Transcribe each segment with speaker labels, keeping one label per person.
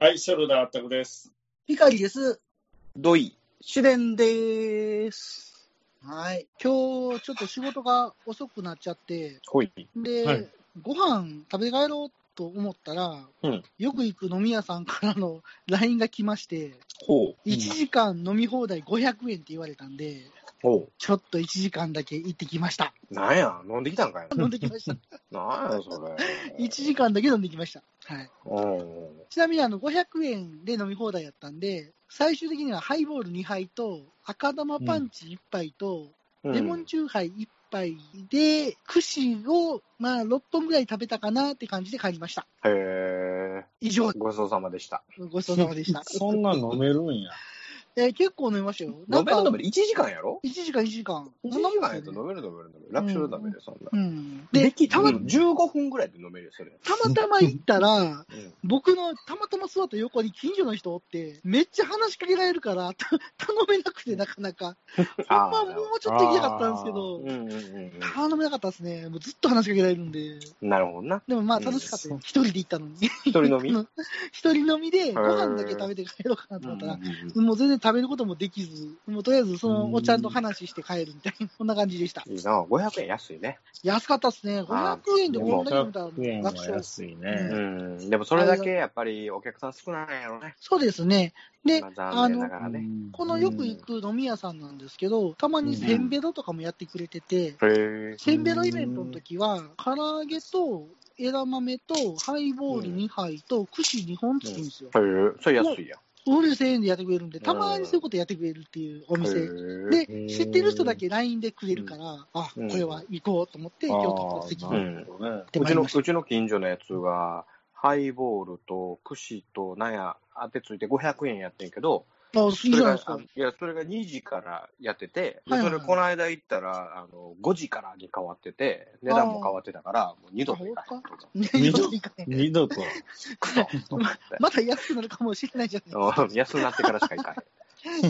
Speaker 1: はい、ショルダーあったくです。
Speaker 2: ピカリです。
Speaker 3: 土井、主伝でーす。
Speaker 2: はい。今日、ちょっと仕事が遅くなっちゃって、
Speaker 3: ほい。
Speaker 2: で、
Speaker 1: はい。
Speaker 2: ご飯食べ帰ろうと思ったら、
Speaker 3: うん
Speaker 2: よく行く飲み屋さんからの LINE が来まして、
Speaker 3: ほう。
Speaker 2: 1時間飲み放題500円って言われたんで、
Speaker 3: ほ
Speaker 2: ちょっと1時間だけ行ってきました。
Speaker 3: う。なんや、飲んできたんかい
Speaker 2: 飲んできました。
Speaker 3: な。なんや、そ れ。
Speaker 2: 1時間だけ飲んできました。はい。
Speaker 3: うん。
Speaker 2: ちなみにあの500円で飲み放題やったんで、最終的にはハイボール2杯と、赤玉パンチ1杯と、レモンチューハイ1杯で、串を、まあ、6本ぐらい食べたかなって感じで帰りました。
Speaker 3: へえ。
Speaker 2: 以上、
Speaker 3: ごちそうさまでした。
Speaker 2: ごちそうさまでした
Speaker 1: そんなん飲めるんや。
Speaker 2: えー結構飲みましたよ。 な
Speaker 3: 飲
Speaker 2: ん
Speaker 3: め
Speaker 2: か
Speaker 3: る飲める。1時間やろ
Speaker 2: 1時間、1時間。
Speaker 3: ?1 時間やと
Speaker 2: そんなも
Speaker 3: 飲める飲める飲める。楽勝だめる、そんな。
Speaker 2: んですよねうん。
Speaker 3: で
Speaker 2: で、
Speaker 3: きた
Speaker 2: た
Speaker 3: ま
Speaker 2: ま、
Speaker 3: 15分ぐらいで飲めるよ、それ。
Speaker 2: たまたま行ったら、
Speaker 3: うん
Speaker 2: 僕のたまたま座った横に近所の人おって、めっちゃ話しかけられるから、た 頼めなくてなかなか。ほんまはもうちょっと行きたかったんですけ
Speaker 3: う
Speaker 2: ど
Speaker 3: ん、うんうん
Speaker 2: 頼めなかったですね。もうずっと話しかけられるんで。
Speaker 3: うん。なるほどな。
Speaker 2: でもまあ楽しかった
Speaker 1: う
Speaker 2: よ。一人で行ったのに。
Speaker 3: 一人飲み。
Speaker 2: うん一人飲みでご飯だけ食べて帰ろうかなと思ったら、
Speaker 3: い
Speaker 2: もう全然食べることもできず、もうとりあえずそのおっちゃんと話して帰るみたいな、こんな感じでした。
Speaker 3: いな、500円安いね。
Speaker 2: 安かったっすね。
Speaker 3: あ
Speaker 2: 500円でこんだけ見たら
Speaker 1: 100円は
Speaker 2: 楽勝。
Speaker 1: 安いうね。
Speaker 3: ん。でもそれだけやっぱりお客さん少ないんやろね。
Speaker 2: そうですね。で
Speaker 3: ま、あ残念ながらね。
Speaker 1: うん
Speaker 2: このよく行く飲み屋さんなんですけど、たまにせんべろとかもやってくれてて、
Speaker 3: へえ。
Speaker 2: せんべろイベントの時は、唐揚げと枝豆とハイボール2杯と串2本つくんですよ。
Speaker 3: へえ。それ安いやん。
Speaker 2: 俺1000円でやってくれるんで、たまにそういうことやってくれるっていうお店。
Speaker 3: へえ。
Speaker 2: で、知ってる人だけ LINE でくれるから、あ、こ
Speaker 3: うん
Speaker 2: れは行こうと思って、
Speaker 1: あ
Speaker 2: 京都の
Speaker 1: ー
Speaker 2: 席
Speaker 1: な
Speaker 2: に行っ
Speaker 1: るほどね
Speaker 2: て
Speaker 3: う
Speaker 2: まい
Speaker 3: ち
Speaker 2: り
Speaker 3: の、
Speaker 2: ました。
Speaker 3: うちの近所のやつが、ハイボールと串と、なんや、当てついて500円やってんけど、
Speaker 2: あ、い
Speaker 3: そ
Speaker 2: い
Speaker 3: れ
Speaker 2: じゃな
Speaker 3: が、
Speaker 2: い
Speaker 3: あ
Speaker 2: ですか。
Speaker 3: いや、それが2時からやってて、で
Speaker 2: はいはい
Speaker 3: それこの間行ったら、あの、5時からに変わってて、値段も変わってたから、もう二度と行かへんと
Speaker 2: ね
Speaker 1: 二度
Speaker 2: ちょっといいかね
Speaker 1: 二度と。
Speaker 3: 思って。
Speaker 2: また安くなるかもしれないじゃない
Speaker 3: うん安なってからしか行か
Speaker 2: です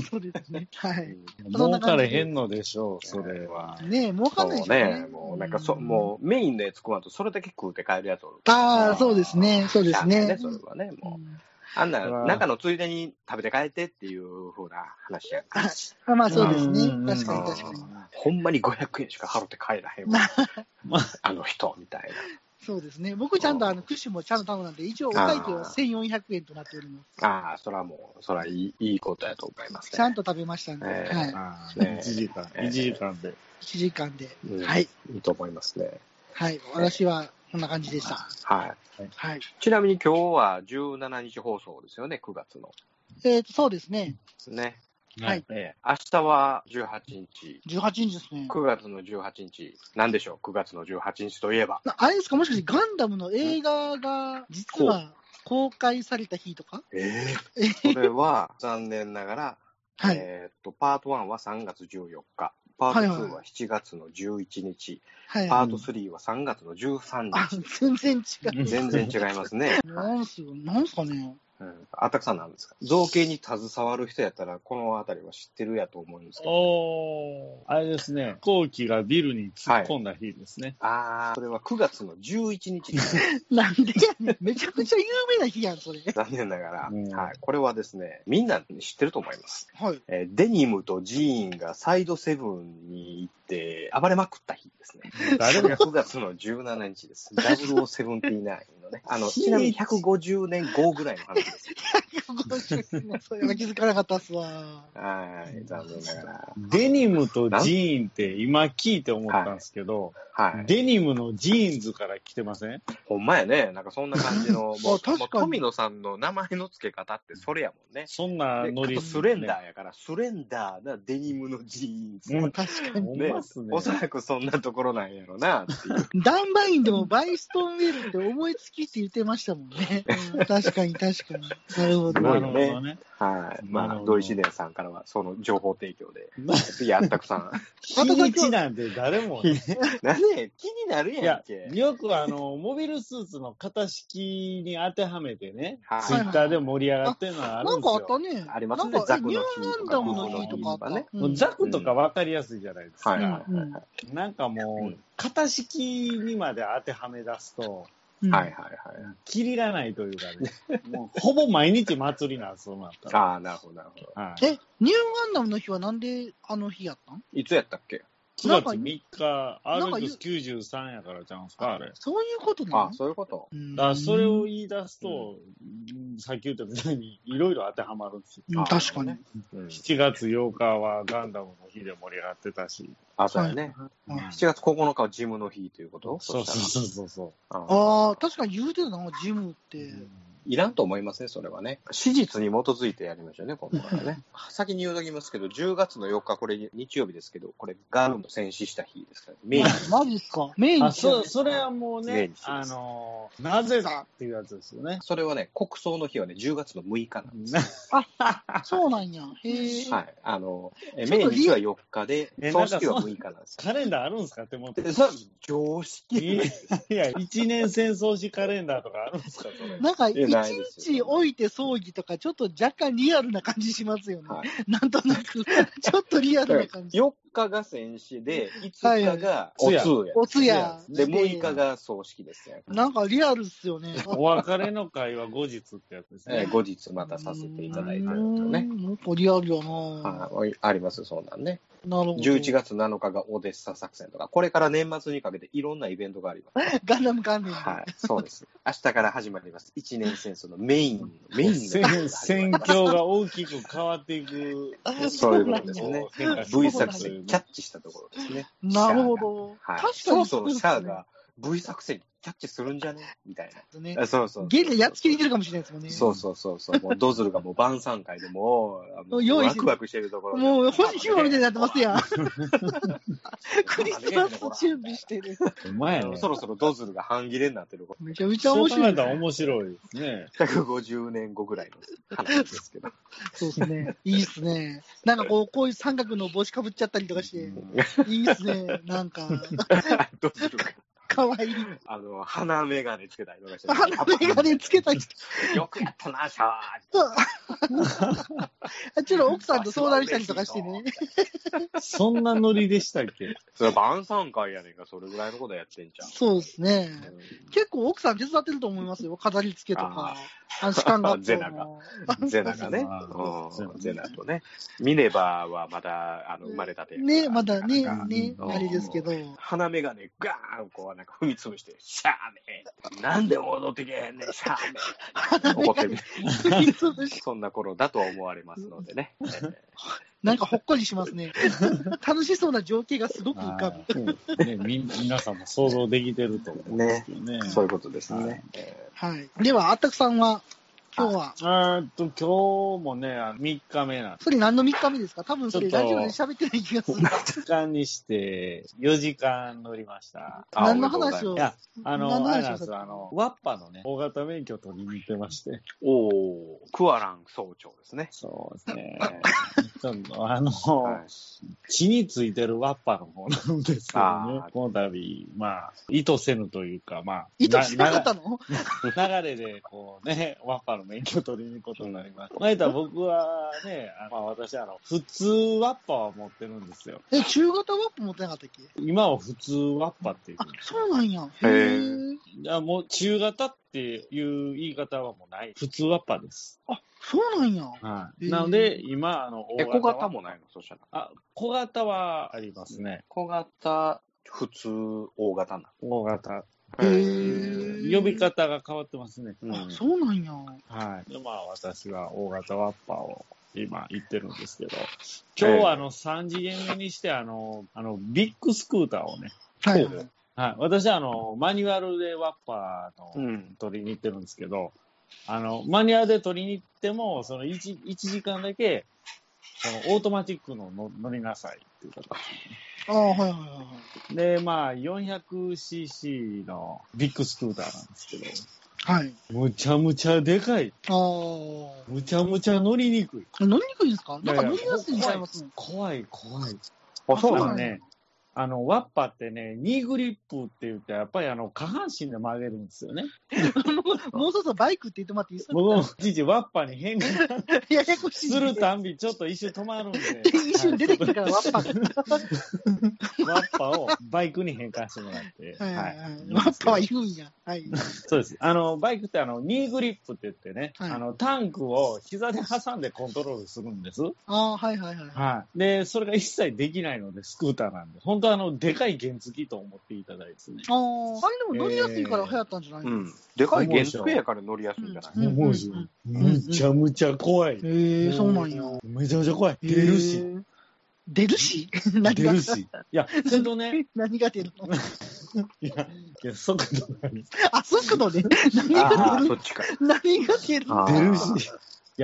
Speaker 2: か。そうですね。は
Speaker 3: へん
Speaker 2: い。。 そん
Speaker 1: 儲
Speaker 2: な感じで
Speaker 1: かれへんのでしょう、 それは。
Speaker 2: ねえ、儲かんない
Speaker 3: そ
Speaker 2: で
Speaker 3: う
Speaker 2: しょ
Speaker 3: ね、もうなんかそ、もうメインのやつ食わんと、それだけ食うて帰るやつおる
Speaker 2: う。ああ、そうですね。そうです
Speaker 3: しゃあない
Speaker 2: ね。
Speaker 3: それはね、
Speaker 2: う
Speaker 3: もう。
Speaker 2: ん
Speaker 3: あんな、
Speaker 1: うん
Speaker 3: 中のついでに食べて帰ってっていうふうな話やん か。
Speaker 2: あまあそうですね
Speaker 1: うんうん。
Speaker 2: 確かに確かに。
Speaker 3: ほんまに500円しか払って帰らへんわ。 あの人、みたい
Speaker 2: そうですね。僕ちゃんとあの、串もちゃんと頼んだんで、一応お会計は1400円となっておりま。
Speaker 3: な。ああ、そらもう、そらいいいいことやと思いますすね。
Speaker 2: ちゃんと食べましたんで、
Speaker 3: ええ
Speaker 2: はい。
Speaker 1: ああ
Speaker 3: ね
Speaker 1: 1時間、
Speaker 3: ええ
Speaker 1: 1時間で。
Speaker 2: 1時間で。
Speaker 3: うん
Speaker 2: はい。
Speaker 3: いいと思いますね。
Speaker 2: はい。私はこんな感じでした。
Speaker 3: はい。
Speaker 2: はい。
Speaker 3: ちなみに今日は17日放送ですよね、9月の。
Speaker 2: えっと、そうですね。
Speaker 3: ね。
Speaker 2: はい。
Speaker 3: ええ明日は18日。
Speaker 2: 18日ですね。
Speaker 3: 9月の18日。なんでしょう ?9 月の18日といえば。
Speaker 2: なあれですか、もしかしてガンダムの映画が実は公開された日とか
Speaker 3: ええそれは、残念ながら、
Speaker 2: はい。
Speaker 3: えーっと、パート1は3月14日、パート2は7月の11日、
Speaker 2: はい。
Speaker 3: パート3は3月の13
Speaker 2: あ
Speaker 3: 日。、
Speaker 2: 全然違
Speaker 1: うん
Speaker 2: う。
Speaker 3: 全然違いま すね。
Speaker 2: なんすよ、なんすかね。
Speaker 3: うん、あたくさんなんですか造形に携わる人やったら、このあたりは知ってるやと思うんですけど。
Speaker 1: おーあれですね、飛行機がビルに突っ込んだ日ですね。
Speaker 3: あー、それは9月の11日で すね
Speaker 2: なんでやねんめちゃくちゃ有名な日やん、それ。
Speaker 3: 残念ながら、
Speaker 1: うん
Speaker 3: はい。これはですね、みんな知ってると思います。
Speaker 2: はい。
Speaker 3: えーデニムとジーンがサイドセブンに行って暴れまくった日ですね。
Speaker 1: 誰が、
Speaker 3: 9月の17日です。0079のね。あの、ちなみに150年後ぐらいの話です。
Speaker 2: 150もそれは気づかなかったっすわ。
Speaker 3: はい、残念ながら。
Speaker 1: デニムとジーンって今聞いて思ったんですけど、
Speaker 3: はい。
Speaker 1: デニムのジーンズから来てません
Speaker 3: ほんまやね。なんかそんな感じの、もう
Speaker 2: あ、確かに
Speaker 3: もう富野さんの名前の付け方ってそれやもんね。
Speaker 1: そんな
Speaker 3: で
Speaker 1: ノ
Speaker 3: あ
Speaker 1: リ
Speaker 3: とスレンダーやから、スレンダーなデニムのジーンズ。
Speaker 1: うん
Speaker 2: 確か
Speaker 1: ー。
Speaker 2: に。
Speaker 1: ほん
Speaker 3: ね
Speaker 1: まっすね。
Speaker 3: おそらくそんなところなんやろな、っていう。
Speaker 2: ダンバインでもバイストンウェルって思いつきって言ってましたもんね。うん確かに確かに。なるほど。
Speaker 1: な
Speaker 3: ご
Speaker 1: る
Speaker 3: い
Speaker 1: ほど
Speaker 3: ね
Speaker 1: ね。
Speaker 3: はい。
Speaker 1: な
Speaker 3: ま
Speaker 1: る
Speaker 3: あ、
Speaker 1: ほど
Speaker 3: 土井紫伝さんからは、その情報提供で。次、あったくさん。
Speaker 1: 日にちなんて誰もね、
Speaker 3: なんで気になる
Speaker 1: い
Speaker 3: やん
Speaker 1: や
Speaker 3: け、。
Speaker 1: よくあの、モビルスーツの型式に当てはめてね、
Speaker 3: はい
Speaker 1: ツイッターで盛り上がってるのはあ
Speaker 2: な
Speaker 1: る
Speaker 2: ん
Speaker 1: んで
Speaker 2: かあ
Speaker 1: す
Speaker 2: った
Speaker 1: よ。
Speaker 2: ね。
Speaker 3: ありますね
Speaker 2: なんか
Speaker 3: ザクの日
Speaker 2: ニューランダムの日とかあった。
Speaker 3: ね
Speaker 2: うん
Speaker 1: もうザクとか分かりやすいじゃないですか。
Speaker 3: はいはいはい
Speaker 2: うん
Speaker 3: はい。
Speaker 1: なんかも
Speaker 3: う、
Speaker 1: うん型式にまで当てはめ出すと、
Speaker 2: うん
Speaker 3: はいはいはい。
Speaker 4: 切りがないというか ね、もうほぼ毎日祭りなんです、そうなったら。
Speaker 3: ああ、なるほど、なるほど。
Speaker 4: はい、
Speaker 2: え、ニューガンダムの日はなんであの日やったん
Speaker 3: いつやったっけ
Speaker 4: 9
Speaker 2: なん
Speaker 4: 月
Speaker 2: か
Speaker 4: 3日、
Speaker 2: なんか言う
Speaker 4: RX93 やからちゃうんすか、あれ。だか
Speaker 2: そういうことな
Speaker 3: あ
Speaker 2: の
Speaker 3: そういうこと。
Speaker 2: うん
Speaker 4: らそれを言い出すと、うんさっき言ったみたいにいろいろ当てはまるんですよ。
Speaker 2: うん
Speaker 3: あ
Speaker 2: 確かに。
Speaker 3: うん。
Speaker 4: 7月8日はガンダムの日で盛り上がってたし。
Speaker 3: あ、そうやね。
Speaker 2: はい
Speaker 4: うん
Speaker 3: 7月9日はジムの日ということ
Speaker 4: そうそう
Speaker 3: し
Speaker 4: そ
Speaker 3: た
Speaker 4: うそうそう。
Speaker 3: らあー
Speaker 2: ああ、確かに言うてたな、ジムって。
Speaker 3: いらんと思いますね、それはね。史実に基づいてやりましょうね、今度からね。先に言うときますけど、10月の4日、これ日曜日ですけど、これガルム戦死した日ですから、明治
Speaker 2: マジっすかメイン
Speaker 4: あそうそれはもう
Speaker 3: 例
Speaker 4: ね
Speaker 3: にし、ま
Speaker 4: あ
Speaker 3: す
Speaker 4: のーなぜだっていうやつですよね。
Speaker 3: それはね、国葬の日はね、10月の6日なんで
Speaker 2: そうなんや。へえ。
Speaker 3: す。はい。あの、え
Speaker 2: ちょっと
Speaker 3: 明治は4日で、
Speaker 4: え
Speaker 3: 葬式は6日なんです
Speaker 4: カ
Speaker 3: よ。
Speaker 4: レンダーあるんですかって思って。
Speaker 3: でそれは常識
Speaker 4: いや、一年戦争史カレンダーとかあるんですか、それ。
Speaker 2: なんか、一
Speaker 3: やないですよ
Speaker 2: 日置いて葬儀とか、ちょっと若干リアルな感じしますよね。
Speaker 3: はい
Speaker 2: なんとなく、ちょっとリアルな 感じ。
Speaker 3: 4日が戦死で、5日がお
Speaker 4: は
Speaker 3: 通
Speaker 4: い
Speaker 3: 夜
Speaker 4: はい。
Speaker 2: お通夜。
Speaker 3: で、6日。が葬式ですね。
Speaker 2: なんかリアルっすよ ね。
Speaker 4: お別れの会は後日ってやつです
Speaker 3: えー
Speaker 4: ね。
Speaker 3: 後日またさせていただいたりとか
Speaker 2: う
Speaker 3: ね。
Speaker 2: ん。なんかリアルやな
Speaker 3: はいありますよ、そんなんね。
Speaker 2: なるほど。
Speaker 3: 11。月7日がオデッサ作戦とか、これから年末にかけていろんなイベントがあります。
Speaker 2: ガンダム関連。
Speaker 3: はい、そうです。明日から始まります。一年戦争のメイン、メインの
Speaker 4: 戦戦況が大きく変わっていく。
Speaker 3: そういうことですね
Speaker 4: 変化していく
Speaker 3: V 作戦キャッチしたところですね。
Speaker 2: なるほど。
Speaker 3: は
Speaker 2: 確
Speaker 3: い、
Speaker 2: かに
Speaker 3: そろそろ
Speaker 2: う
Speaker 3: シ
Speaker 2: ですね
Speaker 3: ャアが V 作戦キャッチするんじゃねみたい
Speaker 2: ね
Speaker 3: な。あそうそう。
Speaker 2: 現でやっつけにいけるかもしれないですもんね。
Speaker 3: そうそうそうそう。もうドズルがもう晩餐会でもうあの
Speaker 2: もう用意し
Speaker 3: ワ
Speaker 2: て
Speaker 3: クワクしてるところで
Speaker 2: もう、星ひま みたいになってますやん。クリスマス準備してる。
Speaker 4: うまい
Speaker 3: あ
Speaker 4: ね。
Speaker 3: のそろそろドズルが半切れになってること。
Speaker 2: めちゃめちゃ
Speaker 4: そう
Speaker 2: 面
Speaker 4: 考
Speaker 2: 白
Speaker 4: え
Speaker 2: い
Speaker 4: た。ら面白いですね。
Speaker 3: 150年後ぐらいの話です けど。
Speaker 2: そうですね。いいっすね。なんかこう、こういう三角の帽子かぶっちゃったりとかして、いいっすね。なん か、
Speaker 3: ドズルが。
Speaker 2: かわいい。
Speaker 3: あの、鼻眼鏡つけたりとかして。
Speaker 2: 鼻眼鏡つけたりして。
Speaker 3: よくやったな、シャワ
Speaker 2: ちょっと奥さんと相談したりとかしてね。
Speaker 4: そんなノリでしたっけ
Speaker 3: ー。それ晩餐会やねんか、それぐらいのことやってんじゃん。
Speaker 2: そうですね。
Speaker 3: うん
Speaker 2: 結構奥さん手伝ってると思いますよ。飾り付けとか
Speaker 3: あ。
Speaker 2: あの、士官学
Speaker 3: ゼ
Speaker 2: 校
Speaker 3: ナが
Speaker 2: の。
Speaker 3: ゼナがね。
Speaker 4: そう
Speaker 3: うんゼナとね。ミネバーはまだ、あの、生まれたて。
Speaker 2: ね、まだね、
Speaker 4: うん
Speaker 2: ね、
Speaker 3: うん
Speaker 2: あれですけど。
Speaker 3: 鼻眼鏡ガーンこうなんか踏み潰して、シャーメンなんで戻ってけへ んねん、シャーメン怒ってる。そんな頃だと思われますのでね。
Speaker 2: なんかほっこりしますね。楽しそうな情景がすごく浮かぶ。
Speaker 4: あーね、み皆さんも想像できてると思うんですけどね。
Speaker 3: そういうことです
Speaker 4: は
Speaker 3: ね
Speaker 4: い。
Speaker 3: え
Speaker 2: はい。では、あったくさんは、今日は、
Speaker 4: あーっと、今日もね、あの3日目なんで
Speaker 2: それ何の3日目ですか多分それ
Speaker 4: ちょっ
Speaker 2: ラ
Speaker 4: と
Speaker 2: ジオで喋ってない気がする。
Speaker 4: す、時間にして4時間乗りました。
Speaker 3: ー
Speaker 2: 何の話を
Speaker 4: い、や、あ
Speaker 2: 何
Speaker 4: の、
Speaker 2: の話を
Speaker 4: あれなんです
Speaker 2: さっき
Speaker 4: あの、ワッパのね、大型免許取りに行ってまして。
Speaker 3: おおークアラン総長ですね。
Speaker 4: そうですね。ちょっと、あの、
Speaker 3: はい
Speaker 4: 血についてるワッパの方なんですけどね
Speaker 3: あー、
Speaker 4: この度、まあ、意図せぬというか、まあ、
Speaker 2: 意図してなかったの
Speaker 4: 流れで、こうね、ワッパの免許取りに行くことになりました。まあ、言ったら僕はね、あまあ私、あの、普通ワッパは持ってるんですよ。
Speaker 2: え、中型ワップ持ってなかったっけ
Speaker 4: 今は普通ワッパっていう
Speaker 2: あ。、そうなんや。へ
Speaker 3: へ
Speaker 2: え。
Speaker 4: いや、もう中型っていう言い方はもうない。普通ワッパです。
Speaker 2: あ、そうなんや。
Speaker 4: はい。
Speaker 2: へー
Speaker 4: なので、今、あの、大
Speaker 3: え、小型
Speaker 4: は
Speaker 3: もないのそしたら。
Speaker 4: あ、小型はありますね。
Speaker 3: 小型、普通、大型な
Speaker 4: 大型。
Speaker 2: へ
Speaker 3: の。
Speaker 2: え。
Speaker 4: 呼び。方が変わってますね。
Speaker 3: うん
Speaker 2: あ、そうなんや。
Speaker 4: はい。で、まあ、私は大型ワッパーを今言ってるんですけど、今日はあの、3次元目にして、あの、あの、ビッグスクーターをね、
Speaker 2: はい
Speaker 4: そう
Speaker 2: はい。
Speaker 4: はい。私はあの、マニュアルでワッパーの、
Speaker 3: うん。
Speaker 4: 取りに行ってるんですけど、あの、マニュアルで取りに行っても、その 1, 一時間だけ、そのオートマチックのの乗りなさいっていう形
Speaker 2: ああ、はいはいはいはい。
Speaker 4: で。で、まあ、400cc のビッグスクーターなんですけど、
Speaker 2: はい。
Speaker 4: むちゃむちゃでかい。
Speaker 2: ああ。
Speaker 4: むちゃむちゃ乗りにくい。
Speaker 2: 乗りにくいんですかなんか乗
Speaker 4: いや
Speaker 2: りやすいんちゃいます
Speaker 4: 怖い、怖い。
Speaker 3: あ、そうう
Speaker 4: あの
Speaker 2: なの
Speaker 3: なの
Speaker 4: ね、あの、ワッパってね、ニーグリップって言って、やっぱりあの、下半身で曲げるんですよね。
Speaker 2: もうそろそろバイクって言ってもらっていいですか
Speaker 4: 僕も、いちいちワッパに変換
Speaker 2: ややこしいん
Speaker 4: す
Speaker 2: で。
Speaker 4: るたんび、ちょっと一瞬止ま るんで、
Speaker 2: で一瞬出てきたから、ワッパが。
Speaker 4: ワッパをバイクに変換してもらって。
Speaker 2: はいはいはいワッパは言うんや。はい。
Speaker 4: そうです。あの、バイクってあの、ニーグリップって言ってね、
Speaker 2: はい
Speaker 4: あの、タンクを膝で挟んでコントロールするんです。
Speaker 2: ああ、はいはいはい。
Speaker 4: はい。で、それが一切できないので、スクーターなんで、本当あの、でかい原付と思っていただいてですね。
Speaker 2: あーあれでも乗りやすいから流行ったんじゃないの、
Speaker 3: うん。でかい原付やから乗りやすいんじゃない、
Speaker 2: うんうんうん
Speaker 4: むちゃむちゃ怖い。
Speaker 2: へえ、そうなんや。
Speaker 4: めちゃめちゃ怖い。出るし
Speaker 2: へ。ー。出るし 何が
Speaker 4: 出るし。いや、それと ね、
Speaker 2: 何が出るの
Speaker 4: いや、いや速度がね
Speaker 2: あ、速度で何が
Speaker 3: あ
Speaker 2: 出
Speaker 3: あ、
Speaker 2: る
Speaker 3: そっちか。
Speaker 2: 何が出る
Speaker 3: あー
Speaker 4: 出るし。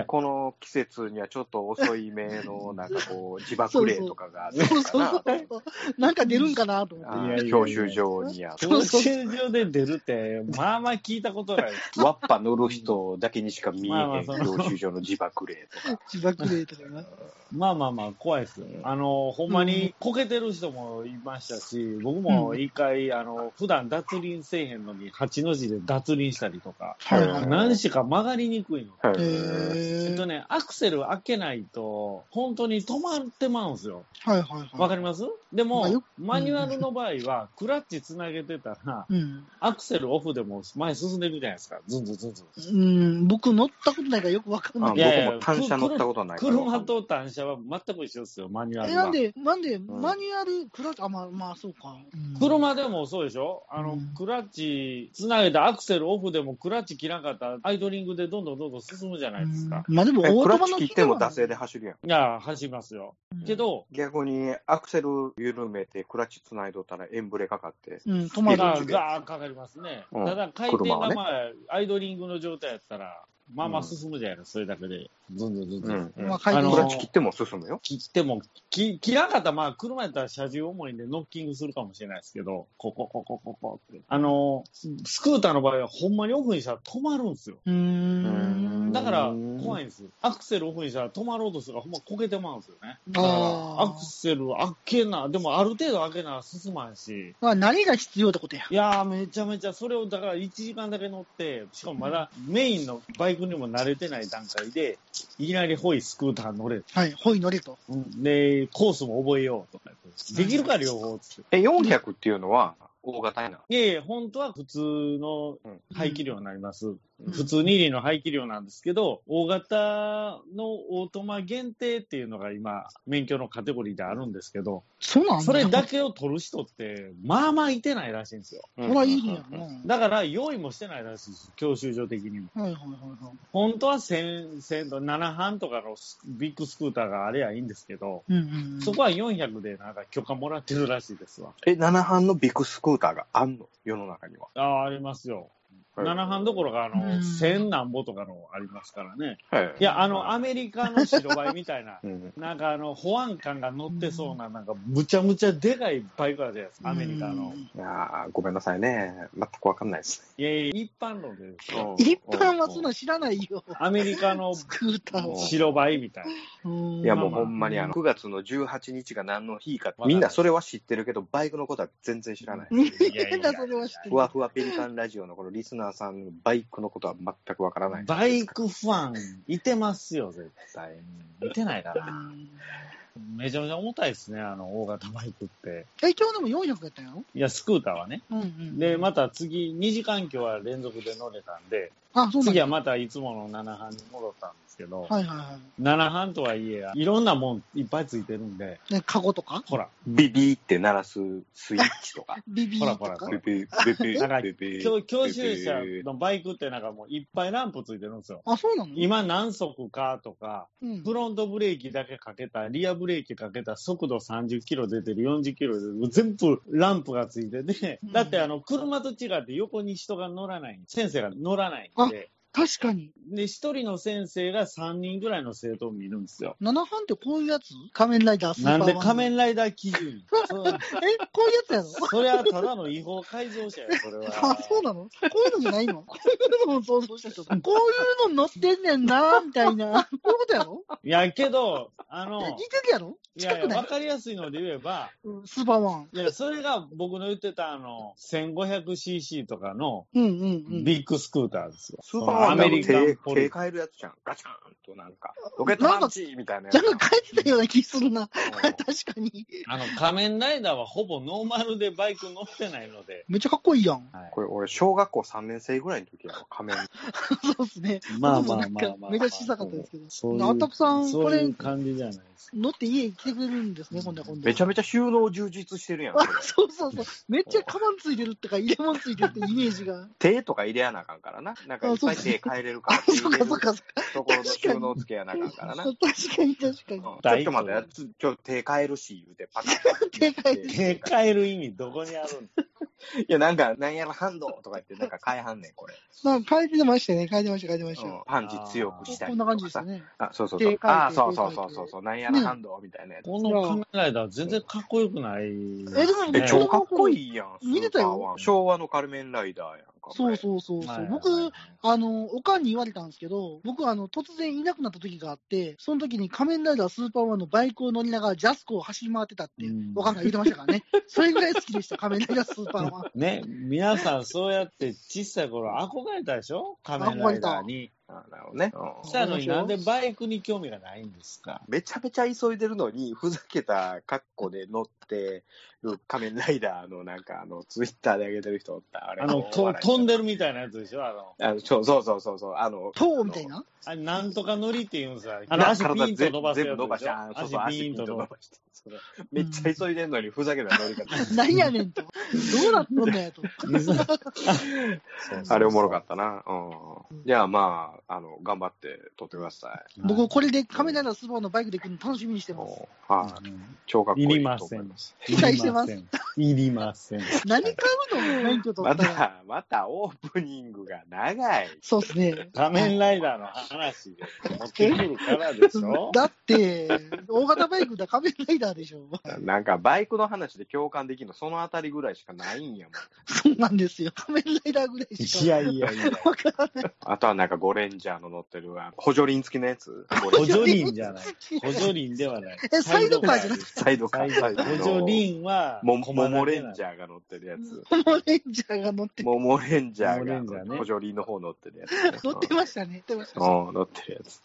Speaker 3: この季節にはちょっと遅いめの、なんかこ う、自爆霊とかが出る
Speaker 2: そう
Speaker 3: か
Speaker 2: そ
Speaker 3: な
Speaker 2: う。そう。なんか出るんかなと思っ
Speaker 3: あ
Speaker 2: て。
Speaker 4: いやいやいや
Speaker 3: ー教習所には。
Speaker 4: 教習所で出るって、まあまあ聞いたことない。
Speaker 3: ワッパ乗る人だけにしか見え
Speaker 4: まあま
Speaker 3: へ
Speaker 4: あ
Speaker 3: ん
Speaker 4: そ
Speaker 3: 教
Speaker 4: の
Speaker 3: 習所の自爆霊とか。
Speaker 2: 自爆霊とかな。
Speaker 4: まあまあまあ、怖いですよ。あの、ほんまに、こけてる人もいましたし、僕も一回、あの、普段脱輪せえへんのに、八の字で脱輪したりとか、
Speaker 2: はいはい
Speaker 4: 何しか曲がりにくいの。
Speaker 3: はい
Speaker 2: へ
Speaker 4: え
Speaker 2: え
Speaker 4: っと。ね、アクセル開けないと、本当に止まってまうんですよ。
Speaker 2: はいはいはい。
Speaker 4: わかりますで
Speaker 2: まあ
Speaker 4: も
Speaker 2: よ、
Speaker 4: マニュアルの場合は、クラッチつなげてたら、
Speaker 2: うん。
Speaker 4: アクセルオフでも前進んでいくじゃないですか。ズンズンズンズン。
Speaker 2: うん、僕乗ったことないからよくわかん
Speaker 3: あ
Speaker 2: ない
Speaker 3: 僕
Speaker 4: い。やいや
Speaker 3: も単車乗ったことないから。
Speaker 4: 車と単車は全く一緒ですよ、マニュア
Speaker 2: え、
Speaker 4: ルは。
Speaker 2: なんで、なんで、マニュアル、クラッチ、あ、まあ、まあ、そうか。うん
Speaker 4: 車でもそうでしょあの、
Speaker 2: うん
Speaker 4: クラッチつなげたアクセルオフでもクラッチ切らなかったらアイドリングでどんどんどんどん進むじゃないですか。
Speaker 2: まあでも、
Speaker 3: え
Speaker 2: オー
Speaker 3: クラ
Speaker 2: トマ
Speaker 3: ッチ
Speaker 2: の
Speaker 3: 切っても惰性で走るやん。
Speaker 4: いや、走りますよ。けど、
Speaker 3: 逆にアクセル緩めてクラッチ繋いどったらエンブレかかって。
Speaker 2: うん、止ま
Speaker 4: ま
Speaker 2: る。
Speaker 4: だガーかかりますね。
Speaker 3: うん
Speaker 4: ただ回転が
Speaker 3: 車はね
Speaker 4: まあ、アイドリングの状態やったら、まあまあ進むじゃないですか、それだけで。ずんずんずんずん。
Speaker 3: うん
Speaker 2: まあ、
Speaker 3: ク
Speaker 2: 回
Speaker 4: あ
Speaker 2: 転
Speaker 4: の
Speaker 3: ラッチ切っても進むよ。
Speaker 4: 切っても、き切らなかったら、まあ、車やったら車重重いんでノッキングするかもしれないですけど、ここ、ここ、ここって。あの、スクーターの場合はほんまにオフにしたら止まるんですよ。
Speaker 2: うーん。
Speaker 4: だから
Speaker 3: うん
Speaker 4: 怖いんですよ。アクセルオフにしたら止まろうとするからほんまこけてまうんですよね。だから
Speaker 2: あ
Speaker 4: アクセル開けな、でもある程度開けな進まんし。
Speaker 2: あ。まあ、何が必要ってことや。
Speaker 4: いやーめちゃめちゃそれをだから1時間だけ乗って、しかもまだメインのバイクにも慣れてない段階で、いきなりホイスクーター乗れ。
Speaker 2: はい、ほい乗れと。
Speaker 4: で、コースも覚えようとか言ってできるか両方っつって。
Speaker 3: え、400っていうのは大型になる。
Speaker 4: いえいえ、本当は普通の排気量になります。
Speaker 2: ん
Speaker 4: 普通二輪の排気量なんですけど、大型のオートマ限定っていうのが今、免許のカテゴリーであるんですけど、
Speaker 2: そうなん
Speaker 4: それだ
Speaker 2: け。
Speaker 4: けを取る人って、まあまあいてないらしいんですよ。
Speaker 3: そ
Speaker 2: そらいいんや
Speaker 3: な。
Speaker 2: な。
Speaker 4: だから、用意もしてないらしいです、教習所的にも。
Speaker 2: はいはいはいはい。
Speaker 4: 本当は1000、1000と7班とかのスビッグスクーターがあれやいいんですけど、
Speaker 2: うんうんうん。
Speaker 4: そこは400でなんか許可もらってるらしいですわ。
Speaker 3: え、7班のビッグスクーターがあんの世の中には。
Speaker 4: ああ、ありますよ。7班どころか、あの、
Speaker 2: うん
Speaker 4: 1000何ぼとかのありますからね。
Speaker 3: はい
Speaker 4: いや、あの、
Speaker 3: は、
Speaker 4: アメリカの白バイみたいな
Speaker 3: うん
Speaker 4: なんかあの、保安官が乗ってそうな、なんか、むちゃむちゃでかいバイクあるじゃないですか、アメリカの
Speaker 2: う。ん
Speaker 3: いやーごめんなさいね。全くわかんないです
Speaker 4: いやいや、一般論でですよ。
Speaker 3: ね。
Speaker 2: 一般はそん
Speaker 3: う
Speaker 2: な知らないよ。
Speaker 4: アメリカの
Speaker 2: スクーターを。
Speaker 4: 白バイみたいな。
Speaker 3: んいや、もう
Speaker 4: まあまあ
Speaker 3: ほんまにあの、9月の18日が何の日か
Speaker 4: か、んない
Speaker 3: みんなそれは知ってるけど、バイクのことは全然知らない。
Speaker 4: い
Speaker 2: み
Speaker 4: やいや
Speaker 2: ん
Speaker 4: いや
Speaker 2: なそれは知って
Speaker 3: ふ
Speaker 2: る。
Speaker 3: わふわペリカンラジオのこのリスナーさん、バイクのことは全くわからない。
Speaker 4: バイクファン、いてますよ、絶対。いてないか
Speaker 2: う
Speaker 4: な。
Speaker 2: ん
Speaker 4: めちゃめちゃ重たいですね、あの、大型バイクって。
Speaker 2: え、今日でも400やったんやろ
Speaker 4: いや、スクーターはね。
Speaker 2: うんうん。
Speaker 4: で、また次、2時間今日は連続で乗れたんで、
Speaker 2: あ、そうなん
Speaker 4: 次
Speaker 2: や。
Speaker 4: はまたいつもの7班に戻ったんですけど、
Speaker 2: はいはいは
Speaker 4: 7班とはいえ、いろんなもんいっぱいついてるんで、
Speaker 2: い。ね、カゴとか
Speaker 4: ほら、
Speaker 3: ビビーって鳴らすスイッチとか。
Speaker 2: ビビ
Speaker 4: ほら
Speaker 2: ー
Speaker 4: ほら
Speaker 2: とか
Speaker 4: ほ
Speaker 3: ビ
Speaker 4: ら
Speaker 3: ビー、ビビ
Speaker 4: なんか
Speaker 3: ー、ビビー。
Speaker 4: 教教習車のバイクってなんかもういっぱいランプついてるんですよ。
Speaker 2: あ、そうなの、
Speaker 4: 今何速かとか、
Speaker 2: うん
Speaker 4: フロントブレーキだけかけた、リアブレーキかけた、速度30キロ出てる、40キロ出てる、全部ランプがついてて、
Speaker 2: うん
Speaker 4: だってあの、車と違って横に人が乗らない、先生が乗らないんで、
Speaker 2: 確かに。
Speaker 4: で、一人の先生が3人ぐらいの生徒を見るんですよ。
Speaker 2: 七班ってこういうやつ仮面ライダースーパ
Speaker 4: な
Speaker 2: ー
Speaker 4: ん
Speaker 2: マン。
Speaker 4: で仮面ライダー基準そ
Speaker 2: え、こういうやつやろ
Speaker 4: そりゃただの違法改造者や、それ
Speaker 2: あ
Speaker 4: は、。
Speaker 2: そうなのこういうのじゃないのこういうのを想像してた。こういうの乗ってんねんなーみたいな。こういうことやろ
Speaker 4: いや、けど、あ
Speaker 2: え
Speaker 4: の
Speaker 2: 似、てるやろ
Speaker 4: いや
Speaker 2: 近く
Speaker 4: いや、
Speaker 2: ない
Speaker 4: わかりやすいので言えば、
Speaker 2: うんスーパーマン。
Speaker 4: いや、それが僕の言ってたあの、1500cc とかの
Speaker 2: うんうんうん。
Speaker 4: ビッグスクーターですよ。
Speaker 3: スーパーマン
Speaker 4: ア
Speaker 3: の
Speaker 4: メリカン
Speaker 3: 手、
Speaker 4: ポ
Speaker 3: 手
Speaker 4: リ。
Speaker 3: 変えるやつじゃん。ガチャンとなんか、ロケットパンチみたいなやつ
Speaker 2: なんか帰ってたような気するな。
Speaker 3: うん
Speaker 2: 確かに。
Speaker 4: あの、仮面ライダーはほぼノーマルでバイク乗ってないので。
Speaker 2: めっちゃかっこいいやん。
Speaker 4: はい
Speaker 3: これ俺、小学校3年生ぐらいの時やろ、仮面。
Speaker 2: そうですね。
Speaker 4: まあ
Speaker 2: 僕
Speaker 4: まあ
Speaker 2: も
Speaker 4: まあま
Speaker 2: なん
Speaker 4: あ
Speaker 2: か
Speaker 4: まあ。
Speaker 2: 目立ちたかったですけど。
Speaker 4: そういう
Speaker 2: あたくさん、こ
Speaker 4: そうい
Speaker 2: れ
Speaker 4: う、感じじゃないです。
Speaker 2: 乗って家に来てくれるんですね、今度は今度。
Speaker 3: めちゃめちゃ収納充実してるやん。それ
Speaker 2: あ、そうそうそう。めっちゃカバンついてるってか、入れ物ついてるってイメージが。
Speaker 3: 手とか入れやなあかんからな。なんかいっぱい手変えれるか
Speaker 2: あ
Speaker 3: ら、、
Speaker 2: そっかそっかそっか。
Speaker 3: ところの収納付けやなあかんからな。うん
Speaker 2: 確かに確か
Speaker 3: ち
Speaker 2: に。
Speaker 3: ょっと待って、つちょ、手変えるし、言うて、パカッ て
Speaker 2: 手変
Speaker 4: で
Speaker 2: え
Speaker 4: かえる意味どこにあるんです
Speaker 3: いや、なんか、なんやらハンドとか言って、なんか変えはんねん、これ。
Speaker 2: なんか書いてましたね、書いてました、書いてました
Speaker 3: うん
Speaker 2: よ。
Speaker 3: パンチ強くした
Speaker 2: こ
Speaker 3: い
Speaker 2: んな感じですよ
Speaker 3: ね。
Speaker 2: ね。
Speaker 3: あ、そうそう
Speaker 2: 手
Speaker 3: そ
Speaker 2: 変え
Speaker 3: う。
Speaker 2: て
Speaker 3: あ、そう
Speaker 2: 手
Speaker 3: そ
Speaker 2: 変え
Speaker 3: う
Speaker 2: て
Speaker 3: そうそうそう。なんやらハンドみたいなや つ。
Speaker 4: この仮面ライダー全然かっこよくない。
Speaker 2: え、でも、
Speaker 4: ね
Speaker 3: え、超
Speaker 2: 僕
Speaker 3: かっこいいやん。
Speaker 2: 見てたよ
Speaker 3: スーパーワン昭和のカルメンライダーやんか。こ
Speaker 2: そう
Speaker 3: れ
Speaker 2: そうそう
Speaker 4: ま
Speaker 2: そ
Speaker 4: あ
Speaker 2: う。僕、、あの、おかんに言われたんですけど、僕、あの、突然いなくなった時があって、その時に仮面ライダースーパーマンのバイクを乗りながらジャスコを走り回ってたって
Speaker 4: うん、
Speaker 2: おかんが言ってましたからね。それぐらい好きでした、仮面ライダースーパーマン。
Speaker 4: ね、皆さんそうやって小さい頃憧れたでしょ仮面ライダーに。
Speaker 3: あなるほどね。うん
Speaker 4: したのになんでバイクに興味がないんですか
Speaker 3: めちゃめちゃ急いでるのに、ふざけた格好で乗ってる仮面ライダーのなんか、あの、ツイッターで上げてる人おった。あれ
Speaker 4: あの、と飛んでるみたいなやつでしょあの、
Speaker 3: あのそうそうそうそうそう。あの、
Speaker 2: 塔みたいな
Speaker 4: あれなんとか乗りって言うんですよ。
Speaker 3: あ
Speaker 4: あ
Speaker 3: の
Speaker 4: の、
Speaker 3: 足
Speaker 4: 足
Speaker 3: ピ
Speaker 4: ピ
Speaker 3: ー
Speaker 4: ー
Speaker 3: ン
Speaker 4: ン
Speaker 3: と
Speaker 4: と
Speaker 3: 伸
Speaker 4: 伸
Speaker 3: ば
Speaker 4: ば
Speaker 3: す
Speaker 4: す
Speaker 3: や
Speaker 4: やつ
Speaker 3: つでしょ全部
Speaker 4: でし
Speaker 3: 伸ばし
Speaker 4: ょ
Speaker 3: た。そ
Speaker 4: 足
Speaker 3: うそ
Speaker 4: ピ
Speaker 3: う足ピ
Speaker 4: ー
Speaker 3: ーン
Speaker 4: ンと
Speaker 3: と伸
Speaker 4: 伸ば
Speaker 3: ば
Speaker 4: す。
Speaker 3: して。それめっちゃ急いでんのにふざけた乗り方。
Speaker 2: 何やねんと。どうなっとんだよと。
Speaker 3: あれおもろかったな。うん。じゃあまあ、あの、頑張って撮ってください。
Speaker 2: 僕、これで仮面ライダースーパーマンのバイクで来るの楽しみにしてます。
Speaker 3: おはい。超かっこいいと思います。
Speaker 4: いりま
Speaker 2: 期待してます。
Speaker 4: いりません。
Speaker 2: 何買うの免許取
Speaker 3: ま
Speaker 2: ったら。
Speaker 3: た、またオープニングが長い。
Speaker 2: そうですね。
Speaker 4: 仮面ライダーの話で持ってくるからでしょ
Speaker 2: だって、大型バイクだ、仮面ライダーでしょ。
Speaker 3: なんかバイクの話で共感できるの、そのあたりぐらいしかないんやもん。
Speaker 2: そうなんですよ。仮面ライダーぐらいし
Speaker 4: い
Speaker 2: か。
Speaker 4: やいやいや。
Speaker 3: あとはなんかゴレンジャーの乗ってるわ、補助輪付きのやつ。ゴレ
Speaker 4: 補
Speaker 3: ンジャー
Speaker 4: 助輪じゃ ない。補助輪ではない。
Speaker 2: えサイドカーじゃ
Speaker 4: な
Speaker 2: な
Speaker 4: い
Speaker 3: サイドカー。サイドカー
Speaker 4: 補助輪は、
Speaker 3: もモモレンジ
Speaker 4: ャー。
Speaker 3: ャーが乗ってるやつ。
Speaker 2: モレンジャーが乗って、
Speaker 3: モモレンジャ
Speaker 4: モモレンジャ
Speaker 3: ー
Speaker 4: ー
Speaker 3: が
Speaker 4: ね
Speaker 3: 補助輪の方乗ってるやつね。
Speaker 2: 乗ってましたね。乗ってました。
Speaker 3: うん、乗ってるやつ。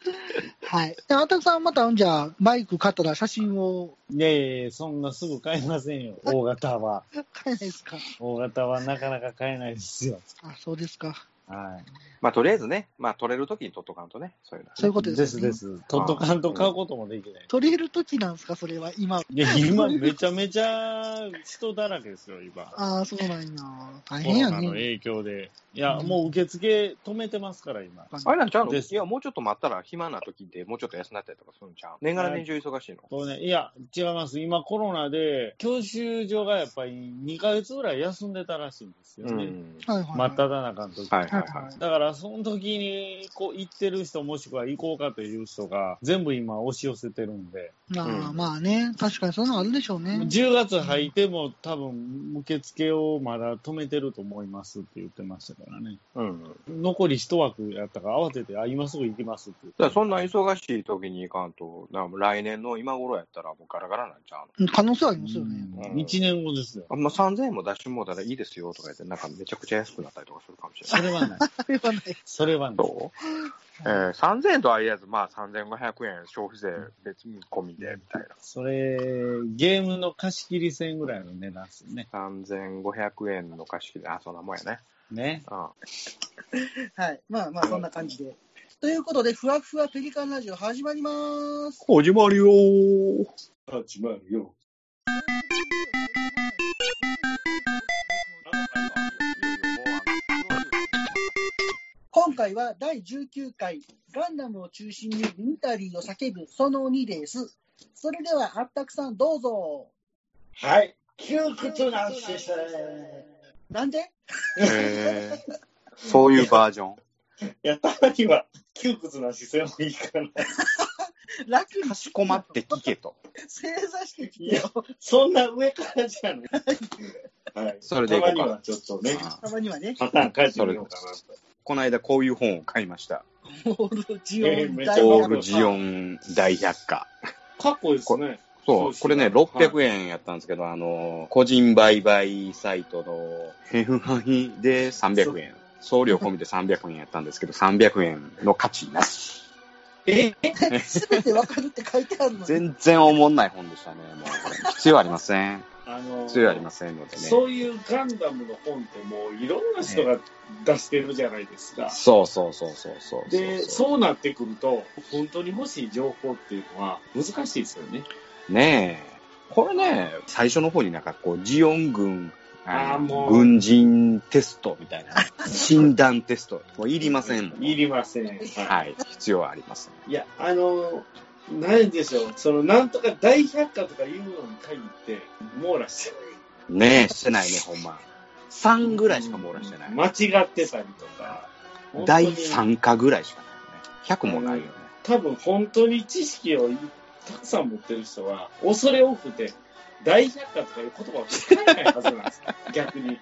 Speaker 2: はい。で、あたくさんまた、じゃあ、バイク買ったら写真を
Speaker 4: いやいやいやそんなすぐ買えませんよ。大型は。
Speaker 2: 買えないですか
Speaker 4: 大型はなかなか買えないですよ。
Speaker 2: あ、そうですか。
Speaker 4: は
Speaker 3: まあ、とりあえずね、まあ、取れるときに取っとかんとね、そういうの。
Speaker 2: そういう
Speaker 4: い。
Speaker 2: ことです、ね。
Speaker 4: で。す。トットカント買うこともできない。
Speaker 2: 取れる時なんですか、それは、今。
Speaker 4: いや、今めちゃめちゃ人だらけですよ、今。
Speaker 2: ああ、そうなんや。大
Speaker 4: コ
Speaker 2: 変
Speaker 4: ロ
Speaker 2: や
Speaker 4: ナの
Speaker 2: ね。
Speaker 4: 影響で。いや、
Speaker 2: うん
Speaker 4: もう受付止めてますから、今。
Speaker 3: あれなんちゃうの
Speaker 4: です
Speaker 3: いや、もうちょっと待ったら暇な時で、もうちょっと休んだったりとかするんちゃう年がら年中忙しいの。
Speaker 4: こうね、いや、違います。今コロナで、教習所がやっぱり2ヶ月ぐらい休んでたらしいんですよ
Speaker 3: う
Speaker 4: ね。
Speaker 3: ん。
Speaker 2: はいはい。
Speaker 4: 真っ只中の時。
Speaker 3: はいはい
Speaker 2: はい
Speaker 3: は。
Speaker 2: はい
Speaker 4: だから、その時に、こう、行ってる人、もしくは行こうかという人が、全部今押し寄せてるんで、
Speaker 2: い。ま
Speaker 3: う
Speaker 2: あ
Speaker 3: ん
Speaker 2: まあね、確かにそういうのあるでしょうね。
Speaker 4: 10月入っても、多分、受付をまだ止めてると思いますって言ってましたからね。
Speaker 3: うん。だか
Speaker 4: 残り1枠やったから、慌てて、あ、今すぐ行きますって言って
Speaker 3: らそんな忙しい時に行かんと、なんか来年の今頃やったらもうガラガラなんちゃうの。
Speaker 2: 可能性はありますよね。
Speaker 4: うん一年後ですよ。
Speaker 3: あんま3000円も出してもうたらいいですよとか言って、なんかめちゃくちゃ安くなったりとかするかもしれ
Speaker 4: そ
Speaker 3: ない。
Speaker 4: れはない。
Speaker 2: あれはない。
Speaker 4: それはない。
Speaker 3: そうえー、3000円とはいえず、まあ3500円消費税別に込みでみたいな。
Speaker 4: それ、ゲームの貸し切り戦ぐらいの値段ですよね。
Speaker 3: 3500円の貸し切り、あ、そんなもんやね。
Speaker 4: ね。
Speaker 3: うん。
Speaker 2: はい。まあまあ、そんな感じで。ということで、ふわふわペリカンラジオ始まります。
Speaker 3: 始まるよ ー。
Speaker 4: 始まるよ。
Speaker 2: 今回は第19回、ガンダムを中心にミニタリーを叫ぶその2です。それでは、あったくさんどうぞ。
Speaker 5: はい、窮屈なんです。
Speaker 2: なんで
Speaker 3: えー、そういうバージョン。
Speaker 4: や、たまには窮屈な姿勢もいいかな。
Speaker 2: 楽に
Speaker 3: かしこまって聞けと。
Speaker 2: 正座してき
Speaker 4: い
Speaker 2: て
Speaker 4: や
Speaker 2: よ。、
Speaker 4: そんな上からじゃない。はい。
Speaker 3: それでいこ
Speaker 4: たま
Speaker 3: うか
Speaker 4: にはちょっとね、
Speaker 3: ああ
Speaker 2: たまには ね、
Speaker 4: パターン変えてみようかなと。
Speaker 3: この間こういう本を買いました。
Speaker 2: オールジオ
Speaker 4: えー
Speaker 2: ン
Speaker 4: めっちゃ
Speaker 2: 大
Speaker 3: オ
Speaker 4: オ
Speaker 3: ー
Speaker 4: ー
Speaker 3: ル
Speaker 4: ル
Speaker 3: ジ
Speaker 4: ジ
Speaker 3: オ
Speaker 4: オ
Speaker 3: ン大百科。
Speaker 4: かっこいいですね。
Speaker 3: そ
Speaker 4: そう
Speaker 3: う、
Speaker 4: ですね
Speaker 3: これね、600円やったんですけど、あの、個人売買サイトの、ヘフハイで300円。送料込みで300円やったんですけど、300円の価値なし。
Speaker 4: え
Speaker 2: すべてわかるって書いてあるのに。
Speaker 3: 全然おもんない本でしたね。もう、必要ありません。
Speaker 4: あの
Speaker 3: 必要ありませんのでね。
Speaker 4: そういうガンダムの本ってもういろんな人が出してるじゃないですか。
Speaker 3: そうそうそうそうそう。
Speaker 4: で、
Speaker 3: そ
Speaker 4: そうなってくると、本当に欲しい情報っていうのは難しいですよね。
Speaker 3: う。ねえ。これね、最初の方になんかこう、ジオン軍、
Speaker 4: あーもう
Speaker 3: 軍人テストみた いな。診断テスト。もういりませんもん。
Speaker 4: いりません。は
Speaker 3: はい。必要はありません。
Speaker 4: い。いや、あの、なんでしょう、その、なんとか大百科とかいうのに限って、網羅して
Speaker 3: ねえ、してないね、ほんま。3ぐらいしか網羅してない。
Speaker 4: 間違ってたりとか。
Speaker 3: 第
Speaker 4: 本
Speaker 3: 3課ぐらいしかないよね。100もないよね。
Speaker 4: 当に多分本当に知識をたくさん持ってる人は、恐れ多くて、大百科とかいう言葉を使えないはずなん です。逆に。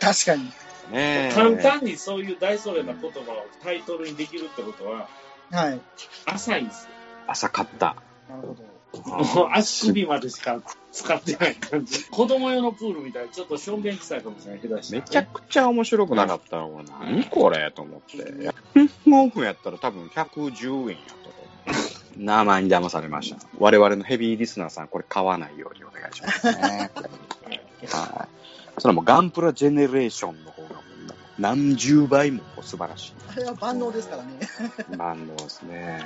Speaker 2: 確かに。
Speaker 3: ねえ。
Speaker 4: 簡単にそういう大それな言葉をタイトルにできるってことは、
Speaker 2: はい。
Speaker 4: 浅いんです
Speaker 3: 浅 かった。
Speaker 2: なるほど。
Speaker 4: よ。もう足首までしか使ってない感じ。子供用のプールみたいにちょっと正面臭いかもしれない。下手した
Speaker 3: め
Speaker 4: ら
Speaker 3: ちゃくちゃ面白くなかったわ。何これと思って。100億やったら多分110円やったと思う。名前に騙されました。我々のヘビーリスナーさん、これ買わないようにお願いしますね。はい。それはもうガンプラジェネレーションの方がもう何十倍もこう素晴らし
Speaker 2: あれは万能ですからね。
Speaker 3: い万能ですね。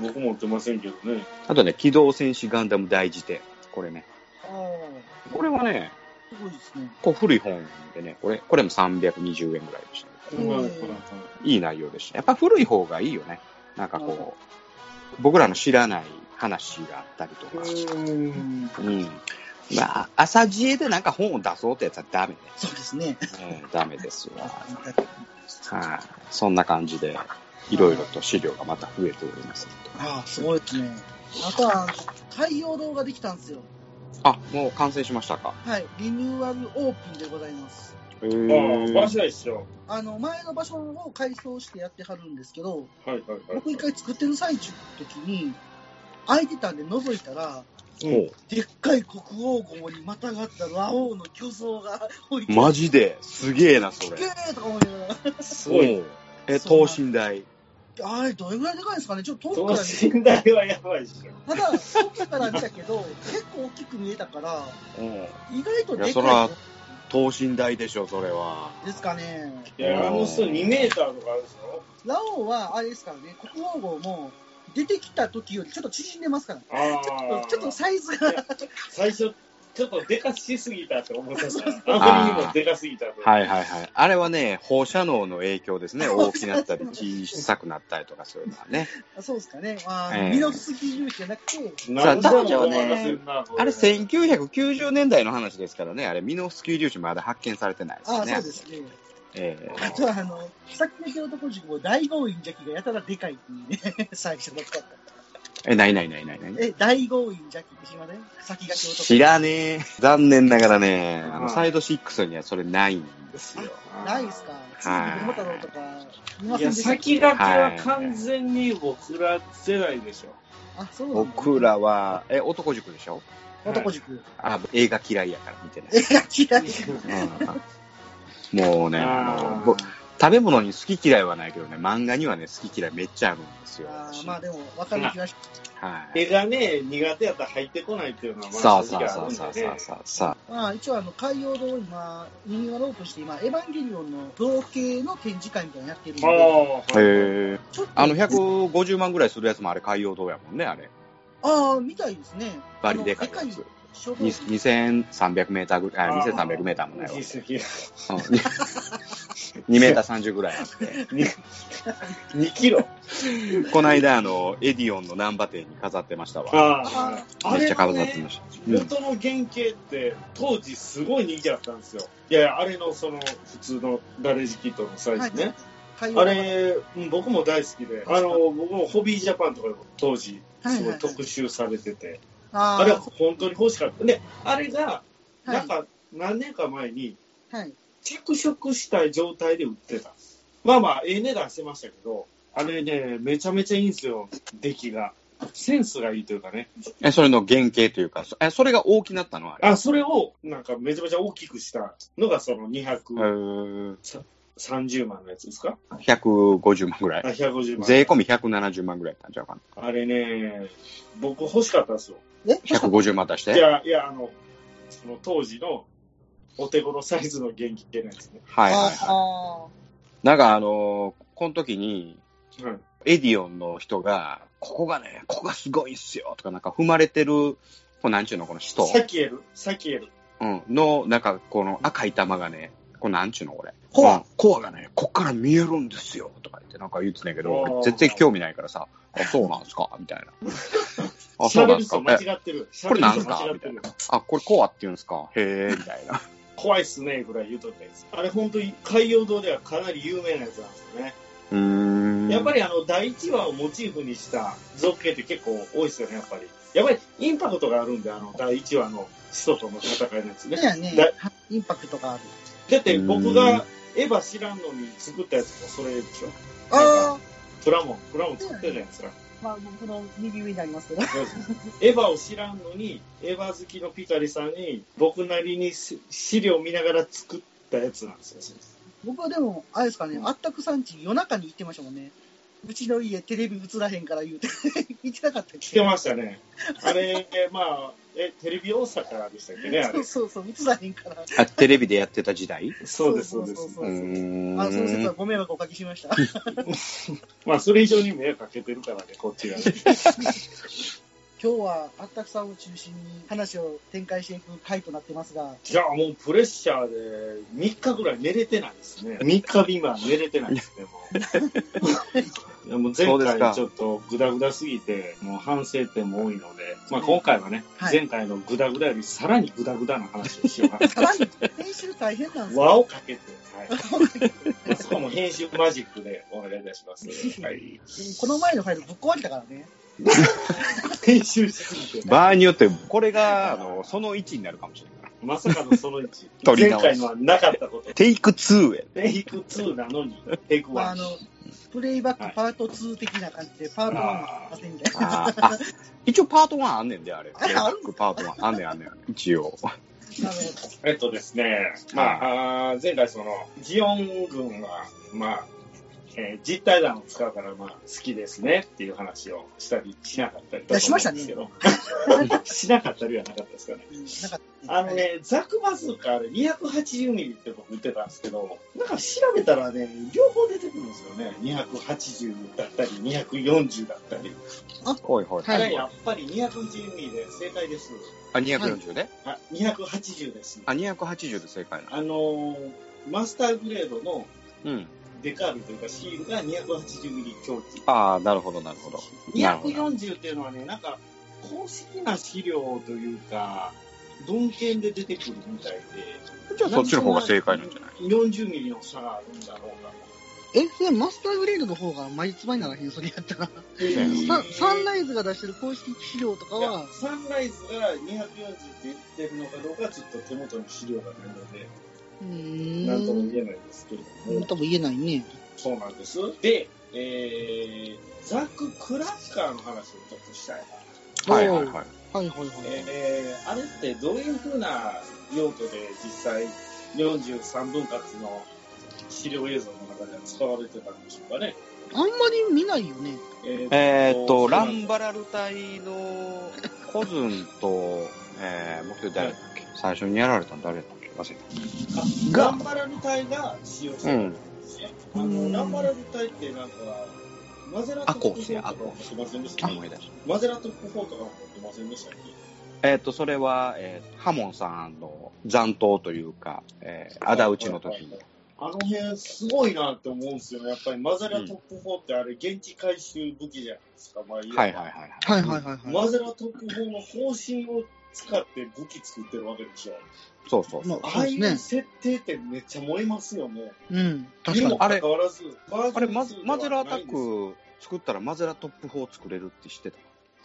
Speaker 4: 僕持ってませんけどね。
Speaker 3: あとね、機動戦士ガンダム大辞典。これね。
Speaker 2: あー
Speaker 3: これはね、
Speaker 2: すごいですね。
Speaker 3: こう古い本でね、これ、これも320円ぐらいでした、
Speaker 2: うん
Speaker 4: まあまあ
Speaker 3: いい内容でした。やっぱ古い方がいいよね。なんか
Speaker 2: うん
Speaker 3: こう、僕らの知らない話があったりと
Speaker 4: まあ
Speaker 3: か。
Speaker 4: うん
Speaker 3: うん。まあ、朝知恵でなんか本を出そうってやつはダメね。
Speaker 2: そうですね。
Speaker 3: うん、ダメですわ。はい。そんな感じで、いろいろと資料がまた増えておりますので。
Speaker 2: ああ、すごいですね。あとは、太陽堂ができたんですよ。
Speaker 3: あ、もう完成しましたか。
Speaker 2: はい。リニューアルオープンでございます。
Speaker 3: え
Speaker 4: まあ、場所は一緒。
Speaker 2: あの、前の場所を改装してやってはるんですけど、
Speaker 4: はいはいはい。
Speaker 2: 僕一回作ってる最中の時に、空いてたんで覗いたら、
Speaker 3: も
Speaker 2: でっかい国王号にまたがったラオウの巨像が置いて
Speaker 3: う、マジですげえな、それ。
Speaker 2: すっげーとか思いながら。
Speaker 4: すごい。
Speaker 3: おう。え、
Speaker 2: そうな
Speaker 3: 等
Speaker 2: ん
Speaker 3: 身大。
Speaker 2: あれ、どれぐらいでかいんですかねちょっと遠
Speaker 4: 等
Speaker 2: くから見
Speaker 4: 身大はやばいっしょ。
Speaker 2: ただ、遠くから見たけど、結構大きく見えたから、意外と
Speaker 3: いや
Speaker 2: で
Speaker 3: そ
Speaker 2: か
Speaker 3: ら
Speaker 2: い
Speaker 3: 等身大でしょ、それは。
Speaker 2: ですかね。
Speaker 4: いや、あの人2メーターとかあるでしょ。
Speaker 2: ラオウは、あれですからね、国王号も、出てきた時よりちょっと縮んでますから、ね、
Speaker 4: ああ。
Speaker 2: ちょっとサイズが、
Speaker 4: 最初、ちょっとでかしすぎたって思ってた。あまりにもでかすぎたと。
Speaker 3: はいはいはい。あれはね、放射能の影響ですね。大きくなったり、小さくなったりとかするのはね。
Speaker 2: そうですかね、まあ
Speaker 3: ええ
Speaker 2: ミノフスキー粒子じゃなくて、
Speaker 4: なんでも終わらせんな
Speaker 3: あれ、1990年代の話ですからね。あれ、ミノフスキー粒子まだ発見されてないですね。
Speaker 2: ああ、そうですね。
Speaker 3: ええ
Speaker 2: あとは、あの、さっきの京都塾も大豪院邪気がやたらでかいっていうね、 最初の頃
Speaker 3: え、ないないないないない。
Speaker 2: え、大豪院邪気って知りません先が京都
Speaker 3: 知らねえ。残念ながらね、あ
Speaker 4: は
Speaker 3: の、
Speaker 4: い
Speaker 3: サイド6にはそれないんですよ。
Speaker 2: ないですか
Speaker 3: は
Speaker 2: 次
Speaker 3: い
Speaker 2: に桃太郎とか、いま
Speaker 4: いや、
Speaker 2: せんでしたっけ
Speaker 4: 先駆けは完全に僕ら世代でしょ。
Speaker 2: あ、そうなんだ
Speaker 3: 僕らは、え、男塾でしょ
Speaker 2: 男塾。
Speaker 3: あ、映画嫌いやから見てない。
Speaker 2: 映画嫌い。
Speaker 3: うんもうね、あの
Speaker 4: あ
Speaker 3: ぼ食べ物に好き嫌いはないけどね、漫画にはね、好き嫌いめっちゃあるんですよ。
Speaker 2: あー
Speaker 3: 私
Speaker 2: まあでも、わかる気がし
Speaker 3: はい。
Speaker 4: 絵がね、苦手やったら入ってこないっていうのは、
Speaker 3: さあさあさあさあさあさあさ
Speaker 2: まあ一応あの、海洋堂を今、ユニバルオープンして、今、エヴァンゲリオンの造形の展示会みたいなのやってるん
Speaker 4: あ
Speaker 2: で、
Speaker 3: あ。
Speaker 4: へ
Speaker 3: へえ。
Speaker 2: ちょっと、
Speaker 3: あの、150万ぐらいするやつもあれ、海洋堂やもんね、あれ。
Speaker 2: ああ、みたいですね。
Speaker 3: バリでかいや
Speaker 2: あの
Speaker 3: つ。
Speaker 2: 書房
Speaker 3: に2300メーターぐらい、あ、2300メーターもないわ。2メ ーター30ぐらいあって。
Speaker 4: 2キロ。
Speaker 3: この間、あの、エディオンの難波店に飾ってましたわ。
Speaker 4: あ
Speaker 2: あ
Speaker 4: あ
Speaker 3: めっ
Speaker 4: れ
Speaker 3: ちゃ飾っ
Speaker 4: ね
Speaker 3: てました。うん
Speaker 4: 元の原型って当時すごい人気だったんですよ。いやいや、あれのその普通のガレージキットのサ
Speaker 2: ー
Speaker 4: イ
Speaker 2: はい
Speaker 4: ズね。
Speaker 2: 会
Speaker 4: あ
Speaker 2: 話が
Speaker 4: れ、うん僕も大好きで、あの、僕もホビージャパンとか当時、すごい特集されてて、
Speaker 2: あ
Speaker 4: あ
Speaker 2: ー
Speaker 4: れは本当に欲しかった。で、あれが、
Speaker 2: は
Speaker 4: なん
Speaker 2: い、
Speaker 4: か、何年か前に、
Speaker 2: はい。
Speaker 4: 着色したい状態で売ってた。まあまあ、ええ値段してましたけど、あれね、めちゃめちゃいいんですよ、出来が。センスがいいというかね。
Speaker 3: え、それの原型というか、そえ、それが大きなったのあれ。
Speaker 4: あ、それを、なんか、めちゃめちゃ大きくしたのが、その
Speaker 3: え
Speaker 4: 230
Speaker 3: ー、
Speaker 4: 万のやつですか
Speaker 3: 150万ぐら
Speaker 4: あ、
Speaker 3: い。
Speaker 4: 150万。
Speaker 3: 税込み170万ぐらいやったんちゃうかな。
Speaker 4: あれね、僕欲しかったんですよ。
Speaker 2: え
Speaker 3: 150万出し
Speaker 4: い
Speaker 3: て。
Speaker 4: や、いや、あの、その当時のお手頃サイズの原型のやつね。
Speaker 3: はいはいは
Speaker 2: あ
Speaker 3: い。なんかあのーこの時に、
Speaker 4: はい。
Speaker 3: エディオンの人が、ここがね、ここがすごいっすよとか、なんか踏まれてる、こうなんちゅうの、この人、
Speaker 4: サキエル、サキエル。
Speaker 3: うん、の、なんかこの赤い玉がね、こうなんちゅうの、これ。
Speaker 4: コア
Speaker 3: うんコアがね、こっから見えるんですよとか言って、なんか言ってんだけど、
Speaker 4: あー
Speaker 3: 俺全然興味ないからさ、あ、そうなんすかみたいな。 あ、そう
Speaker 4: 喋
Speaker 3: な
Speaker 4: る
Speaker 3: んすか
Speaker 4: 人間
Speaker 3: え
Speaker 4: 違ってる。
Speaker 3: こ
Speaker 4: 喋
Speaker 3: れ
Speaker 4: る
Speaker 3: なん
Speaker 4: 人
Speaker 3: すか
Speaker 4: 間違っ
Speaker 3: み
Speaker 4: て
Speaker 3: たい
Speaker 4: る
Speaker 3: な。。あ、これコアって言うんすかへえ、みたいな。
Speaker 4: 怖いっすね、ぐらい言うとったやつ。あれ、本当に海洋堂ではかなり有名なやつなんですよね。
Speaker 3: うーん。
Speaker 4: やっぱ
Speaker 3: り、
Speaker 4: りあの、第1話をモチーフにした造形って結構多いっすよね、やっぱり。やっぱりインパクトがあるんで、あの、第1話の始祖との戦いのやつ
Speaker 2: ー
Speaker 4: ね
Speaker 2: そう。やね
Speaker 4: だ。
Speaker 2: インパクトがある。
Speaker 4: だって僕
Speaker 3: うん
Speaker 4: がエヴァ知らんのに作ったやつもそれでしょ。
Speaker 2: あ
Speaker 4: プラモン、プラモン作ってるじゃないですか。
Speaker 2: あ、まあ、僕の右上にありますけど。
Speaker 4: エヴァを知らんのに、エヴァ好きのピカリさんに、僕なりにし資料見ながら作ったやつなんですよ。
Speaker 2: 僕はでも、あれですかね、あったくさんち夜中に行ってましたもんね。うちの家テレビ映らへんから言うて、行ってなかったっ
Speaker 4: 来て
Speaker 2: け
Speaker 4: ましたね。あれ、えまあ、え、テレビ大阪でしたっけね、あ
Speaker 2: そう
Speaker 4: れ。
Speaker 2: そうそう、映らへんから。
Speaker 3: あテレビでやってた時代
Speaker 4: そうです、そうで
Speaker 2: そう
Speaker 4: す
Speaker 2: そう。
Speaker 3: うーん。
Speaker 2: あその説はご迷惑をおかけしました。
Speaker 4: まあ、それ以上に迷惑かけてるからね、こっちが。
Speaker 2: 今日はあったくさんを中心に話を展開していく回となってます が、
Speaker 4: じゃあもうプレッシャーで3日ぐらい寝れてないですね。3日未満寝れてないですね、も う。いやもう
Speaker 3: そ
Speaker 4: 前
Speaker 3: うですか
Speaker 4: 回ちょっとグダグダすぎて、もう反省点も多いので、まあ今回はね、
Speaker 2: はい
Speaker 4: 前回のグダグダよりさらにグダグダな話をしようかな。
Speaker 2: さ らに編集大変なんですよ。
Speaker 4: 輪をかけて、はい。そこはもう編集マジックでお願いいたします。はい。
Speaker 2: この前のファイルぶっ壊れたからね。
Speaker 4: 編集しすぎて、
Speaker 3: 場合によって、これが、あの、その1になるかもしれない。
Speaker 4: まさかのその1。
Speaker 3: 撮り
Speaker 4: 前
Speaker 3: 直し
Speaker 4: 回のはなかったこと。
Speaker 3: テイク2へ。
Speaker 4: テイク2なのに、テイク1。
Speaker 2: まあ、あの、プレイバックパート2的な感じで、パート1はありませんみたいな。
Speaker 3: あーあ、一応パート1あんねんで、 あれ。
Speaker 2: ある
Speaker 3: ロックパート1あんねんあんねん。一応。
Speaker 2: あ
Speaker 4: えっとですね、まあ、あー前回その、ジオン軍は、まあ、えー実体弾を使うから、まあ、好きですねっていう話をしたりしなかったりと
Speaker 2: いや
Speaker 4: か。
Speaker 2: しましたね
Speaker 4: けど。 しなかったりはなかったですかね。
Speaker 2: の、なんか、
Speaker 4: あのね、ザクバズーカあれ280ミリって僕言ってたんですけど、なんか調べたらね、両方出てくるんですよね。280だったり、240だったり。
Speaker 3: はいはい。
Speaker 4: あ
Speaker 2: はい
Speaker 4: れやっぱり210ミリで正解です。
Speaker 3: あ、240で、
Speaker 4: あ、280です。
Speaker 3: あ、280で正解な。
Speaker 4: あのーマスターグレードの
Speaker 3: うん。
Speaker 4: デカールというかシールが280ミリ狂気。
Speaker 3: ああ、なるほど、なるほど。なるほど。
Speaker 4: 240っていうのはね、なんか公式な資料というか、文献で出てくるみたいで。
Speaker 3: じゃあそっちの方が正解なんじゃない
Speaker 4: ?40 ミリの差があるんだろうか
Speaker 2: え、それマスターグレードの方が毎月前ならへん、それやったら。
Speaker 4: と。
Speaker 3: えー
Speaker 2: ササンライズが出してる公式資料とか
Speaker 4: いや
Speaker 2: は、
Speaker 4: サンライズが240って言ってるのかどうか、ちょっと手元に資料がないので、
Speaker 2: う
Speaker 4: なんとも
Speaker 2: ー
Speaker 4: 言えないですけれど
Speaker 2: ん、
Speaker 4: も。
Speaker 2: 多分言えないね。
Speaker 4: そうなんです。で、えー、ザック・クラッカーの話をちょっとしたいな。
Speaker 3: はいはいはい。
Speaker 2: はいはいはい。
Speaker 4: えーあれってどういうふうな用途で実際43分割の資料映像の中では使われてたんでしょうかね。
Speaker 2: あんまり見ないよね。
Speaker 4: え
Speaker 3: えーっと、ランバラル隊のコズンと、えー、もう一人誰だっけ最初にやられたの誰だっけ忘れ
Speaker 4: が、ランバラル隊が使用したてたんですね。あ
Speaker 2: うん
Speaker 4: の、ランバラル隊ってなんか、マゼラト
Speaker 3: アコースや
Speaker 4: とか持ってませんでした
Speaker 3: た。
Speaker 4: っけ
Speaker 3: 思い出した。
Speaker 4: マゼラトップ4とか持ってませんでしたっけ
Speaker 3: えーっと、それは、えーハモンさんの残党というか、えー、仇討ちの時に。
Speaker 4: あの辺すごいなって思うんですよね。やっぱりマゼラトップ4ってあれ現地回収武器じゃないですか。まあ、
Speaker 3: はいはいはいはい。
Speaker 2: はいはいはいはい。
Speaker 4: マゼラ特報の方針を使って武器作ってるわけでしょ。
Speaker 3: そうそう
Speaker 2: ま
Speaker 3: そう。
Speaker 4: ああい
Speaker 2: そう
Speaker 4: う
Speaker 2: です
Speaker 4: 設定ってめっちゃ燃えますよね。
Speaker 2: うん、確か
Speaker 4: に
Speaker 2: に
Speaker 4: も。かかわらず、
Speaker 3: あれ、マズマゼラアタ
Speaker 4: バージョン
Speaker 3: ック作ったらマゼラトップ4作れるって知ってた。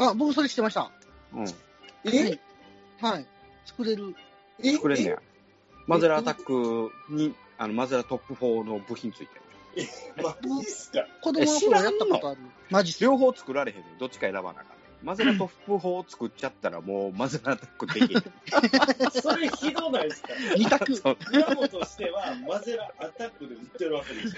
Speaker 2: あ、僕それしてました。
Speaker 3: うん。
Speaker 4: 数
Speaker 2: はいはい。作れる。
Speaker 4: え
Speaker 3: 作れんねや。マゼラアタックに、あの、マゼラトップ4の部品ついてる。
Speaker 4: えマジっすか
Speaker 2: 子供の
Speaker 3: 知
Speaker 2: 頃
Speaker 3: らん
Speaker 2: や
Speaker 3: の
Speaker 2: ったことある。マジっす。
Speaker 3: 両方作られへんねん。どっちか選ばなあかんねん。マゼラトップ4を作っちゃったら もうマゼラアタックできへん。
Speaker 4: それひどないですか
Speaker 2: 二択。
Speaker 3: そう
Speaker 4: 裏もとしては、マゼラアタックで売ってるわけでし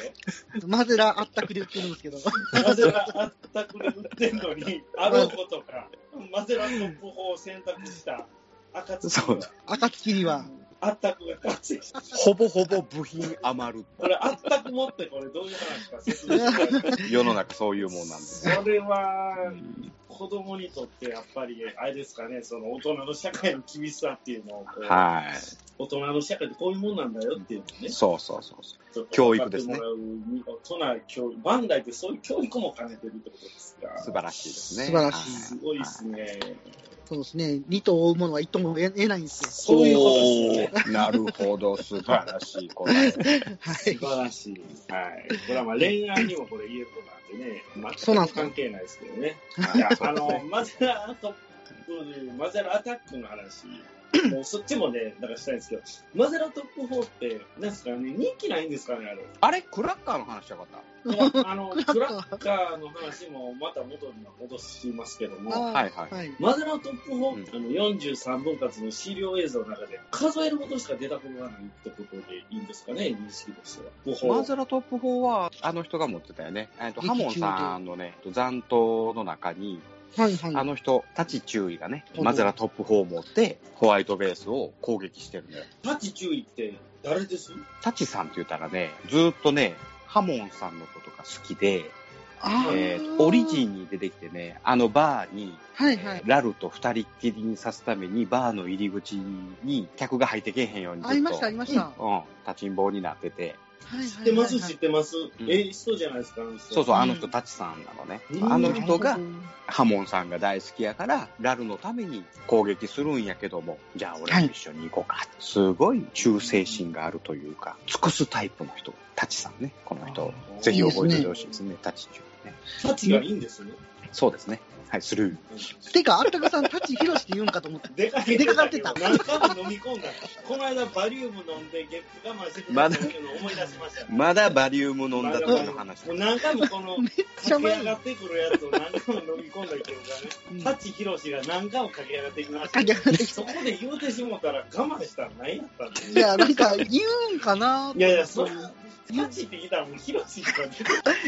Speaker 4: ょ。
Speaker 2: マゼラあったくで売ってるんです けど。
Speaker 4: マゼラアタックで売ってんの に、あろうことか、マゼラトップ法を選択した赤月
Speaker 3: そう
Speaker 2: 暁には。
Speaker 4: アタックが完成した。
Speaker 3: ほぼほぼ部品余る。
Speaker 4: これ、アタック持ってこれどういう話か説明してください
Speaker 3: 世の中そういうもんなんで。
Speaker 4: それは、子供にとってやっぱり、あれですかね、その大人の社会の厳しさっていうのをこう、
Speaker 3: は
Speaker 4: 大人の社会ってこういうもんなんだよっていうのをね
Speaker 3: い。、そうそうそうそう。
Speaker 4: ちょっと
Speaker 3: 教育ですね
Speaker 4: 分かってもらう見事な教育。バンダイってそういう教育も兼ねてるってことですか。
Speaker 3: 素晴らしいですね。
Speaker 2: 素晴らしい
Speaker 4: すごいですね。
Speaker 2: そうですね。二頭追うものは一頭も得ないんですよ。
Speaker 4: そういうことですね。
Speaker 3: ですね。なるほど、素晴らしいこと。
Speaker 2: は
Speaker 4: 素
Speaker 2: い。
Speaker 4: 晴らしい。はい。これはまあ恋愛にもこれ言えることなんでね、
Speaker 2: そうな
Speaker 4: 全
Speaker 2: んで
Speaker 4: く
Speaker 2: すか
Speaker 4: 関係ないですけどね。
Speaker 3: はい
Speaker 4: いやあの、マゼラトップ、マゼラアタックの 話、もうそっちもね、なんかしたいんですけど、マゼラトップ4って、なんですかね、人気ないんですかね、あ れ。
Speaker 3: あれ、クラッカーの話したかった。
Speaker 4: あの、クラッカーの話もまた元に戻しますけども、
Speaker 2: あー
Speaker 3: はいはい
Speaker 2: はい。
Speaker 4: マゼラトップ4、
Speaker 3: うん
Speaker 4: あの43分割の資料映像の中で数えるほどしか出たことがないってことでいいんですかね、認識としては。5
Speaker 3: マ
Speaker 4: 本。
Speaker 3: ゼラトップ4は、あの人が持ってたよね。えっと、
Speaker 2: 劇
Speaker 3: ハ
Speaker 2: 中で
Speaker 3: モンさんのね、残党の中に、
Speaker 2: はいはい。
Speaker 3: あの人、タチ注意がね、
Speaker 2: うん
Speaker 3: マゼラトップ4を持って、ホワイトベースを攻撃してるのよ。
Speaker 4: タチ注意って誰です
Speaker 3: タチさんって言ったらね、ずーっとね、ハモンさんのことが好きで、
Speaker 2: あー
Speaker 3: えーとオリジンに出てきてね、あのバーに、
Speaker 2: はいはい。
Speaker 3: ラルと二人っきりにさすために、バーの入り口に客が入ってけえへんようにずっと。
Speaker 2: ありました、ありました。は
Speaker 3: うん、立ちんぼうになってて。
Speaker 2: いはいはいはい。
Speaker 4: 知ってます、知ってます。
Speaker 3: ん
Speaker 4: ええ人じゃないですか、あの人
Speaker 3: そうそう、
Speaker 2: うん
Speaker 3: あの人、タチさんなのね。
Speaker 4: うん
Speaker 3: あの人が
Speaker 2: なる、ほど
Speaker 3: ハモンさんが大好きやから、ラルのために攻撃するんやけども、じゃあ俺も一緒に行こうか。すごい忠誠心があるというか、尽くすタイプの人、タチさんね。この人、ぜひ覚えててほしいですね、タチ中ね。
Speaker 4: タチがいいんですね。
Speaker 3: そうですね。はい、スルー。
Speaker 2: てか、あったかさん、舘ひろしって言うんかと思って。
Speaker 4: でかい
Speaker 2: でかかってた
Speaker 4: 何回も飲み込んだ。この間、バリウム飲んで、ゲップ我慢してくれたっていうのを思い出しました。
Speaker 3: まだバリウム飲んだ時の話
Speaker 4: もう。何回もこの
Speaker 2: めっちゃ
Speaker 4: 駆け
Speaker 2: 前
Speaker 4: 上がってくるやつを何回も飲み込んだけど
Speaker 2: うん
Speaker 4: ね、舘ひろしが何回も駆け上がってきました
Speaker 2: 駆け上がってきた
Speaker 4: そこで言うてしもたら我慢したら何やったん
Speaker 2: いや、なんか、言うんかなー
Speaker 4: いやいや、それ、舘って言ったらもうひろしが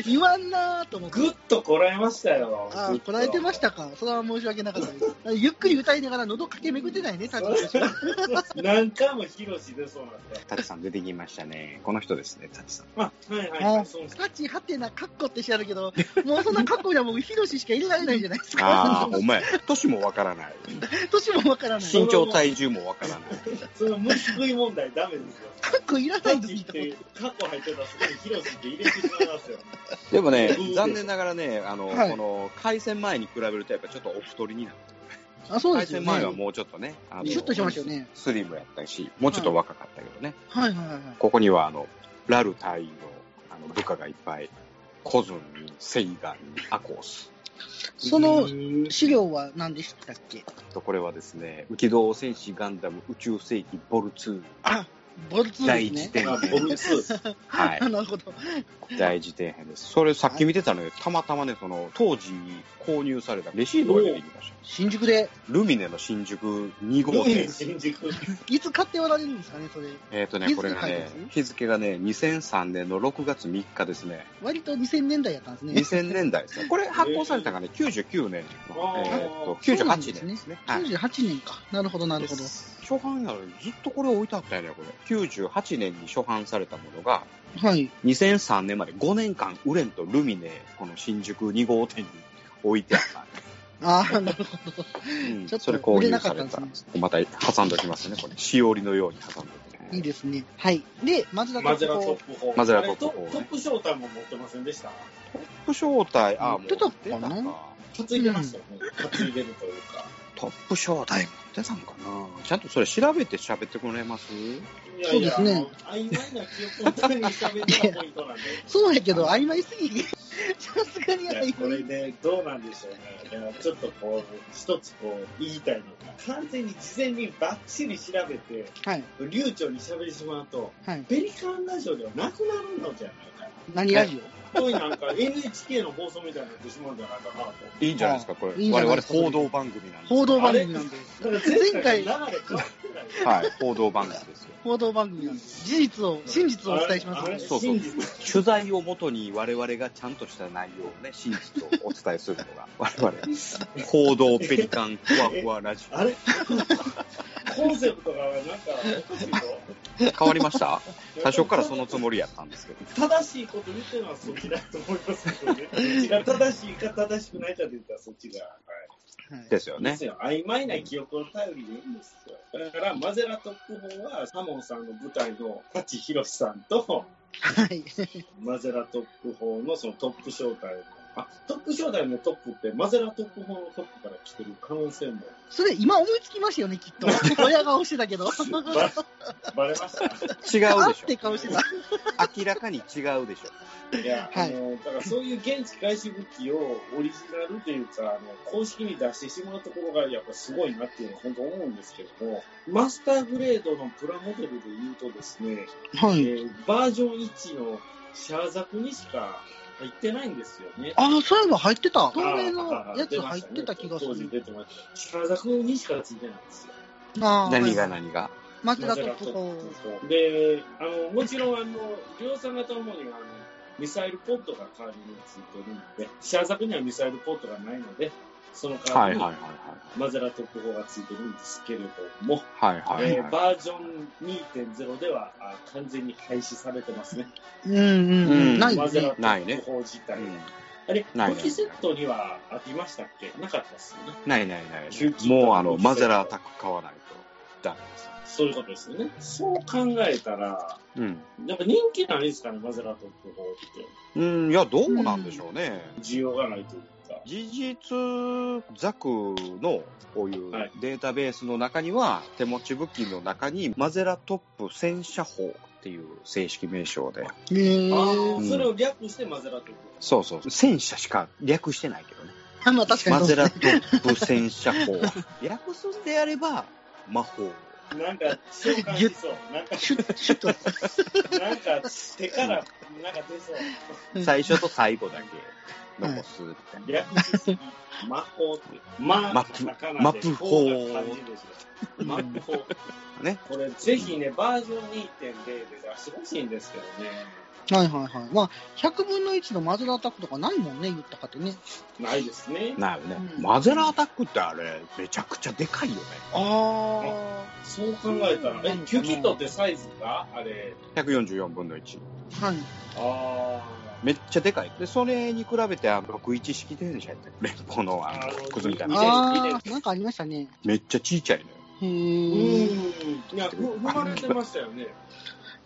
Speaker 2: 言わんなーと思って。
Speaker 4: ぐっとこらえましたよ。
Speaker 2: あ
Speaker 4: ず
Speaker 2: ー
Speaker 4: っと
Speaker 2: こらえてましたか。それは申し訳なかったです。ゆっくり歌いながら喉駆け巡ってないね、舘ひろしは。
Speaker 4: 何回もひろし出そうになった。
Speaker 3: タチさん出てきましたね。この人ですね、タチさん。
Speaker 4: あ、はいはいは
Speaker 2: あ
Speaker 4: い、そうです。
Speaker 2: タチハテナカッコってしてあるけど、もうそんなカッコには僕、ヒロシしか入れられないじゃないです
Speaker 3: ああ、
Speaker 2: か。
Speaker 3: お前、年もわからない。
Speaker 2: 年もわからない。
Speaker 3: 身長体重もわからない。
Speaker 4: その虫食い問題ダメですよ。
Speaker 2: カッコいらない
Speaker 4: 舘
Speaker 2: と聞い
Speaker 4: った
Speaker 2: こと
Speaker 4: て、過去入ってたらそこにひろしって入れてしまいますよ。
Speaker 3: でもね
Speaker 4: うん、
Speaker 3: 残念ながらね、あの、
Speaker 2: はい
Speaker 3: この、開戦前に比べるとやっぱちょっとお太りになる。
Speaker 2: あ、そう
Speaker 3: 開
Speaker 2: ですよ
Speaker 3: 戦
Speaker 2: ね。
Speaker 3: 前はもうちょっとね、あの
Speaker 2: シュッとしましたよね。
Speaker 3: スリムやったし、もうちょっと若かったけどね。
Speaker 2: はいはいはいはい。
Speaker 3: ここには、あの、ラル隊員の、あの、部下がいっぱい、コズンに、セイガンに、アコース。
Speaker 2: その
Speaker 4: うん
Speaker 2: 資料は何でしたっけ
Speaker 3: と、これはですね、機動戦士ガンダム宇宙世紀ボル2、
Speaker 2: あ、ボルツー
Speaker 3: 第
Speaker 2: です
Speaker 3: 一
Speaker 2: ね。
Speaker 3: 点
Speaker 4: あ、
Speaker 3: 編
Speaker 4: ボ。ブス。
Speaker 3: はい。
Speaker 2: なるほど。
Speaker 3: 第一点編です。それさっき見てたのよ。たまたまね、その、当時購入されたレシートが出てきました。
Speaker 2: 新宿で、
Speaker 3: ルミネの新宿2号
Speaker 4: どうい
Speaker 3: 店
Speaker 4: う。新宿
Speaker 2: いつ買っておられるんですかね、それ。
Speaker 3: えっ、とね、
Speaker 2: 日付
Speaker 3: これがね
Speaker 2: 書いてます、
Speaker 3: 日付がね、2003年の6月3日ですね。
Speaker 2: 割と2000年代やったんですね。
Speaker 3: 2000年代ですね。これ発行されたのがね、99年の、
Speaker 4: あー
Speaker 3: えっ、と、
Speaker 2: そう
Speaker 3: 98
Speaker 2: なん
Speaker 3: 年ですね。はい。
Speaker 2: 98年か。なるほど、なるほど。
Speaker 3: 初版やのにずっとこれ置いてあったよね、これ。98年に初版されたものが、
Speaker 2: はい。
Speaker 3: 2003年まで5年間、ウレンとルミネ、この新宿2号店に置いてあった。
Speaker 2: ああ、なるほど。
Speaker 3: うん
Speaker 2: ちょっと
Speaker 3: それ購入さ
Speaker 2: 売れ
Speaker 3: れ。
Speaker 2: なかったたんで
Speaker 3: また挟んでおきますね、これ。しおりのように挟んでおきます
Speaker 2: いいですね。はい。で、マズダ
Speaker 4: マゼラ
Speaker 2: こ
Speaker 4: ト
Speaker 2: こ
Speaker 4: ップ4。
Speaker 3: マゼラトップ
Speaker 4: あれ
Speaker 3: 4ね
Speaker 4: トップ招待も持ってませんでした
Speaker 3: トップ招待、あー、もう
Speaker 2: 持ってたかな
Speaker 3: 出たか
Speaker 4: 担いでましたよね。担いでるというか。
Speaker 3: トップショータイムってたんかなちゃんとそれ調べて喋ってくれます
Speaker 4: いやいや
Speaker 2: そうですね。
Speaker 4: あの曖昧な記憶のために喋ったポイントなんで。
Speaker 2: そうやけど、曖昧すぎ て、さすがに
Speaker 4: いやこれ
Speaker 2: 曖昧。
Speaker 4: でどうなんでしょうね。いやちょっとこう、一つこう、言いたいのが、完全に事前にばっちり調べて、
Speaker 2: はい、
Speaker 4: 流暢に喋りしまうと、
Speaker 2: はい。
Speaker 4: ペリカンラジオではなくなるのじゃないかな。
Speaker 2: 何ラジ
Speaker 4: こういうなんか NHK の放送みたいになってしまうんじゃないかなと。
Speaker 3: いいんじゃないですか、これ。
Speaker 2: いいんじゃな
Speaker 3: 我
Speaker 2: い
Speaker 3: 々
Speaker 2: ですか
Speaker 3: 報道番組なん
Speaker 2: オ
Speaker 3: で。
Speaker 2: 報道番組なんで。
Speaker 4: だから前回の流れ 変わってない。
Speaker 3: はい、報道番組ですよ。
Speaker 2: 報道番組なんで。事実を、真実をお伝えします
Speaker 4: あ
Speaker 2: の
Speaker 4: れ
Speaker 2: で。
Speaker 3: そうそう
Speaker 4: 真実
Speaker 3: 取材をもとに我々がちゃんとした内容をね、真実をお伝えするの が、我々、報道ペリカンふわふわラジ
Speaker 4: あれコンセプトがなんかおかしいぞ。
Speaker 3: オ。変わりました最初からそのつもりやったんですけど。
Speaker 4: 正しいこと言ってるのはそっちだと思いますけどね。そっちが 正しいか正しくないかで言ったらそっちが。はい
Speaker 2: はい
Speaker 3: ですよ
Speaker 4: で
Speaker 3: ね
Speaker 4: す。よ。曖昧な記憶を頼りでいいんですよ。だから、マゼラ特報は、サモンさんの舞台の舘ひろしさんと、
Speaker 2: はい。
Speaker 4: マゼラ特報のそのトップ招待の、あ、トップ招待のトップって、マゼラ特報のトップから来てる可能性も
Speaker 2: それ、今思いつきましたよね、 きっと。親が押してたけど。
Speaker 4: バレバレました。
Speaker 3: 違う
Speaker 2: あ
Speaker 3: で
Speaker 2: っ
Speaker 3: して
Speaker 2: 顔してた。
Speaker 3: ょ。明らかに違うでしょ。
Speaker 4: いや、
Speaker 2: はい
Speaker 4: あの、だからそういう現地外資武器をオリジナルというか、あの、公式に出してしまうところがやっぱすごいなっていうのは本当思うんですけども、マスターグレードのプラモデルで言うとですね、
Speaker 2: は
Speaker 4: え。ーバージョン1のシャーザクにしか入ってないんですよね。
Speaker 2: ああ、そういえば入ってた。透明のやつ入ってた気がす
Speaker 4: 当時
Speaker 2: る。
Speaker 4: 出てました。シャーザクにしかついてないんですよ。
Speaker 2: あー
Speaker 3: 何が何が。
Speaker 2: マゼ
Speaker 4: マ
Speaker 2: ラト
Speaker 4: ゼラ
Speaker 2: ッ
Speaker 4: ト
Speaker 2: プ
Speaker 4: ッ
Speaker 2: こ
Speaker 4: プ法で、あの、もちろん、あの、量産型のものには、あの、ミサイルポッドが代わりについてるので、シャーザクにはミサイルポッドがないので、その代わ
Speaker 3: はい
Speaker 4: り
Speaker 3: はいはい
Speaker 4: にマゼラトップ法がついてるんですけれども、
Speaker 3: はい。はいはい
Speaker 4: え
Speaker 3: は
Speaker 4: ー
Speaker 3: い。
Speaker 4: バージョン2.0ではあ完全に廃止されてますね。
Speaker 2: う。うんうんう
Speaker 3: うん
Speaker 2: ん。ない
Speaker 4: マ
Speaker 2: で
Speaker 4: ゼ
Speaker 2: す
Speaker 4: ラ
Speaker 2: ね。
Speaker 4: トップ法自体。
Speaker 3: うん
Speaker 4: あれ、
Speaker 3: ない
Speaker 4: 武器セットにはありましたっけなかったっすよね。
Speaker 3: ないないない
Speaker 4: 集。中
Speaker 3: もうあの、マゼラアタック買わないとダメです。
Speaker 4: そういうことですよね。そう考えたら、
Speaker 3: うん。
Speaker 4: やっぱ人気なんですかね、マゼラトップ法って。
Speaker 3: うん、いや、どうなんでしょうね。
Speaker 4: 需要がないというか。
Speaker 3: 事実、ザクのこういう
Speaker 4: はい
Speaker 3: データベースの中には、手持ち武器の中に、マゼラトップ戦車砲っていう正式名称で。
Speaker 2: へ
Speaker 4: あ
Speaker 2: ー
Speaker 4: あ、それを略してマゼラトップ。
Speaker 3: そうそう。戦車しか略してないけどね。
Speaker 2: あまあ確かに
Speaker 3: マ
Speaker 2: そうで
Speaker 3: ゼ
Speaker 2: すね。
Speaker 3: ラトップ戦車砲。略すんであれば、魔法。
Speaker 4: なんか、召喚しそう。なんか、
Speaker 2: シュッ、シュッと。
Speaker 4: なんか、手から、なんか出そう。
Speaker 3: 最初と最後だけ残すみたいな。
Speaker 4: 略しすぎ。魔法って。ま、
Speaker 3: マプ
Speaker 4: カタカナで
Speaker 3: マプ法
Speaker 4: こうな感じですよマプ法。
Speaker 3: ね。
Speaker 4: これ、ぜひね、バージョン2.0で出してほしいんですけどね。
Speaker 2: はいはいはい。まあ、100分の1のマゼラアタックとかないもんね、言ったかってね。
Speaker 4: ないですね。
Speaker 3: なるね、
Speaker 2: うん
Speaker 3: マゼラアタックってあれ、めちゃくちゃでかいよね。
Speaker 2: あ
Speaker 4: そう考えたら、え、キュキットってサイズがあれ。
Speaker 3: 144分の1。
Speaker 2: あ。はい。
Speaker 4: あ
Speaker 3: めっちゃでかい。で、それに比べて、あの、61式電車やったよ連邦の、あ
Speaker 4: あ
Speaker 3: の、
Speaker 4: の
Speaker 3: クズみたい
Speaker 4: 見
Speaker 3: な
Speaker 4: て。
Speaker 2: ああ、なんかありましたね。
Speaker 3: めっちゃちいちゃいのよ。
Speaker 2: へ
Speaker 4: ーう
Speaker 2: え。
Speaker 4: ーん。いや、ふ踏まれてましたよね。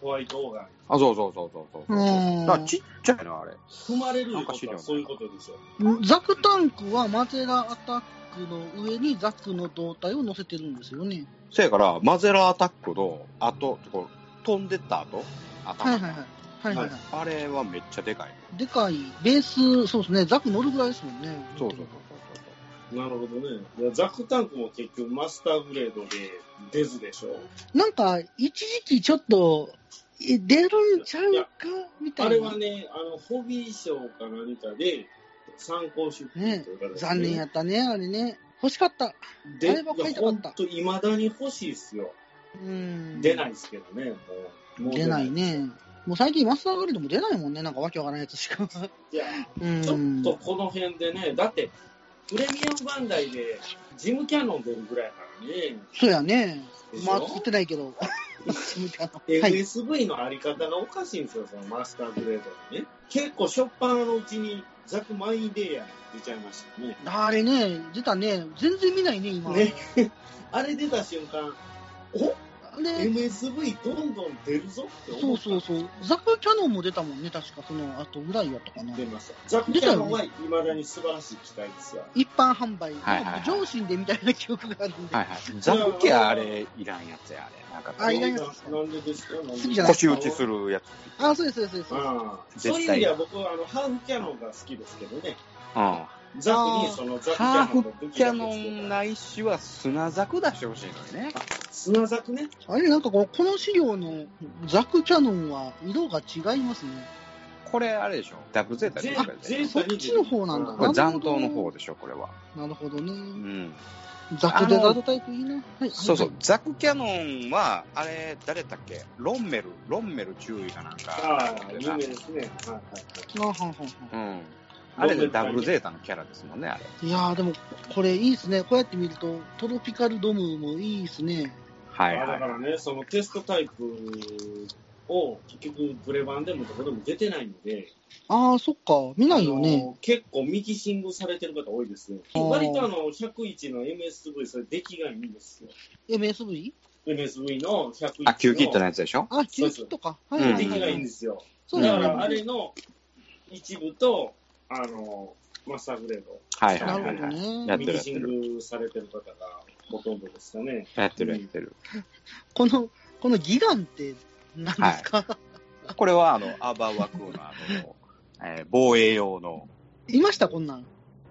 Speaker 4: ホワイトオーガン。
Speaker 3: あ、そうそうそうそうそう。
Speaker 2: うん
Speaker 3: だからちっちゃいの、あれ。
Speaker 4: 踏まれることはそういうことでしょう。
Speaker 2: ザクタンクはマゼラアタックの上にザクの胴体を乗せてるんですよね。
Speaker 3: せやから、マゼラアタックの後、こう、飛んでった後、頭。
Speaker 2: はいはいはい。はいはいは
Speaker 3: あれはめっちゃでかい。
Speaker 2: い。でかい、ベース、そうですね、ザク乗るぐらいですもんね。
Speaker 3: そうそうそう
Speaker 4: なるほどね。いやザクタンクも結局マスターグレードで出ずでしょ。
Speaker 2: なんか、一時期ちょっと、え出るんちゃうかみたい
Speaker 4: あ
Speaker 2: な。
Speaker 4: れはね、あの、ホビー賞か何かで参考出品というか、
Speaker 2: 残念やったね、あれね。欲しかった。
Speaker 4: で、
Speaker 2: あれは買いたかった
Speaker 4: いまだに欲しいっすよ。
Speaker 2: うん。
Speaker 4: 出ないですけどね、もう。もう
Speaker 2: 出ない。ね。もう最近マスターグレードも出ないもんね。なんかわけわからないやつしか。
Speaker 4: いや、
Speaker 2: うん。
Speaker 4: ちょっとこの辺でね、だって、プレミアムバンダイでジムキャノン出るぐらいなのに、
Speaker 2: そうやね。
Speaker 4: でし
Speaker 2: まあ、
Speaker 4: ょ
Speaker 2: 作ってないけど。 はい。
Speaker 4: MSV のあり方がおかしいんですよ、そのマスターグレードのね。結構、初っ端のうちにザクマインデーヤー出ちゃいましたよね。
Speaker 2: あれね、出たね。全然見ないね、今。
Speaker 4: ね、あれ出た瞬間、お
Speaker 2: で、
Speaker 4: MSV どんどん出るぞって
Speaker 2: そ
Speaker 4: 思
Speaker 2: う
Speaker 4: っ
Speaker 2: そうそう。ザクキャノンも出たもんね、確かその後ぐらいやったかな。
Speaker 4: 出ました。ザック・キャノンはいまだに素晴らしい機体ですわ。
Speaker 2: 一般販売、
Speaker 3: はいはいはい
Speaker 2: 上心でみたいな記憶があるんで、
Speaker 3: はいはい。ザブキあれ、いらんやつや、あれ。なんかこう
Speaker 2: あいらんやつですか
Speaker 4: なんでですかなんで
Speaker 2: 好きじゃない
Speaker 3: 腰打ちす
Speaker 4: る。
Speaker 3: るやつ。
Speaker 2: あそうです、そうです、そうです。
Speaker 4: ああ
Speaker 3: 絶対
Speaker 4: そういう意味では僕はあのハーフキャノンが好きですけどね。
Speaker 3: うん。
Speaker 4: ザックにそのザックキ
Speaker 3: ハ
Speaker 4: ャノン
Speaker 3: ー
Speaker 4: の
Speaker 3: フ
Speaker 4: 武器
Speaker 3: キャ
Speaker 4: だ
Speaker 3: ノンないしは砂ザク出してほしいのにね。
Speaker 4: 砂ザクね。
Speaker 2: あれ、なんかこのこの資料のザクキャノンは色が違いますね。
Speaker 3: これ、あれでしょダブゼータでしょ
Speaker 4: あ
Speaker 3: これ
Speaker 4: ゼー
Speaker 2: そっちの方なんだ
Speaker 3: こ
Speaker 4: う
Speaker 3: れ残党の方でしょ、これは。
Speaker 2: なるほど
Speaker 3: う
Speaker 2: ね。
Speaker 3: ん。
Speaker 2: ザクデザートタイプいいな。はい、
Speaker 3: そうそう
Speaker 2: は、
Speaker 3: ザクキャノンは、あれ、誰だっけロンメル、ロンメル注意かなん
Speaker 4: あ
Speaker 3: か。
Speaker 4: あ、有名ですね。はいはいはい。
Speaker 2: い。はんはんはんは
Speaker 3: うん。あれでダブルゼータのキャラですもんね、あれ。
Speaker 2: んいやー、でも、これいいですね。こうやって見ると、トロピカルドムもいいですね。
Speaker 3: はい
Speaker 4: あ
Speaker 3: は
Speaker 4: だ
Speaker 3: い
Speaker 4: か。らね、そのテストタイプを結局プレ版でもどこでも出てないので、
Speaker 2: あー、そっか。見ないよ
Speaker 4: あ
Speaker 2: ね。
Speaker 4: の結構ミキシングされてる方多いですね。
Speaker 2: あー
Speaker 4: 割とあの101の MSV、それ出来がいいんですよ。
Speaker 2: MSV?
Speaker 4: MSV の101の
Speaker 3: あ、キューキットのやつでしょ
Speaker 2: あ、キューキットか。はいはいは
Speaker 4: 出来
Speaker 2: い
Speaker 4: が
Speaker 2: はい
Speaker 4: いんで
Speaker 2: い。
Speaker 4: すよ。
Speaker 2: そう
Speaker 4: だ
Speaker 2: だ
Speaker 4: か
Speaker 2: よ
Speaker 4: らあ
Speaker 2: ね。
Speaker 4: れの一部と、あの、マスターグレード、
Speaker 3: はいは
Speaker 2: ない
Speaker 3: は
Speaker 2: る
Speaker 3: い
Speaker 2: ほど
Speaker 3: はい。
Speaker 2: ね。
Speaker 3: やっ
Speaker 4: ミ
Speaker 3: てる
Speaker 4: キ
Speaker 3: やって
Speaker 4: シン
Speaker 3: る。
Speaker 4: グされてる方がほとんどですかね。
Speaker 3: やってるやってる。
Speaker 2: この、このギガンって何ですか、
Speaker 3: これは、あの、アーバーワクーの、あ の、えー防衛用の。
Speaker 2: い、ました、こんなん。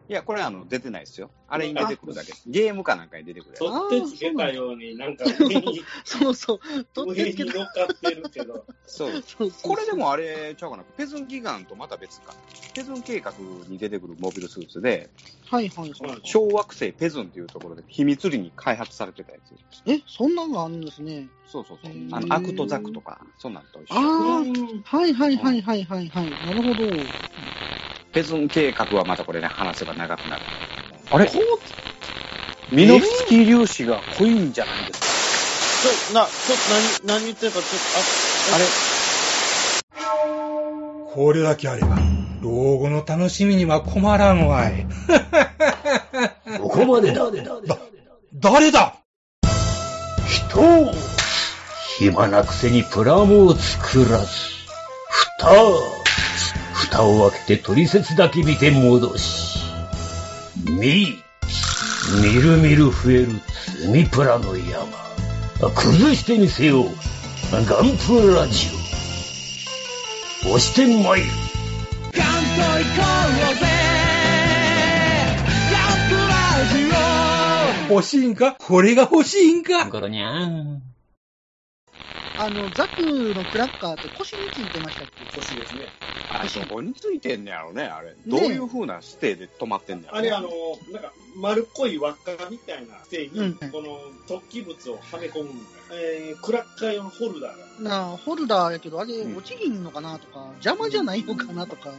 Speaker 3: いや、これはあの、出てないですよ。あれに出てくるだけです。ゲームかなんかに出てくるやつ。
Speaker 4: 取ってつけたように、なんか上に、
Speaker 2: そうそう。 取っ
Speaker 4: 上
Speaker 2: て
Speaker 4: に
Speaker 2: つけた。
Speaker 4: 乗っかってるけど。
Speaker 3: そうです。
Speaker 2: そうそうそう
Speaker 3: これで。もあれちゃうかな、ペズンギガンとまた別か。ペズン計画に出てくるモビルスーツで、
Speaker 2: はいはいはい。
Speaker 3: 小惑星ペズンっていうところで秘密裏に開発されてたやつ。
Speaker 2: え、そんなんがあるんですね。
Speaker 3: そうそうそう
Speaker 2: へ。ー
Speaker 3: あの、アクトザクとか、そんなんと一緒。
Speaker 2: あ
Speaker 4: う
Speaker 2: ー。
Speaker 4: ん
Speaker 2: はいはいはいはいはいはい。なるほど。
Speaker 3: ペズン計画はまたこれね、話せば長くなる。あれミノフスキー粒子が濃いんじゃないです
Speaker 1: ち
Speaker 3: か。
Speaker 1: ょ、な、ちょ、何、何言ってるか、ちょっ
Speaker 3: あれ
Speaker 6: これだけあれば、老後の楽しみには困らんわい。
Speaker 7: ここまでだ。
Speaker 6: 誰だ
Speaker 7: 人を暇なくせにプラモを作らず。蓋蓋を開けて取説だけ見て戻し。見みるみる増える積みプラの山。崩してみせよう。ガンプラジオ。押してまいる。
Speaker 6: 欲しいんかこれが欲しいんか
Speaker 7: ゴロニャン。
Speaker 2: あの、ザクのクラッカーって腰についてましたっけ
Speaker 4: 欲しいですね。
Speaker 3: あれ、どこについてんねやろね、あれ。どういう風なステイで止まってんねやろ。
Speaker 4: あれ、あの、なんか、丸っこい輪っかみたいなステージに、
Speaker 2: うん
Speaker 4: この突起物をはめ込むみたいな、えー、クラッカー用のホルダーが、
Speaker 2: なあ、ホルダーやけど、あれ、
Speaker 3: うん
Speaker 2: 落ちひんのかなとか、邪魔じゃないのかなとか、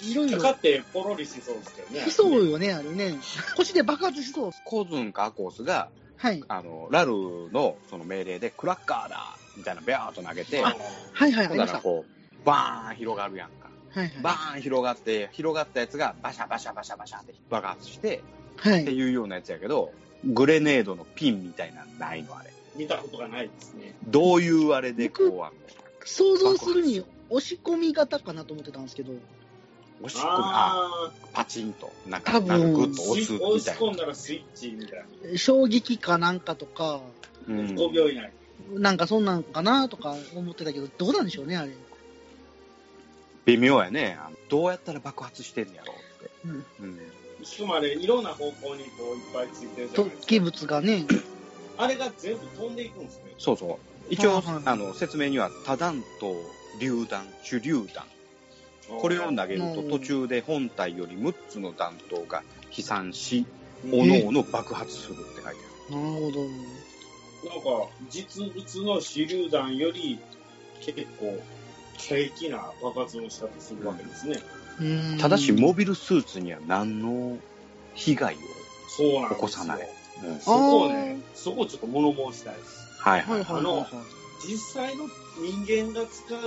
Speaker 2: いろい
Speaker 4: か
Speaker 2: ろ
Speaker 4: かってポロリしそうですけどね。
Speaker 2: しそうよね、あれね。腰で爆発しそう。
Speaker 3: コズンかアコースが、
Speaker 2: はい。
Speaker 3: あの、ラルのその命令で、クラッカーだみたいな、ビャーっと投げて、
Speaker 4: あ
Speaker 2: はいはい、あ
Speaker 3: ほ
Speaker 2: り
Speaker 3: ん
Speaker 2: ました。
Speaker 3: なら
Speaker 2: は
Speaker 3: こう、バーン広がるやんか。
Speaker 2: いはい。
Speaker 3: バーン広がって、広がったやつがバシャバシャバシャバシャって爆発して、
Speaker 2: は
Speaker 3: って
Speaker 2: い。
Speaker 3: いうようなやつやけど、グレネードのピンみたいなのないのあれ。
Speaker 4: 見たことがないですね。
Speaker 3: どういうあれでこう、あの、
Speaker 2: 想像するに、押し込み型かなと思ってたんですけど、
Speaker 3: 押し込む、あ
Speaker 4: あ
Speaker 3: パチンと、なん
Speaker 2: 多
Speaker 3: か、
Speaker 2: 分
Speaker 3: なんかグッ
Speaker 4: あ、
Speaker 3: と押
Speaker 4: ス
Speaker 3: す
Speaker 4: イ
Speaker 3: み
Speaker 4: 押した
Speaker 3: い
Speaker 4: 込んだらスイッチみたいな。
Speaker 2: 衝撃かなんかとか、
Speaker 3: な。うん
Speaker 4: 5秒以内。
Speaker 2: なんかそんなんかなとか思ってたけど、どうなんでしょうね、あれ。
Speaker 3: 微妙やね。あのどうやったら爆発してんのやろうって。
Speaker 2: うん
Speaker 3: うん
Speaker 4: しかもあれ、いろんな方向にこういっぱいついてるじゃない
Speaker 2: 突
Speaker 4: です
Speaker 2: 起
Speaker 4: か。
Speaker 2: 物がね。
Speaker 4: あれが全部飛んでいくんですね。
Speaker 3: そうそう。一応、
Speaker 2: はいはい
Speaker 3: あの、説明には、多弾頭、榴弾、手榴弾。これを投げると
Speaker 2: うん
Speaker 3: 途中で本体より6つの弾頭が飛散し、
Speaker 4: うん
Speaker 3: おのおの爆発するって書いてある。
Speaker 2: なるほど。
Speaker 4: なんか、実物の手榴弾より結構、過激な爆発の仕方するわけですね。
Speaker 2: うーん
Speaker 3: ただし、モビルスーツには何の被害を。
Speaker 4: そうなんですよ。
Speaker 3: 起こさない
Speaker 4: そこをね、そこをちょっと物申したいです。
Speaker 3: はい
Speaker 2: はいはいはいはい。
Speaker 4: 実際の人間が使う、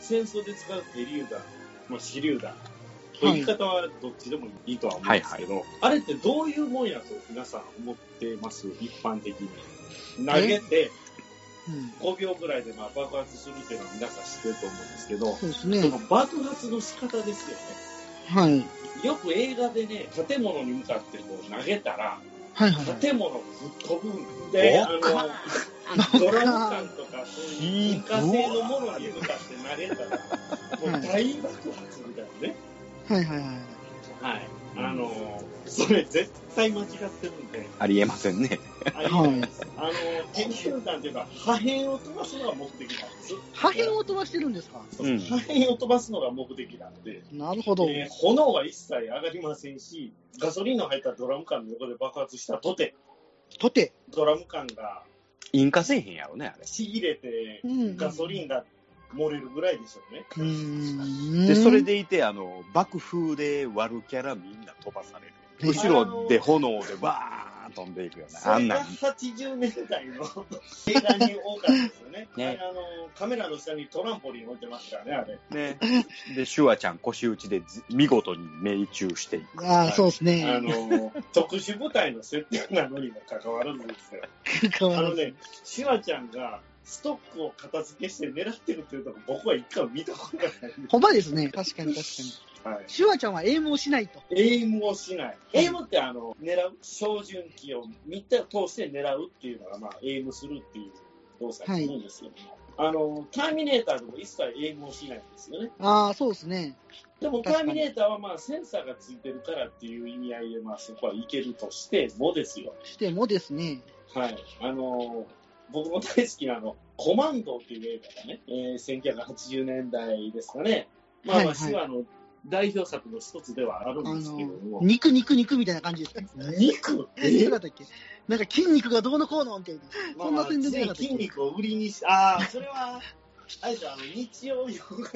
Speaker 4: 戦争で使う手榴弾、まあ、手榴弾。
Speaker 2: はい
Speaker 4: 言い方はどっちでもいいとは思うんですけど、あれってどういうもんやと皆さん思ってます一般的に。投げて、
Speaker 2: うん。
Speaker 4: 5秒ぐらいでまあ爆発するっていうのは皆さん知ってると思うんですけど、
Speaker 2: そうです
Speaker 4: そ
Speaker 2: ね
Speaker 4: の。爆発の仕方ですよね。
Speaker 2: はい。
Speaker 4: よく映画でね、建物に向かってこう投げたら、
Speaker 2: はいはいはい。
Speaker 4: 建物が吹っ飛ぶんで、あの、ドラム缶とかそういう一過性のものに向かって投げたら、もう大爆発みたいなね。
Speaker 2: はいはいはい。
Speaker 4: はい。あの、それ絶対間違ってるんで、
Speaker 3: ありえませんね。
Speaker 4: ありえないです。あの、天空弾っていうか、破片を飛ばすのが目的なんです。
Speaker 2: 破片を飛ばしてるんですか
Speaker 3: うん
Speaker 4: 破片を飛ばすのが目的なんで、
Speaker 2: なるほど。
Speaker 4: えー炎は一切上がりませんし、ガソリンの入ったドラム缶の横で爆発したとて、
Speaker 2: とて。
Speaker 4: ドラム缶が
Speaker 3: 引火せえへんやろね、あれ。
Speaker 4: ちぎれて
Speaker 2: う、ん。
Speaker 4: ガソリンが漏れるぐらいでしょうね。
Speaker 2: うーん。
Speaker 3: で、それ。でいて、あの、爆風で割るキャラみんな飛ばされる。後ろで炎でわーン飛んでいくよね。あ
Speaker 4: そ
Speaker 3: ん
Speaker 4: れ
Speaker 3: な
Speaker 4: が
Speaker 3: ん
Speaker 4: 80年代の 映画に多かったですよね。
Speaker 3: ね
Speaker 4: あれあのカメラの下にトランポリン置いてますからね、あれ。
Speaker 3: ね。で、シュワちゃん腰打ちでず見事に命中していく。
Speaker 2: ああ、そうです
Speaker 4: あ
Speaker 2: ね。
Speaker 4: の特殊部隊の設定なのにもかかわらずですよ。
Speaker 2: 変
Speaker 4: あ
Speaker 2: わら
Speaker 4: の
Speaker 2: ず
Speaker 4: ね、シュワちゃんがストックを片付けして狙ってるっていうとこ、僕は一回も見たことがない。
Speaker 2: ほんまですね。確かに確かに。
Speaker 4: はい
Speaker 2: シュワちゃんはエイムをしないと。
Speaker 4: エイムをしない。エイムってあの、狙う、照準器を見て通して狙うっていうのが、まあ、エイムするっていう動作になるんですけども、あの、ターミネーターでも一切エイムをしないんですよね。
Speaker 2: ああ、そうですね。
Speaker 4: でも、タ
Speaker 2: 確か
Speaker 4: ー
Speaker 2: に
Speaker 4: ミネーターはまあ、センサーがついてるからっていう意味合いで、まあ、そこはいけるとしてもですよ。
Speaker 2: してもですね。
Speaker 4: はい。あの、僕も大好きなあの、コマンドっていう映画がね、えー1980年代ですかね。まあ、まあ、
Speaker 2: はいはい
Speaker 4: 手話の代表作の一つではある
Speaker 2: あ
Speaker 4: んですけれど
Speaker 2: の、
Speaker 4: も、
Speaker 2: 肉肉肉みたいな感じですね。
Speaker 4: 肉
Speaker 2: え、そうだったっけなんか筋肉がどうのこうのみたいな。
Speaker 4: まあ
Speaker 2: そんな宣伝じゃなかったっけ
Speaker 4: 筋肉を売りにし、ああ、それは、あれですよあの、日曜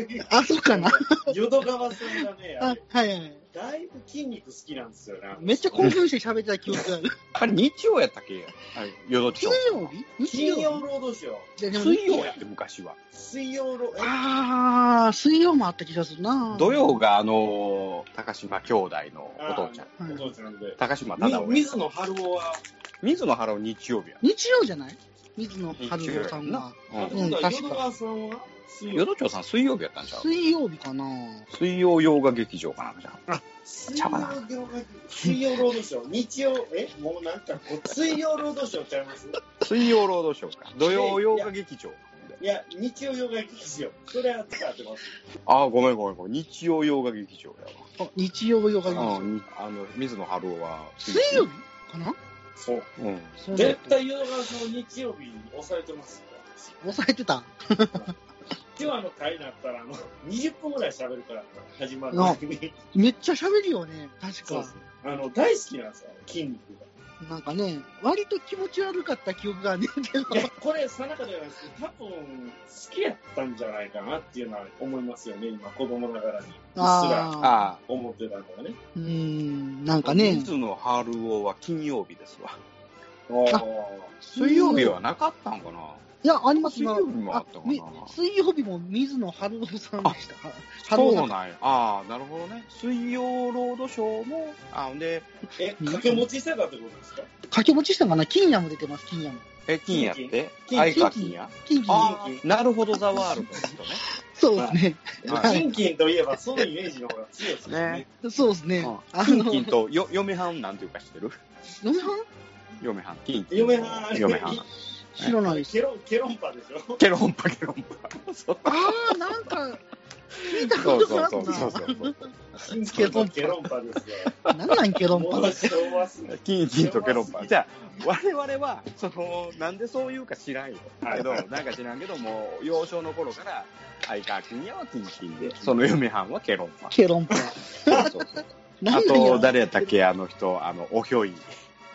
Speaker 4: 夜が
Speaker 2: あ、そうかな。
Speaker 4: 淀川さんがね、あ
Speaker 2: あ
Speaker 4: れ
Speaker 2: はいはい。
Speaker 4: だいぶ筋肉好きなんですよね。
Speaker 2: めっちゃ興奮して喋ってた記憶がある。
Speaker 3: あれ日曜やったっけはい。よどち
Speaker 2: 金
Speaker 3: ょ。
Speaker 2: 曜日日
Speaker 4: 金
Speaker 2: 曜日
Speaker 4: 曜労働省、
Speaker 2: ででも
Speaker 3: 水曜やって昔は。
Speaker 4: 水曜労、
Speaker 2: ああ、水曜もあった気がするな。
Speaker 3: 土曜があのー、高島兄弟のお父ちゃん。
Speaker 4: えお父ちゃんで。
Speaker 3: 高島忠
Speaker 4: み水
Speaker 3: 夫や。
Speaker 4: 野春夫は、
Speaker 3: 水野原を日曜日や。
Speaker 2: 日曜じゃない水野春夫さんが。
Speaker 4: あ
Speaker 3: う
Speaker 4: と
Speaker 3: ん。
Speaker 4: 今度は
Speaker 2: 確か
Speaker 4: 淀川さんは水
Speaker 3: よ
Speaker 4: 曜
Speaker 3: どちょさん水曜日やったんちゃう
Speaker 2: 水曜日かな。
Speaker 3: 水曜洋画劇場かなんかじゃん。
Speaker 4: 水曜業界水曜労働省、日曜、え、もうなんかこう、水曜労働省ちゃいます
Speaker 3: 水曜労働省か。土曜洋画劇場。
Speaker 4: いや、日曜業界劇場、それは使ってます。
Speaker 3: あー、ごめんごめんごめん。日曜洋画劇場や
Speaker 2: あ日曜曜があり
Speaker 3: わ。
Speaker 2: ま
Speaker 3: う
Speaker 2: す。
Speaker 3: ん。あの、水野晴夫は。
Speaker 2: 水曜日かな
Speaker 4: そう。
Speaker 3: うん。
Speaker 2: そうだっ
Speaker 4: 絶
Speaker 2: た
Speaker 4: 対淀川さんは日曜日に抑えてますよ。
Speaker 2: 抑えてた。
Speaker 4: 今日あの回になったら、あの、20分ぐらい喋るから、始まる前に。
Speaker 2: めっちゃ喋るよね。確
Speaker 4: そう
Speaker 2: か
Speaker 4: そ。うあの、大好きなんですよ、筋肉が。
Speaker 2: なんかね、割と気持ち悪かった記憶があるんだけど。
Speaker 4: いや、これ、さなかではないですけど、多分、好きやったんじゃないかなっていうのは思いますよね、今、子供ながらに。うっすら
Speaker 2: あ
Speaker 3: あ
Speaker 4: 思ってたのがね。
Speaker 2: ー。うーん、なん
Speaker 3: あ。
Speaker 2: かね。
Speaker 3: 水野晴夫は金曜日ですわ。
Speaker 4: おー
Speaker 3: 水曜日はなかったんかない
Speaker 2: や、あります
Speaker 3: 水曜日もあったかな
Speaker 2: み水曜日も水野晴夫さんでした。春
Speaker 3: そ
Speaker 2: 夫
Speaker 3: う
Speaker 2: さん
Speaker 3: なんや。ああ、なるほどね。水曜ロードショーも、あほんで、
Speaker 4: え、掛け持ちしてたってことですか
Speaker 2: 掛け持ちしたんかな金也も出てます、金也も。
Speaker 3: え、金やって
Speaker 4: 金
Speaker 3: 相川金や
Speaker 2: 金金。
Speaker 3: ああ、なるほど、ザワールドですとね。
Speaker 2: そうですね。はい
Speaker 4: 金金といえば、そのイメージの方が強いですよね
Speaker 3: ね。
Speaker 2: そうですね。あ
Speaker 3: 金
Speaker 2: の、
Speaker 3: 金とよ嫁はんなんていうか知ってる
Speaker 2: 嫁はん
Speaker 3: 嫁はん。金金。
Speaker 4: 嫁はん、
Speaker 3: 嫁はん。
Speaker 2: 知らないで す。
Speaker 4: ケロ、ケロンパでしょ
Speaker 3: ケロンパケロンパ。そう
Speaker 2: ああ、なんか、聞いた
Speaker 3: そ
Speaker 2: こ
Speaker 3: う
Speaker 2: と
Speaker 3: そ
Speaker 2: が
Speaker 3: う
Speaker 2: ある
Speaker 3: そうそう。
Speaker 4: 金金とケロンパですよ。
Speaker 2: な。なんなんけど
Speaker 4: も
Speaker 2: も。
Speaker 4: う昭和すぎ
Speaker 3: 金金とケロンパ。じゃあ、我々は、その、なんでそういうか知らんよ。けど、なんか知らんけど、もう、幼少の頃から、相川金やは金金で、その嫁はんはケロンパ。
Speaker 2: ケロ ンパ。
Speaker 3: そうそう
Speaker 2: な
Speaker 3: あ
Speaker 2: んでや
Speaker 3: と、誰やったっけあの人、あの、おひょい。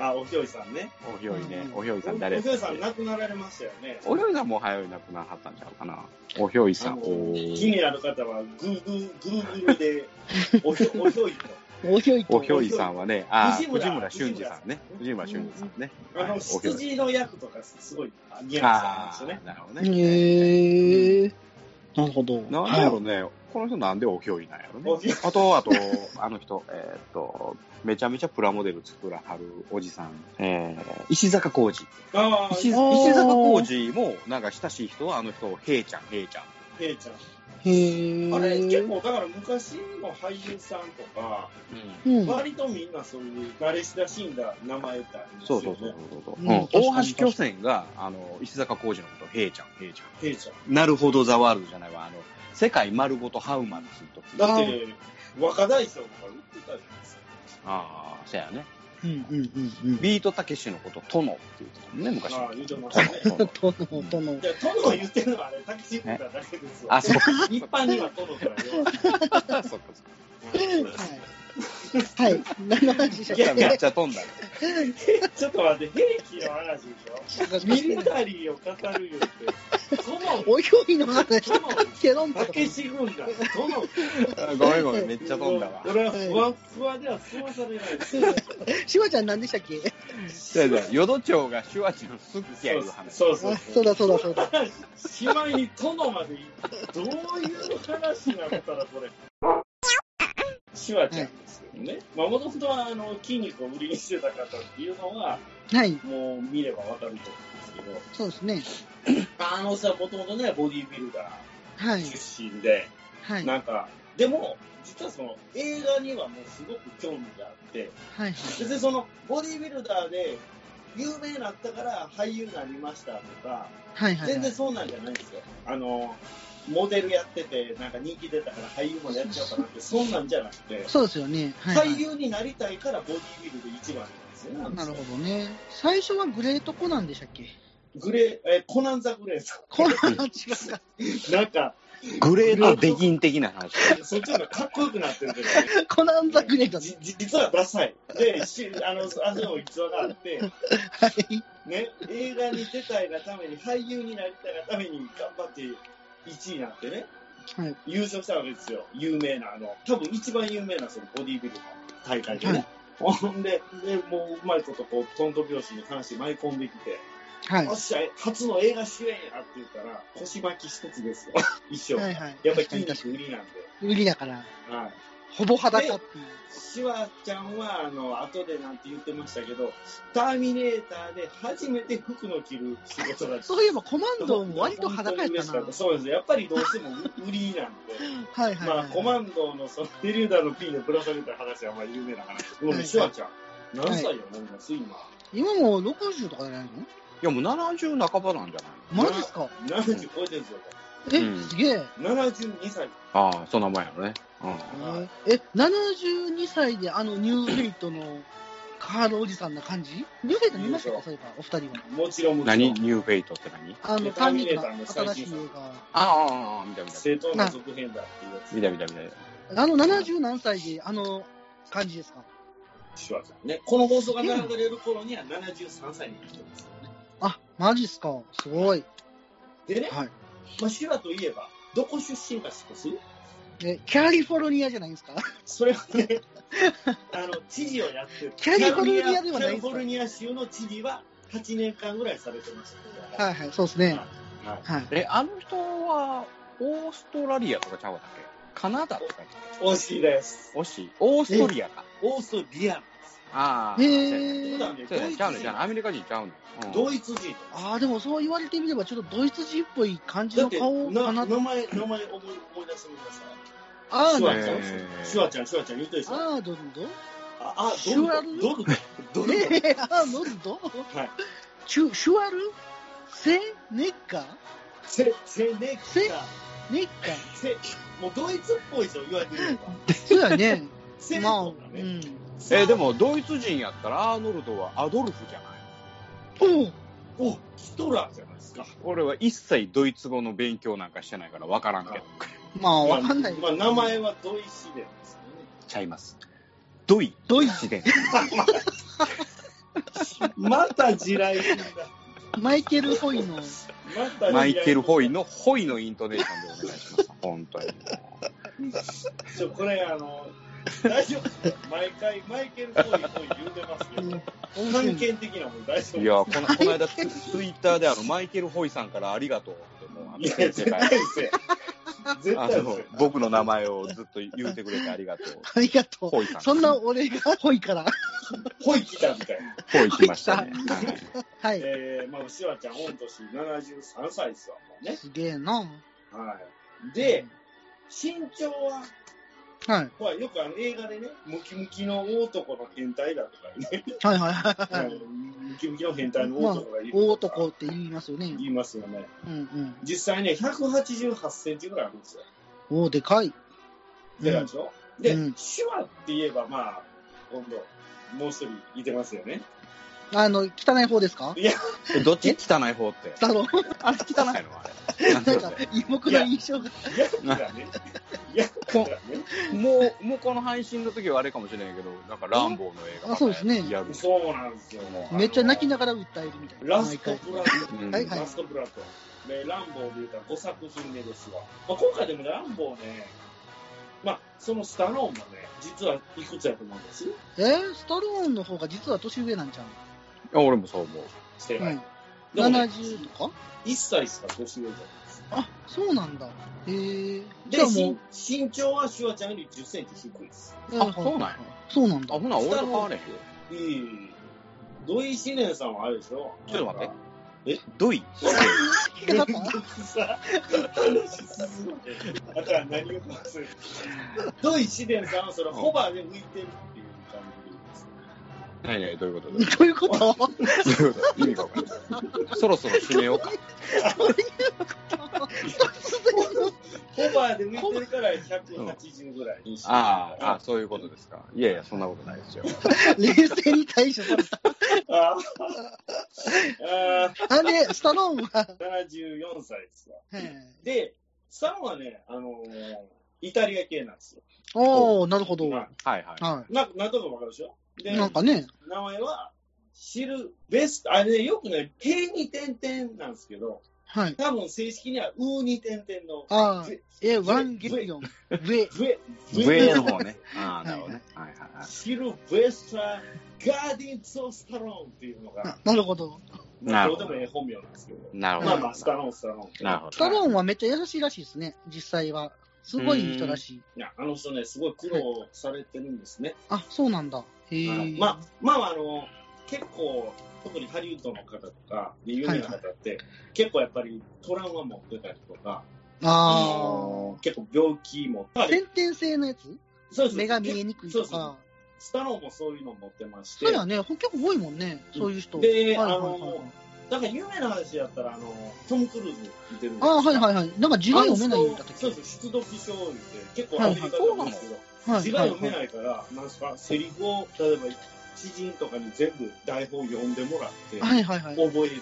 Speaker 4: あ、おひょいさんね。
Speaker 3: おひょいね
Speaker 2: う。ん
Speaker 3: おひょい
Speaker 4: お
Speaker 3: さん
Speaker 4: ひ
Speaker 3: 誰やった
Speaker 4: ょい
Speaker 3: っ
Speaker 4: さん
Speaker 3: け
Speaker 4: 亡くなられましたよね。
Speaker 3: おひょいさんも早いなくなはったんちゃうかな。おひょいさ
Speaker 4: あ
Speaker 3: ん。
Speaker 4: の
Speaker 3: お
Speaker 4: 気
Speaker 3: ー
Speaker 4: になる方は、グーグー、グーグル で、おひょおひょいと。
Speaker 2: おひょいと。
Speaker 3: おひょいさんはね、あー
Speaker 4: 藤村
Speaker 3: 藤村俊二さんね。藤
Speaker 4: 藤
Speaker 3: 村
Speaker 4: 村
Speaker 3: 俊二さんね。
Speaker 4: あ
Speaker 3: はい
Speaker 4: の、
Speaker 3: おひょい
Speaker 4: 羊の役とか、すごい、ニュアンスありま
Speaker 3: あ
Speaker 4: すよね
Speaker 3: ー、。なるほどね。
Speaker 2: へえ。なるほど。
Speaker 3: なんやろね、この人なんでおひょいなんやろ
Speaker 4: お
Speaker 3: ね。
Speaker 4: ひょい
Speaker 3: あと、あと、あの人、えーっと、めちゃめちゃプラモデル作らはるおじさん、えー、石坂浩二。
Speaker 4: ああ、
Speaker 3: 石
Speaker 2: あー
Speaker 3: 石坂浩二も、なんか親しい人はあの人を、へいちゃん、へいちゃん。
Speaker 4: ペイちゃん。
Speaker 2: へー。
Speaker 4: あれ、結構、だから昔の俳優さんとか、
Speaker 2: うん。
Speaker 4: 割とみんなそういう慣れ親しんだ名前ってあります
Speaker 3: そ
Speaker 4: よ
Speaker 3: う
Speaker 4: ね。
Speaker 3: そうそうそうそう、
Speaker 2: う
Speaker 3: うんん
Speaker 2: 確かに
Speaker 3: 大橋巨泉が、あの、石坂浩二のこと、へいちゃん、へいちゃ
Speaker 4: ペイちゃん。
Speaker 3: ん。なるほど、ザワールドじゃないわ。あの、世界丸ごとハウマッチの時。
Speaker 4: だって、若大将とか売ってたじゃないですか。
Speaker 3: ああ、そやね。
Speaker 2: うんうんうん
Speaker 3: ビートたけしのこと、殿って言ってたもんね、昔。
Speaker 4: ああ、言うてましたね。
Speaker 2: うん。との、との
Speaker 4: い。や、殿を言ってるのはあれ、タキシンだだけですよ。
Speaker 3: あ、そうか。
Speaker 4: 一般には殿とは言わ
Speaker 3: そうかそうか。
Speaker 2: はい。はい。何の話でし
Speaker 3: いや
Speaker 2: たっ
Speaker 3: めっ
Speaker 2: け
Speaker 3: ちゃ飛んだね。
Speaker 4: ない。ちょっと待って、兵器の話でしょミリタリーを語るよって。殿、
Speaker 2: おいおいの話だけども。
Speaker 4: たけし軍団、殿。
Speaker 3: ごめんごめん、めっちゃ飛んだわ。
Speaker 4: 俺はふわふわでは済まされないです。
Speaker 2: しわちゃん何でしたっけ
Speaker 3: そうやそうや淀町が手話中のすっきやいう話。
Speaker 4: そう
Speaker 2: あ
Speaker 4: そう
Speaker 2: そうだそうだそうだ。
Speaker 4: しまいに殿まで行ってどういう話なったらこれ。シュワちゃんですよね。まあ、もともとはあの筋肉を売りにしてた方っていうのは、
Speaker 2: はい。
Speaker 4: もう見ればわかると思うんですけど、
Speaker 2: そうですね。
Speaker 4: あのさ、もともとね、ボディービルダ
Speaker 2: はい
Speaker 4: ー。出身で、
Speaker 2: はい。はい。
Speaker 4: なんか、でも、実はその映画にはもうすごく興味があって、
Speaker 2: はい。
Speaker 4: 別にそのボディービルダーで有名になったから俳優になりましたとか、
Speaker 2: はい。はい
Speaker 4: 全然そうなんじゃないんですよ。あの、モデルやってて、なんか人気出たから俳優までやっちゃおうかなって、そんなんじゃなくて、
Speaker 2: そうですよね。はい。
Speaker 4: 俳優になりたいからボディビルで一番なんですよねあの人。
Speaker 2: なるほどね。最初はグレートコナンでしたっけ
Speaker 4: グレー、えーコナンザグレーさ
Speaker 2: コナンは違うか。
Speaker 4: ん。 なんか、
Speaker 3: グレートデギン的な話。
Speaker 4: そっちの方がかっこよくなってるけど、
Speaker 2: コナンザグレートね。
Speaker 4: じじ実はダサい。で、しあの、あの逸話があって、
Speaker 2: はい。
Speaker 4: ね、映画に出たいがために、俳優になりたいがために頑張って1位になってね、
Speaker 2: はい
Speaker 4: 優勝したわけですよ。有名な、あの、多分一番有名なそのボディービルの大会でね。ほんで、で、もううまいことこう、トント拍子に関して舞い込んできて、
Speaker 2: はい。
Speaker 4: おっ
Speaker 2: は
Speaker 4: しゃ、初の映画主演やって言ったら、腰巻き一つです よ。一生。
Speaker 2: いはい。
Speaker 4: やっぱり
Speaker 2: 確
Speaker 4: 筋
Speaker 2: かに確か
Speaker 4: 肉売りなんで。
Speaker 2: に売りだから、
Speaker 4: はい。
Speaker 2: ほぼ裸っていう。
Speaker 4: シュワちゃんは、あの、後でなんて言ってましたけど、ターミネーターで初めて服の着る仕事だった。
Speaker 2: そういえばコマンドも割と裸やっ
Speaker 4: 本当に嬉
Speaker 2: た
Speaker 4: し
Speaker 2: な。
Speaker 4: か
Speaker 2: は
Speaker 4: そうですね。やっぱりどうしても売りなんで。
Speaker 2: い はい。
Speaker 4: まあ、コ
Speaker 2: ン
Speaker 4: マンドのそのデリューダーの P でぶら下げた話はまあ有名な話。もうね、シュワちゃん。何歳よ、なんかす、今。
Speaker 2: 今もう60とかじゃないの
Speaker 3: いやもう70半ばなんじゃない
Speaker 2: マジっすか
Speaker 4: 70超えてるんですよ。
Speaker 2: え、
Speaker 3: うん
Speaker 2: すげえ。
Speaker 4: 72歳。
Speaker 3: ああ、そんなもんやろね。う
Speaker 4: はい
Speaker 2: え、72歳であのニューフェイトのカールおじさんな感じニューフェイト見ましたかそういえば、お二人は。
Speaker 4: もちろん、もちろん。
Speaker 3: ん。何ニューフェイトって何
Speaker 2: あの、
Speaker 4: タ
Speaker 2: タ
Speaker 4: ー
Speaker 2: ー
Speaker 4: ミ
Speaker 2: ミ
Speaker 4: ネ
Speaker 2: ネ
Speaker 4: ー
Speaker 2: ー
Speaker 4: ター
Speaker 2: ター
Speaker 4: の
Speaker 2: の
Speaker 4: 最
Speaker 2: 新
Speaker 4: 新
Speaker 2: しい
Speaker 4: 作
Speaker 2: 映画。
Speaker 3: ああ、ああ、見た見た。
Speaker 4: 正当な続編だっていうやつ。
Speaker 3: 見た見た見た。
Speaker 2: あの、70何歳であの感じですか
Speaker 4: シュワちゃんね。この放送が流れる頃には73歳になってますよね。
Speaker 2: あ、マジっすかすごい。
Speaker 4: でね、
Speaker 2: はい。
Speaker 4: まあ、シュワといえば、どこ出身か知ってます
Speaker 2: え、キャリフォルニアじゃないで すか
Speaker 4: それは ね、あの、知事をやってる。
Speaker 2: キャリフォルニアではないんですか
Speaker 4: キャリフォルニア州の知事は8年間ぐらいされてましたね。
Speaker 2: はいはい、そうですね。
Speaker 4: はい
Speaker 2: はい。
Speaker 3: え、あの人は、オーストラリアとかちゃうかったっけカナダとか
Speaker 4: 惜しいです。
Speaker 3: 惜しい。オーストリアか。
Speaker 4: オーストリアン
Speaker 3: ああ。
Speaker 4: と
Speaker 2: へ
Speaker 4: いう
Speaker 2: え
Speaker 4: ことはね
Speaker 3: そうやねちゃうね、ちゃうね。ア
Speaker 4: ド
Speaker 3: メリカ人ちゃうね。うん
Speaker 4: イツ人。ドイツ人。
Speaker 2: ああ、でもそう言われてみれば、ちょっとドイツ人っぽい感じ
Speaker 4: だっ
Speaker 2: の
Speaker 4: て、
Speaker 2: 顔
Speaker 4: な
Speaker 2: かな。
Speaker 4: 名前、名前思い思い出してみてください。
Speaker 2: あ
Speaker 4: シ
Speaker 2: ー
Speaker 4: ュ
Speaker 2: ド
Speaker 4: ワ
Speaker 2: ル
Speaker 4: ちゃん
Speaker 3: へ、ー
Speaker 4: シュワちゃん、シュワちゃん言うとでしょ。
Speaker 2: アードルド
Speaker 4: あ、あ、
Speaker 2: シュワル
Speaker 4: ドルドドルドル
Speaker 2: えー、アーノルド
Speaker 4: はい。
Speaker 2: シュシュワルセネッカ
Speaker 4: せ、せ、ね、
Speaker 2: せ
Speaker 4: か、
Speaker 2: ネッカ
Speaker 4: せ、もうドイツっぽいでしょ、言われてみれば。
Speaker 2: そう やね。
Speaker 4: せ、
Speaker 2: まあ、う
Speaker 4: とかね。
Speaker 2: ん。
Speaker 3: え、でも、ドイツ人やったら、アーノルドはアドルフじゃない
Speaker 2: おう
Speaker 4: お、ヒトラーじゃないですか。
Speaker 3: 俺は一切ドイツ語の勉強なんかしてないから分からんけど。
Speaker 2: まあ、わかんない。
Speaker 4: まあ、名前はドイシデンですよね。
Speaker 3: ちゃいます。ドイ
Speaker 2: ドイツ、
Speaker 3: ツで。
Speaker 4: また地雷踏んだ。
Speaker 2: マイケル・ホイの、
Speaker 4: また地雷
Speaker 3: マイケル・ホイ。のホイのイントネーションでお願いします。本当に。
Speaker 4: ちょ、これ、あの、大丈夫。毎回、マイケル・ホイ、ホイ言うてますけど、
Speaker 2: 面白
Speaker 4: 関
Speaker 2: い
Speaker 4: 係的なもん大丈夫。
Speaker 3: いや、この、この間ツ、ツイッターであの、マイケル・ホイさんからありがとうって、もう、あの
Speaker 4: いや、絶対ですよ。絶
Speaker 3: あ
Speaker 4: 対
Speaker 3: の
Speaker 4: そう、
Speaker 3: 僕の名前をずっと言うてくれてありが とう。
Speaker 2: ありがと
Speaker 3: ほいさ
Speaker 2: う。
Speaker 3: ん。
Speaker 2: そんな、俺がほいから。
Speaker 4: ほい来たみたいな。
Speaker 3: ほい来ましたね。は
Speaker 2: は
Speaker 3: い
Speaker 2: い。
Speaker 4: えー、まあ、シワちゃん、御年73歳ですわ、もうね。
Speaker 2: すげえな。
Speaker 4: はい。で、身長は、
Speaker 2: はい。
Speaker 4: ほら、よくあの映画でね、ムキムキの男の変態だとかね、
Speaker 2: はいはいはいはい。
Speaker 4: ムキムキの変態の
Speaker 2: まあ
Speaker 4: 男がいる、
Speaker 2: 大男って言いますよね。
Speaker 4: 言いますよね。
Speaker 2: うんうん。
Speaker 4: 実際ね、188センチぐらいあるんですよ。
Speaker 2: おお、でかい。
Speaker 4: でかいでしょ、で、
Speaker 2: うん
Speaker 4: 手話って言えば、まあ、今度、もう一人いてますよね。
Speaker 2: あの、汚い方ですか
Speaker 3: えどっち汚い方って。
Speaker 2: だろう。
Speaker 3: あれ汚いのあれ。なん
Speaker 2: ない
Speaker 3: て
Speaker 2: ん
Speaker 3: う
Speaker 2: か
Speaker 3: の、
Speaker 2: 僕の印象が。
Speaker 4: ヤクがね、ヤクがね、
Speaker 3: もう、もうこの配信の時はあれかもしれないけど、なんかランボーの映画、
Speaker 2: あそうですね
Speaker 3: リアルに
Speaker 4: そうなんですよ。
Speaker 2: めっちゃ泣きながら訴えるみたいな。
Speaker 4: ラストブラッ
Speaker 3: うん
Speaker 2: はい
Speaker 4: ド、ラストブラッド。で、ランボーで言うたら5作品目ですわ。まあ、今回でもランボーね、まあ、そのスタローンもね、実はいくつやと思うんですよ。
Speaker 2: えー、スタローンの方が実は年上なんじゃん。
Speaker 3: あ俺もそう思う。
Speaker 4: して
Speaker 2: う
Speaker 4: ない。
Speaker 2: ん。
Speaker 4: でもね
Speaker 2: 70とか
Speaker 4: 1歳しか年上じゃないですか。
Speaker 2: あ、そうなんだ。へえ。じ
Speaker 4: で
Speaker 2: ゃあもう、、
Speaker 4: 身身長はシュワちゃんより10センチ低いです。
Speaker 3: あそうなんや
Speaker 2: そうなん
Speaker 3: あ、
Speaker 2: だ
Speaker 3: ほ。な、俺と変われへんよ。
Speaker 4: いいいい。土井四年さんはあれでしょ
Speaker 3: ちょっと待って。
Speaker 4: え
Speaker 3: どい
Speaker 2: 引っかかった
Speaker 4: さ、話進むあとは何を忘れてドイシデンさんはそれホバーで浮いてるっていう感じで言いますね。
Speaker 3: 何々、どういうことどう
Speaker 2: どういうこと
Speaker 3: いう こと意味がわかんない。そろそろ締めようか。
Speaker 4: ホバーで浮いてるから180ぐらいにして
Speaker 3: ああ、あそういうことですか。いやいや、そんなことないですよ。
Speaker 2: 冷静に対処された。
Speaker 4: ああ
Speaker 2: あれ、スタローンは、
Speaker 4: 74歳ですわ。
Speaker 2: はい
Speaker 4: で、サンはね、あのーイタリア系なんですよ。
Speaker 2: おー、なるほど。
Speaker 4: ま
Speaker 2: は
Speaker 4: あ
Speaker 3: はいはい。
Speaker 4: ななんとかわかるでしょ
Speaker 2: い。
Speaker 4: で、
Speaker 2: なんかね、
Speaker 4: 名前は、シルベスト、あれね、よくね、平に点々なんですけど、
Speaker 2: はい。
Speaker 4: 多分正式にはウーに点々の、
Speaker 2: あー
Speaker 4: ぜ
Speaker 2: え、ワンゲリオン、上。
Speaker 4: 上、
Speaker 3: 上の方ね。ああ、なるほどね。はいはいはい。
Speaker 4: シルベスター・ガーディンズ・オブ・スタローンっていうの
Speaker 2: あ
Speaker 4: が、
Speaker 2: なるほど。
Speaker 4: ま
Speaker 3: な
Speaker 4: あ
Speaker 3: る
Speaker 4: どう
Speaker 3: ほ
Speaker 4: で
Speaker 3: ど
Speaker 4: もええ本名なんですけど、
Speaker 3: なるほ
Speaker 4: ま
Speaker 3: ど
Speaker 4: あ。まあ、スタローン、スタローン。
Speaker 3: なるほど。
Speaker 2: スタローンはめっちゃ優しいらしいですね、実際は。すごいいい人らしい。
Speaker 4: いや、あの人ね、すごい苦労されてるんですね。
Speaker 2: あ、そうなんだ。へえ。
Speaker 4: まあ、まあ、あの、結構、特にハリウッドの方とか、で有名な方って、結構やっぱりトラウマ持ってたりとか、
Speaker 2: あ
Speaker 4: 結構病気も、
Speaker 2: あ。先天性のやつ
Speaker 4: そうです
Speaker 2: 目が見えにくいと
Speaker 4: そうそう
Speaker 2: か。
Speaker 4: スタローンもそういうの持ってまして
Speaker 2: そう、やね、ほ結構多いもんね、そういう人。
Speaker 4: で
Speaker 2: はいはい
Speaker 4: あ
Speaker 2: はいはい
Speaker 4: のなんか有名な話やったら、あの、トム・クルーズに似てるんです
Speaker 2: ああ、はいはいはい。なんか字が読めないんだったっけ
Speaker 4: そうそう、出読症言って、結構アメリカでは多いんですけど、
Speaker 2: はい
Speaker 4: 字が読めないから、なんですか、セリフを、例えば、知人とかに全部台本読んでもらって、
Speaker 2: はいはいはい。はい
Speaker 4: 覚えると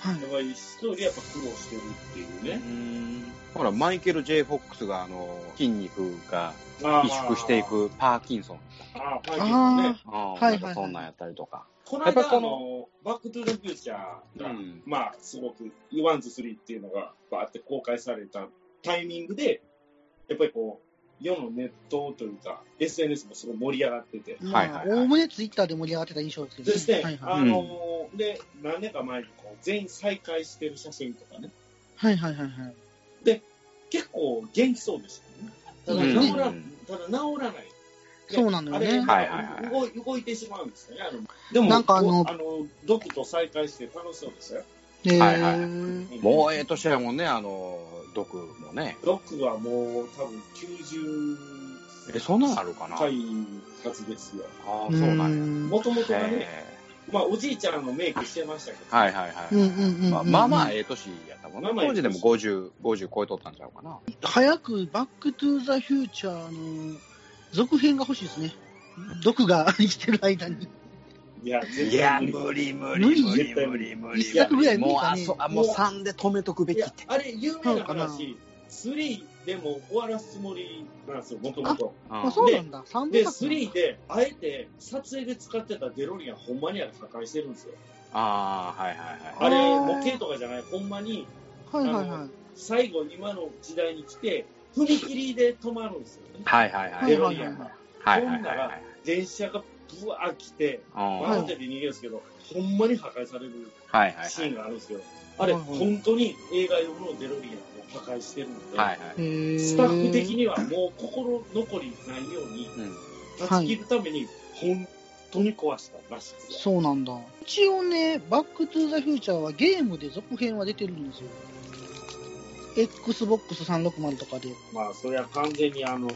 Speaker 4: かね。やっぱり一人やっぱ苦労してるっていうね。
Speaker 3: ほら、マイケル・ J ・フォックスが、あの、筋肉が
Speaker 4: あー
Speaker 3: 萎縮してい。くパーキンソン。
Speaker 4: ああ、はい、
Speaker 2: あ
Speaker 4: ね。
Speaker 3: あ
Speaker 2: は
Speaker 3: あ、
Speaker 2: いはは
Speaker 3: ないん
Speaker 2: い
Speaker 3: かそんなんやったりとか。
Speaker 4: この
Speaker 3: やっぱ
Speaker 4: 間、
Speaker 3: り
Speaker 4: あ
Speaker 3: こ
Speaker 4: の、バックトゥ・ザ・フューチャー
Speaker 3: う
Speaker 4: が、
Speaker 3: ん。
Speaker 4: まあ、すごく、ワンズ・スリーっていうのが、バーって公開されたタイミングで、やっぱりこう、世のネットというか、SNS もすごい盛り上がってて、
Speaker 2: あ。
Speaker 3: はいはいはい
Speaker 2: おおむねツイッターで盛り上がってた印象ですけど、
Speaker 4: そして、
Speaker 2: はいはい
Speaker 4: あのーで、何年か前にこう全員再会してる写真とかね、
Speaker 2: はいはいはいはい。
Speaker 4: 結構元気そうでしたよ
Speaker 2: う
Speaker 4: ね。
Speaker 2: ん
Speaker 4: ただ治ら、ただ治らない。で
Speaker 2: そうなのよね
Speaker 4: あ
Speaker 3: はい
Speaker 4: れ、
Speaker 3: はいはい
Speaker 4: 動い動いてしまうんですよね。あのでも、
Speaker 2: なんかあの
Speaker 4: こうあの、ドクと再会して楽しそうでしたよ。
Speaker 2: え
Speaker 3: はいはい
Speaker 2: ー
Speaker 3: もうええ年やもんね、あの、毒もね。
Speaker 4: ドクはもう多分90
Speaker 3: え、そんなんあるかな
Speaker 4: 回発ですよ。
Speaker 3: ああ、
Speaker 2: う
Speaker 3: そ
Speaker 2: ん
Speaker 3: うなんや。
Speaker 4: もともとがね、
Speaker 3: え
Speaker 4: まあおじいちゃんのメイクしてましたけど、
Speaker 3: えはいはいはい。
Speaker 2: うんうんうんうん
Speaker 3: まあまあまあ、ええ年やったもんね。
Speaker 4: まあまあええ
Speaker 3: 当時でも50、50超えとったんちゃうかな。
Speaker 2: 早くバックトゥーザフューチャーの続編が欲しいですね。毒が生きてる間に。
Speaker 4: いや、絶対
Speaker 3: いや、無理無理無理無理無理。
Speaker 2: 一作ぐらい無理
Speaker 3: もう、
Speaker 2: か
Speaker 3: あ、
Speaker 2: ね
Speaker 3: そ、あ、もう3で止めとくべ
Speaker 4: い
Speaker 3: きっ
Speaker 4: や
Speaker 3: て。、
Speaker 4: あれ、有名な
Speaker 2: そうかな
Speaker 4: 話、3でも終わらすつもりなんですよ、もともと。
Speaker 2: あ、そうなんだ。三部
Speaker 4: で、
Speaker 2: 作なんだ。
Speaker 4: 3で、あえて撮影で使ってたデロリアン、ほんまにあれ破壊してるんですよ。
Speaker 3: ああ、はいはいはい。
Speaker 4: あれ、
Speaker 2: あー
Speaker 4: 模型とかじゃない、ほんまに、
Speaker 2: はいはいはい。
Speaker 4: 最後、今の時代に来て、踏切で止まるんですよね。
Speaker 3: はいはいは。
Speaker 2: はい
Speaker 4: デ
Speaker 2: い
Speaker 4: ロ
Speaker 2: はい
Speaker 4: リ
Speaker 2: は
Speaker 4: ア
Speaker 2: い
Speaker 4: ンが。
Speaker 3: はいはいはいはい。
Speaker 4: 電車がブワー来て、
Speaker 3: うん
Speaker 4: バ
Speaker 3: はい
Speaker 4: ーンって逃げるんですけど、ほんまに破壊される
Speaker 3: はいはい。
Speaker 4: シーンがあるんですよ。あれ、
Speaker 2: はいはい
Speaker 4: 本当に映画用のデロリアンで、破壊してるので、
Speaker 3: はいはい。
Speaker 4: スタッフ的にはもう心残りないように
Speaker 3: うん。
Speaker 4: 断ち切るために本当に壊したらしいですよ。
Speaker 2: そうなんだ。一応ね、バックトゥーザフューチャーはゲームで続編は出てるんですよ。Xbox 360とかで。
Speaker 4: まあそれは完全にあの、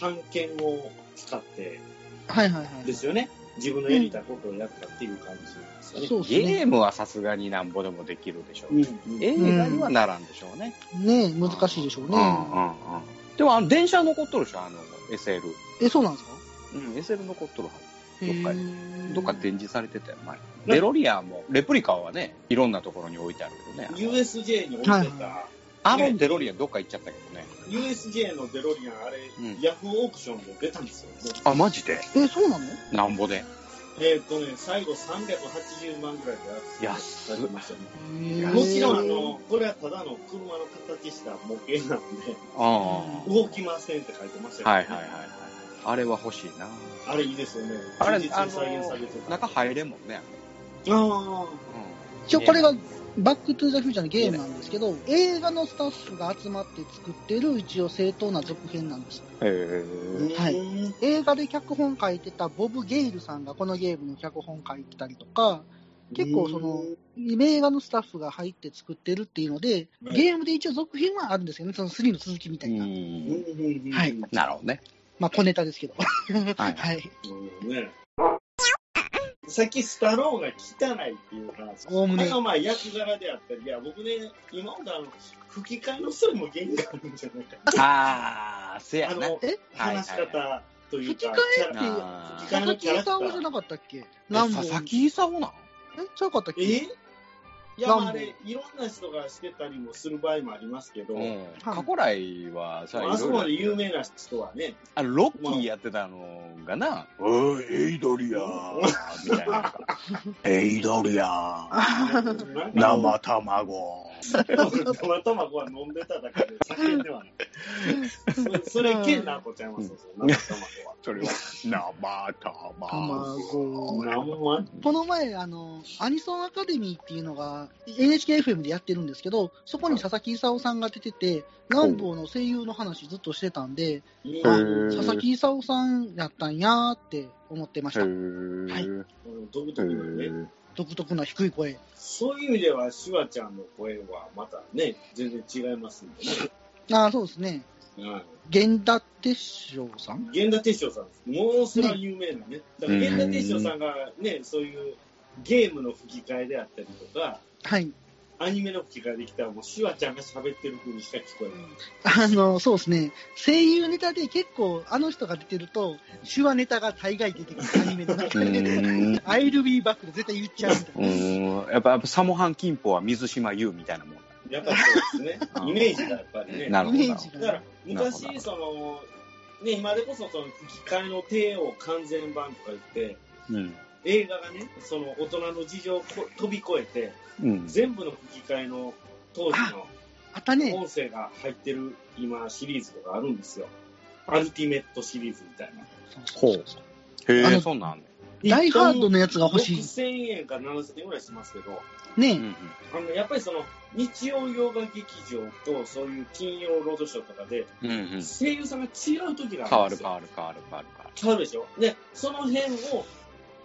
Speaker 4: 判権を使って
Speaker 2: はいはいは
Speaker 4: で
Speaker 2: い。
Speaker 4: すよね。自分のやりたいことをやったっていう感じですよね。
Speaker 2: そうです
Speaker 3: ゲ
Speaker 2: ね。
Speaker 3: ームはさすがになんぼでもできるでしょう
Speaker 4: うん
Speaker 3: ね。
Speaker 4: うん
Speaker 3: 映画にはならんでしょうね。
Speaker 2: ね難しいでしょう
Speaker 3: うん
Speaker 2: ね。
Speaker 3: うんうん。でも、あの、電車残っとるでしょ、あの、SL。
Speaker 2: え、そうなんですか
Speaker 3: うん、SL 残っとるは
Speaker 2: へ
Speaker 3: どっかに
Speaker 2: ー
Speaker 3: ず。どっか展示されてたよ、前。デロリアンも、レプリカはね、いろんなところに置いてあるけどね。
Speaker 4: USJ に置いてた、
Speaker 2: はいは
Speaker 3: あのデロリアンどっか行っちゃったけどね。
Speaker 4: USJ のデロリアン、あれ、
Speaker 3: うん
Speaker 4: ヤフーオークションで出たんですよ。
Speaker 3: あ、マジで
Speaker 2: え、そうなの
Speaker 3: なんぼで。
Speaker 4: えーっ、とね、最後380万ぐらいで
Speaker 3: 安っ
Speaker 4: っましたね。
Speaker 2: へー
Speaker 4: もちろん、あの、これはただの車の形した模型なんで、
Speaker 3: ああ。
Speaker 4: 動きませんって書いてましたよ
Speaker 3: は
Speaker 4: ね
Speaker 3: いはいはいはい。あれは欲しいな。
Speaker 4: あれいいですよね。
Speaker 3: あれ
Speaker 4: 忠、実
Speaker 3: あ
Speaker 4: に再現されて
Speaker 3: の、
Speaker 4: た。
Speaker 3: 中入れんもんね。
Speaker 4: あ
Speaker 3: う
Speaker 2: 一応これがバックトゥーザフューチャーのゲームなんですけど、映画のスタッフが集まって作ってる一応正当な続編なんです。
Speaker 3: ん。へえ。
Speaker 4: あ。
Speaker 2: はい
Speaker 4: うん
Speaker 2: 映画で脚本書いてたボブ・ゲイルさんがこのゲームの脚本書いてたりとか、結構その、映画のスタッフが入って作ってるっていうので、
Speaker 4: はい
Speaker 2: ゲームで一応続編はあるんですけどね、その3の続きみた
Speaker 3: う。
Speaker 2: いな。
Speaker 4: うんうんんうん
Speaker 2: はい。
Speaker 3: なるほど ね。
Speaker 2: まあ小ネタですけど。
Speaker 3: はい
Speaker 2: はい。
Speaker 4: ね。さっきスタローンが汚いっていう話。
Speaker 2: おおむ
Speaker 4: あ
Speaker 2: ね
Speaker 4: れ。がまあ役柄であったり、いや、僕ね、今まであの、吹き替えの人にも原因があるんじゃないかな。
Speaker 3: ああ、せや
Speaker 4: あ
Speaker 3: な。
Speaker 4: の、
Speaker 2: え
Speaker 4: 話し方というか、
Speaker 2: 吹き替
Speaker 4: キ
Speaker 2: え
Speaker 4: ャラ
Speaker 3: あ
Speaker 4: 吹き替え
Speaker 3: ー
Speaker 4: の
Speaker 2: 佐々
Speaker 4: キャラク
Speaker 2: 木
Speaker 4: タ
Speaker 2: さん
Speaker 4: ー
Speaker 2: じゃなかったっけ
Speaker 3: え
Speaker 2: ランボー。
Speaker 3: 佐々木功な
Speaker 2: え
Speaker 3: ん
Speaker 2: ちゃうかったっ
Speaker 4: え
Speaker 2: け
Speaker 4: いや、ま
Speaker 2: ランボ
Speaker 4: あ、
Speaker 2: ー
Speaker 4: あれ、いろんな人がしてたりもする場合もありますけど、
Speaker 3: うん。過去来はさ、い
Speaker 4: あそこま
Speaker 3: ろ
Speaker 4: で
Speaker 3: いろ
Speaker 4: 有。名な人はね、
Speaker 3: あの、ロッキーやってたのがな、おい、エイドリアンみたいな。エイドリアン、
Speaker 4: なんか
Speaker 3: 卵。
Speaker 4: たまたまこは飲んでただけで叫んではない。そそれ、けんなこちゃいますよ、そんなたまこは。
Speaker 3: それは、生卵。
Speaker 2: 卵。
Speaker 4: なんま
Speaker 2: この前、あの、アニソンアカデミーっていうのが NHKFM でやってるんですけど、そこに佐々木勲さんが出てて、ランボーの声優の話ずっとしてたんで、
Speaker 4: いい
Speaker 2: あ
Speaker 4: な
Speaker 3: ー
Speaker 2: 佐々木勲さんやったんやーって思ってました。はい
Speaker 3: へ
Speaker 4: 独特なね。
Speaker 3: え。
Speaker 2: 独特な低い声。
Speaker 4: そういう意味では、シュワちゃんの声はまたね、全然違いますんで
Speaker 2: ああ、そうですね。
Speaker 4: ね。はい
Speaker 2: 源田鉄章さん
Speaker 4: 源田鉄章さんです。もうそれは有名なね。だから源田鉄章さんがね、そういうゲームの吹き替えであったりとか、
Speaker 2: はい。
Speaker 4: アニメの吹き替えできたら、もうシュワちゃんが喋ってる風にしか聞こえない。
Speaker 2: あの、そうですね。声優ネタで結構あの人が出てると、手話ネタが大概出てくるアニメの中
Speaker 3: う
Speaker 2: で。
Speaker 3: ーん。
Speaker 2: アイルビーバックで絶対言っちゃうみた
Speaker 3: う
Speaker 2: いな。
Speaker 3: ーんやっぱ、やっぱサモハン金峰は水島優みたいなもんだ。。
Speaker 4: やっぱそうですね イメージがやっぱりね。
Speaker 3: なるほど
Speaker 2: イメー
Speaker 3: なるほ
Speaker 2: ジ
Speaker 4: だ
Speaker 2: が
Speaker 4: から
Speaker 2: ね。
Speaker 4: 昔
Speaker 3: なるほど、
Speaker 4: その、ね、今でこそその吹き替えの帝王完全版とか言って、
Speaker 3: ど。うん。
Speaker 4: 映画がね、その大人の事情をこ飛び越えて、
Speaker 3: うん。
Speaker 4: 全部の吹き替えの当時の
Speaker 2: あったね。
Speaker 4: 音声が入ってる今シリーズとかあるんですよ。アルティメットシリーズみたいな。
Speaker 3: ほう。へ
Speaker 2: あ
Speaker 3: え、
Speaker 2: の
Speaker 3: そんなんあんね
Speaker 2: ダイハードのやつが欲しい
Speaker 4: 6000円か7000円ぐらいしますけど、
Speaker 2: ね、
Speaker 3: うんうん。
Speaker 4: あの、やっぱりその、日曜洋画劇場と、そういう金曜ロードショーとかで、
Speaker 3: うんうん。
Speaker 4: 声優さんが違う時が
Speaker 3: 変
Speaker 4: あ
Speaker 3: わ
Speaker 4: るんです
Speaker 3: る変
Speaker 4: よ。
Speaker 3: わる変わる変わる変わ
Speaker 4: 変わるでしょで、その辺を、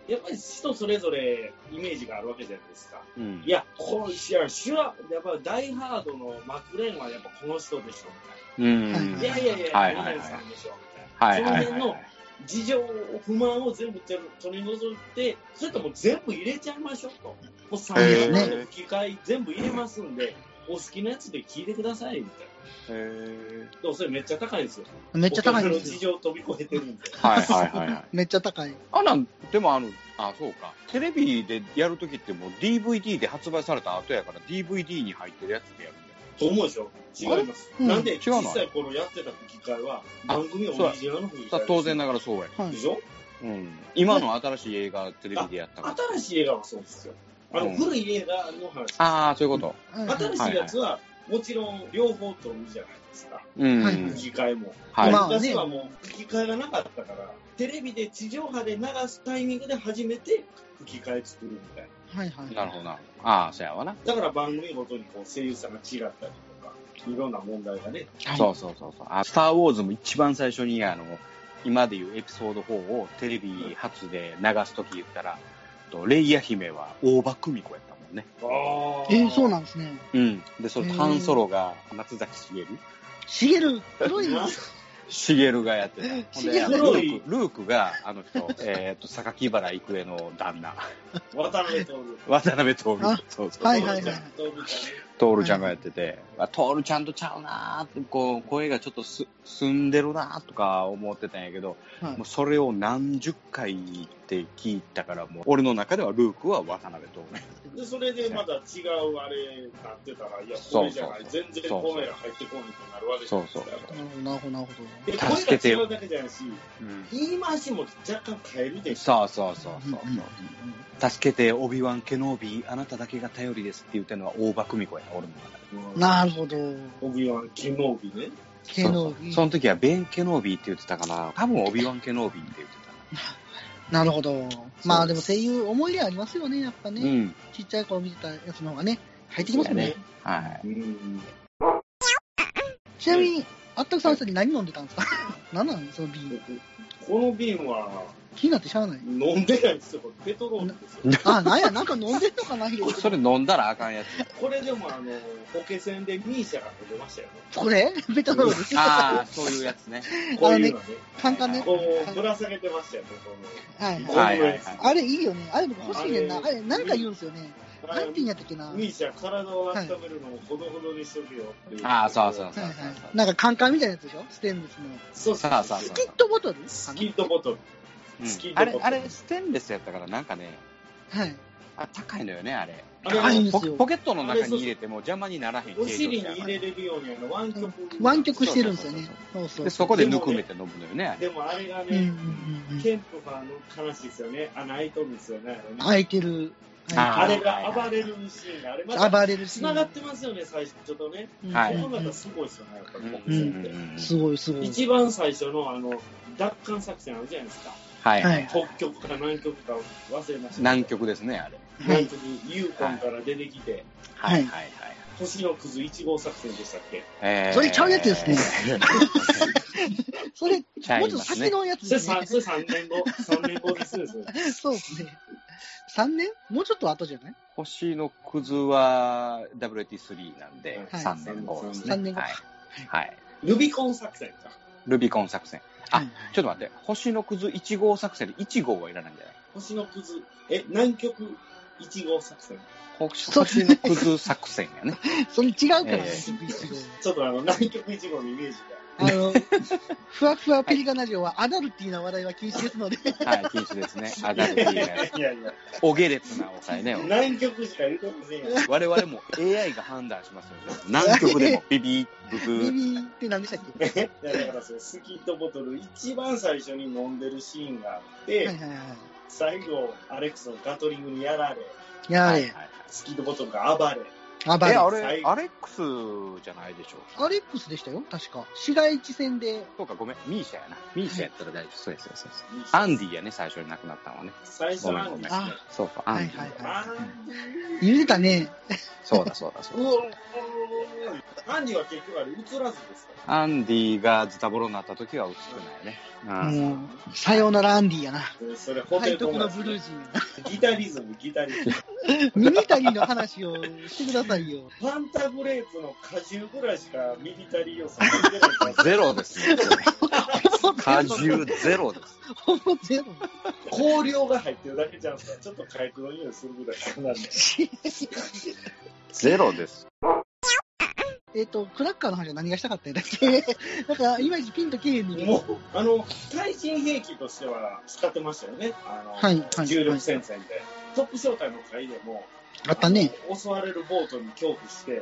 Speaker 4: やっぱり人それぞれイメージがあるわけじゃないですか。
Speaker 3: る。うん
Speaker 4: いや、こう、いや、シュラ、やっぱダイハードのマクレーンはやっぱこの人でしょ、
Speaker 3: うん。
Speaker 4: みたいな。いやいやいや、
Speaker 3: はいはいはい
Speaker 4: ナナさんでしょ、みたいな。
Speaker 3: はいはい
Speaker 4: その
Speaker 3: はい
Speaker 4: 辺の事情、不満を全部取り除いて、それとも全部入れちゃいましょうと。もう3
Speaker 3: へ
Speaker 2: ー
Speaker 4: 年間の吹き替え全部入れますんで、お好きなやつで聞いてください、みたい
Speaker 3: へ
Speaker 4: な。でもそれめっちゃ高いんですよ。
Speaker 2: めっちゃ高いん
Speaker 4: お
Speaker 2: で
Speaker 4: 客さんの事
Speaker 2: すよ。
Speaker 4: 情を飛び越えてるんで。
Speaker 3: ーはいはいはいはい。
Speaker 2: めっちゃ高い。
Speaker 3: あなん、でもあの、あ、そうか。テレビでやるときってもう DVD で発売された後やから DVD に入ってるやつでやるん
Speaker 4: と思うでしょ違います。
Speaker 2: うん
Speaker 4: なんで、
Speaker 3: 違うの
Speaker 4: 小さい頃やってた吹き替えは、
Speaker 3: あ
Speaker 4: 番組オリジナルの吹き
Speaker 3: だ
Speaker 4: 替
Speaker 3: よ。
Speaker 4: え。
Speaker 3: 当然。ながらそうや。
Speaker 2: はい
Speaker 4: で。しょ
Speaker 3: うん。今の新しい映画テレビでやったから。
Speaker 4: 新しい映画はそうですよ。あの、
Speaker 3: うん
Speaker 4: 古い映画の話。
Speaker 3: ああ、そういうこと。
Speaker 2: はい
Speaker 4: 新しいやつは、もちろん両方とるじゃないですか。
Speaker 3: うん。
Speaker 2: はい
Speaker 4: 吹き替えも。
Speaker 3: はい。
Speaker 2: まあね
Speaker 4: 昔はもう吹き替えがなかったから、テレビで地上波で流すタイミングで初めて吹き替え作るみたい
Speaker 2: はいはい。
Speaker 3: なるほどな。ああ、そうやわな。
Speaker 4: な。だから番組ごとにこう声優さんが違ったりとか、いろんな問題がね。
Speaker 3: そうそうそうそう。あスター・ウォーズも一番最初に、あの、今でいうエピソード4をテレビ初で流すとき言ったら、とレイヤ姫は大場久美子やったもんね。
Speaker 4: あ
Speaker 2: えー、そう
Speaker 4: な
Speaker 2: なんですね。
Speaker 3: うん。で、それ、
Speaker 2: へー
Speaker 3: ハンソロが松崎しげる
Speaker 2: しげる、 黒い、
Speaker 3: しげるがやって た。ほんで
Speaker 2: し
Speaker 3: あ
Speaker 2: げ
Speaker 3: の
Speaker 2: る
Speaker 3: ルーク、ルークが、あ の人、えっと、榊原郁恵の旦那、
Speaker 4: 渡辺徹。
Speaker 3: 渡辺徹。そう
Speaker 2: あ
Speaker 3: そうそう。
Speaker 2: はいはいは
Speaker 4: 徹み
Speaker 2: い
Speaker 4: たい
Speaker 3: トールちゃんがやってて、あトールちゃんとちゃうなーって、こう、声がちょっとす、澄んでるなーとか思ってたんやけど、
Speaker 2: はい
Speaker 3: もうそれを何十回って聞いたから、もう、俺の中ではルークは渡辺徹。
Speaker 4: なで、それでまた違うあれなってたら、いや、
Speaker 3: そ
Speaker 4: こ
Speaker 3: うそう
Speaker 4: れじゃない。全然これ入ってこないとなるわけじゃないですか
Speaker 3: そうそ
Speaker 2: なるほど、なるほど、なるほど。
Speaker 4: で、
Speaker 3: 助けて
Speaker 4: 声
Speaker 3: よ
Speaker 4: が違うだけじゃないし、言い回しも若干変えるでしょ。
Speaker 3: そうそうそうそうそう。
Speaker 2: うんうんうん
Speaker 3: 助けて、オビワン・ケノービー、あなただけが頼りですって言ってるのは大場久美子や、俺の中で。
Speaker 4: うん
Speaker 2: なるほど。
Speaker 4: オビワン、キノービね。
Speaker 2: ケノー
Speaker 3: そうそ
Speaker 2: ビ
Speaker 3: うその時は、ベン・ケノービーって言ってたかな。多分、オビワン・ケノービーって言ってたな。
Speaker 2: なるほど。まあでも声優思い入れありますよね、やっぱね。
Speaker 3: うん。
Speaker 2: ちっちゃい頃見てたやつの方がね、入ってきますよね。
Speaker 3: そうはい。
Speaker 4: うん。
Speaker 2: ちなみに、あったくさん一人何飲んでたんですか 何なんその瓶。
Speaker 4: この瓶は
Speaker 2: 気になってしゃ あない。
Speaker 4: 飲んでないんですよ。これペトロールですよ。
Speaker 2: あ、なんや、なんか飲んでんのかなよ。
Speaker 3: それ飲んだらあかんやつ。
Speaker 4: これでもあの、ポケセンでミーシャが出てましたよね。
Speaker 2: これベトナムでし
Speaker 3: ああ、そういうやつね。
Speaker 4: こういうのね。
Speaker 2: カンカンね。
Speaker 4: こう、ぶら下げてましたよね。こ
Speaker 2: はい
Speaker 4: の
Speaker 2: はい。
Speaker 3: はいはいはい
Speaker 2: あれいいよね。あれ僕欲しいねんな。
Speaker 4: あ
Speaker 2: あ
Speaker 4: れ
Speaker 2: れ、なんか言うんですよね。
Speaker 4: あれ
Speaker 2: なんて言うんやったっけな。はい
Speaker 4: ミーシャ、体を温めるのもほどほどにしとけよっていう。
Speaker 3: ああ、そうそうそう
Speaker 2: は
Speaker 3: そう
Speaker 2: い。なんかカンカンみたいなやつでしょステンレスの。
Speaker 4: そう
Speaker 3: そ
Speaker 4: そうう
Speaker 3: そう
Speaker 2: スキットボトルかな
Speaker 4: スキットボトル。
Speaker 3: うん
Speaker 4: スキー
Speaker 3: あ
Speaker 4: と
Speaker 3: れ
Speaker 4: か、
Speaker 3: あれ、ステンレスやったから、なんかね、
Speaker 2: はい。
Speaker 3: あ高いのよね、あれ。
Speaker 4: あれ
Speaker 2: 高いんですよ
Speaker 3: ポポケットの中に入れても邪魔にならへん
Speaker 4: お尻に入
Speaker 3: 形状じゃん
Speaker 4: れれるようにあの湾曲。
Speaker 2: 湾曲してるんですよね。そうそう。
Speaker 3: で、そこでぬくめて飲むのよね、あれ。
Speaker 4: でもあれが
Speaker 2: うんうん
Speaker 4: ね、
Speaker 2: うんうん。
Speaker 4: ケンプがあの悲しいですよね。穴開いとるんですよね。あれね
Speaker 2: 空いてる。
Speaker 3: あ
Speaker 4: あれが暴れるシーンがあれまた
Speaker 2: 暴れるし。
Speaker 4: 繋がってますよね、最初ちょっとね。
Speaker 2: うん
Speaker 3: はい
Speaker 4: ここがすごいですよね、やっぱり、
Speaker 3: うん
Speaker 4: 僕
Speaker 3: うん
Speaker 4: にとって
Speaker 3: うん
Speaker 2: すごいすごい。
Speaker 4: 一番最初のあの奪還作戦あるじゃないですか。
Speaker 3: は
Speaker 2: はいい。
Speaker 4: 北極か南極か忘れました。
Speaker 3: 南。極ですね、あれ。
Speaker 4: 南極、ユーコンから出てきて、
Speaker 2: はい
Speaker 3: はいはい。
Speaker 4: 星のクズ1号作戦でしたっけ。
Speaker 3: え
Speaker 2: それちゃうやつですね。 それ、もう
Speaker 3: ちゃい
Speaker 2: ちょっと
Speaker 3: ます
Speaker 2: 先
Speaker 3: ね。
Speaker 2: のやつ
Speaker 4: そ
Speaker 2: で
Speaker 4: れ
Speaker 2: すね
Speaker 4: 3。それ三年後、3年後ですね、それ。
Speaker 2: そうですね。3年もうちょっと後じゃない
Speaker 3: 星のくずは WT3 なんで、
Speaker 2: はい
Speaker 3: 3年後ですね。
Speaker 2: 三年後
Speaker 3: はい。はい。
Speaker 4: ルビコン作戦か。
Speaker 3: ルビコン作戦。あ
Speaker 2: はい
Speaker 3: ちょっと待って、星のくず1号作戦で1号はいらないんじゃない
Speaker 4: 星のクズ、え、南極1号作戦。
Speaker 3: 星
Speaker 2: そうです
Speaker 3: 星
Speaker 2: ね
Speaker 3: のくず作戦やね。
Speaker 2: それ違うからね、
Speaker 3: え
Speaker 4: ちょっとあの、南極1号のイメージ
Speaker 2: あの、ふわふわペリカンラジオはアダルティーな話題は禁止ですので、
Speaker 3: はい、禁 止ですね。アダルティーなやつ
Speaker 4: が。いやいや、
Speaker 3: お下劣なおさえね。
Speaker 4: 南極しか言うてませんよ。
Speaker 3: 我々も AI が判断しますよね。南極でもビビブブ
Speaker 2: ビ
Speaker 3: ー。
Speaker 2: ビーって何でしたっけ
Speaker 4: いやだからそうスキットボトル一番最初に飲んでるシーンがあって、
Speaker 2: はいはいはい。
Speaker 4: 最後アレックスのガトリングにやられ
Speaker 2: や
Speaker 3: はい
Speaker 2: れ、
Speaker 3: はい
Speaker 4: スキットボトルが暴れ
Speaker 2: あば
Speaker 3: え、
Speaker 2: れ。
Speaker 3: あ
Speaker 2: ア
Speaker 3: れ、アレックスじゃないでしょうか。
Speaker 2: レックスでしたよ、確か。市街地戦で、
Speaker 3: そうか、ごめん。ミーシャやな。ミーシャやったら大丈夫。そうです、そうです。アンディやね、最初に亡くなったのはね。
Speaker 4: 最初アンディ
Speaker 2: あ、
Speaker 3: そうそう、ア
Speaker 2: はい
Speaker 3: ンディ。
Speaker 2: はい
Speaker 4: ア
Speaker 2: は
Speaker 4: ンデ
Speaker 2: い。言うてたね。
Speaker 3: い、そうだ、そうだ、そ
Speaker 4: ィ
Speaker 3: う
Speaker 4: う
Speaker 3: だ。
Speaker 4: おーアンディは結局あれ映らずですか
Speaker 3: アンディがズタボロになった時は映ってないよね。
Speaker 2: もう、さようならアンディーやな。
Speaker 4: らそれホテ
Speaker 2: 背
Speaker 4: ル
Speaker 2: 徳
Speaker 4: 友
Speaker 2: の
Speaker 4: 達
Speaker 2: ブルージーやな。
Speaker 4: ギタリズムギタリズム
Speaker 2: ミニタリーの話をしてくださいよ。
Speaker 4: ファンタグレープの果汁ぐらいしかミリタリー要素入ってないか
Speaker 3: う
Speaker 4: ら
Speaker 3: ん。ゼロですね。果汁ゼロです。
Speaker 2: ほぼゼロ。
Speaker 4: 香料が入ってるだけじゃんすかちょっと火薬の匂いするぐらいしかなんで
Speaker 3: ゼロです。
Speaker 2: えっと、クラッカーの話は何がしたかったんだっけなんか、いまいちピンとけえへんねんけど。
Speaker 4: もう、あの、対人兵器としては使ってましたよね。あの、
Speaker 2: はいはい
Speaker 4: 重力戦線で。トップ正体の回でも、
Speaker 2: あったね。
Speaker 4: あの。襲われるボートに恐怖して、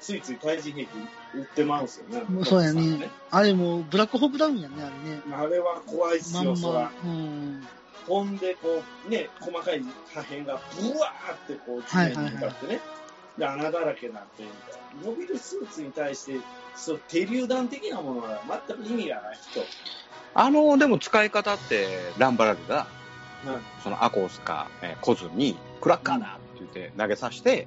Speaker 4: ついつい対人兵器売ってまうんですよね。
Speaker 2: もうそうやね。あれもう、ブラックホープダウンやね、あれね。
Speaker 4: あれは怖いっす
Speaker 2: ま
Speaker 4: よ、
Speaker 2: ん
Speaker 4: そ
Speaker 2: ま
Speaker 4: ら。。
Speaker 2: うん。
Speaker 4: 飛んで、こう、ね、細かい破片がブワーってこう、地面に向かってね。で、穴だらけになってるみたいな伸びるスーツに対して、そう、手榴弾的なものは全く意味がない人。
Speaker 3: あの、でも使い方って、ランバラルが、
Speaker 4: はい
Speaker 3: そのアコースか、えーコズに、クラッカーだって言って投げさせて、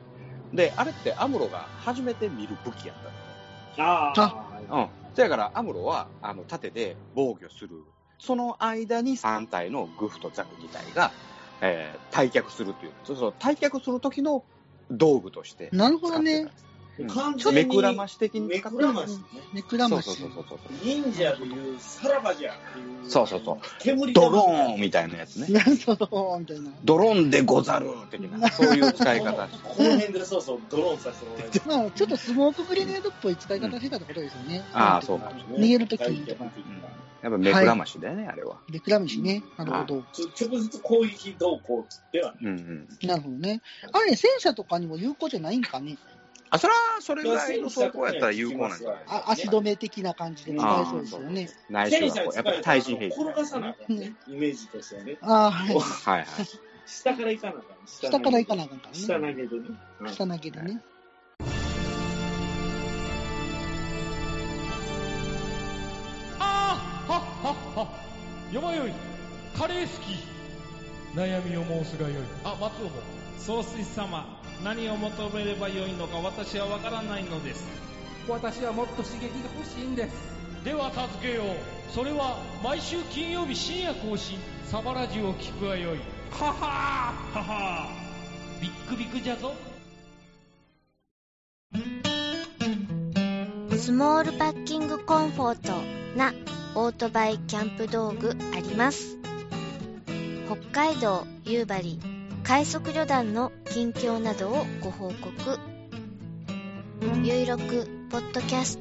Speaker 3: で、あれってアムロが初めて見る武器やったの。
Speaker 4: ああ。
Speaker 3: うん。そやから、アムロは、あの、盾で防御する。その間に3体のグフとザク2体が、えー、退却するっていう。そうそう、退却する時の道具として。
Speaker 2: なるほどね。
Speaker 3: うん
Speaker 4: 完全に
Speaker 3: めくらまし的に
Speaker 4: 目くらましね。
Speaker 2: ね、クラ
Speaker 3: そ
Speaker 2: マ
Speaker 3: うそ
Speaker 2: シ。
Speaker 3: うそうそうそう。
Speaker 4: 忍者という、さらばじゃっていう。
Speaker 3: そうそうそう。
Speaker 4: 煙
Speaker 3: ドローン
Speaker 4: ン
Speaker 3: みたいなやつね。
Speaker 2: な るほど、みたいな。
Speaker 3: ドローンでござる的な、そういう使い方。
Speaker 4: この辺でそうそう、ドローンさせてもらい
Speaker 2: まあ、ちょっとスモークグレネードっぽい使い方してたってことですよね。
Speaker 3: ああそうか
Speaker 4: ます
Speaker 2: 逃げるときにとか。
Speaker 3: やっぱ目くらましだよね、あれは。
Speaker 2: で、クラムシね。なるほど。
Speaker 4: ちょ直接攻撃動向では
Speaker 3: うんうん。
Speaker 2: なるほどね。あれ、戦車とかにも有効じゃないんかね。
Speaker 3: あ、そら、それぐらいの走行やったら有効なんじゃない
Speaker 2: あ足止め的な感じで使えそうですよね。
Speaker 3: ないし
Speaker 4: 戦車
Speaker 3: は
Speaker 4: に
Speaker 3: こう
Speaker 4: 使え
Speaker 3: やったぱ
Speaker 4: ら
Speaker 3: 対人兵器。
Speaker 4: 転がさなあ
Speaker 3: は
Speaker 4: かんね。イメージとしてはね。
Speaker 2: ああ、はい。
Speaker 3: いはい。
Speaker 4: 下から行かなあかん。
Speaker 2: 下から行かな
Speaker 4: あ
Speaker 2: あかんからね。
Speaker 4: 下投げでね。
Speaker 2: 下投げでね。
Speaker 8: あーはっはっは山よりカレー好き悩みを申すがよいあ松尾も
Speaker 9: 総帥様何を求めればよいのか私は分からないのです
Speaker 10: 私はもっと刺激が欲しいんです
Speaker 8: では助けようそれは毎週金曜日深夜更新サバラジを聞くがよいははーははービックビックじゃぞ
Speaker 11: スモールパッキングコンフォートなオートバイキャンプ道具あります北海道夕張快速旅団の近況などをご報告有力ポッドキャス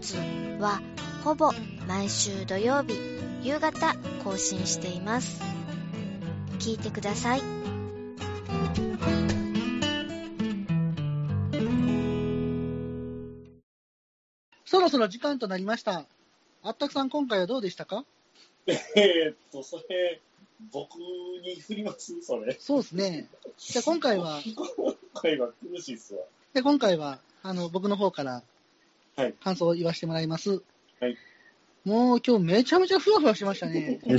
Speaker 11: トはほぼ毎週土曜日夕方更新しています聞いてください
Speaker 2: そろそろ時間となりました。あったくさん、今回はどうでしたか
Speaker 4: えーっと、それ、僕に振りますそれ。
Speaker 2: そうですね。じゃあ今 回は、
Speaker 4: 声が苦しいっすわ。
Speaker 2: で今回はあの僕の方から
Speaker 4: はい
Speaker 2: 感想を言わせてもらいます。
Speaker 4: はい
Speaker 2: もう今日めちゃめちゃふわふわしましたね。
Speaker 3: 今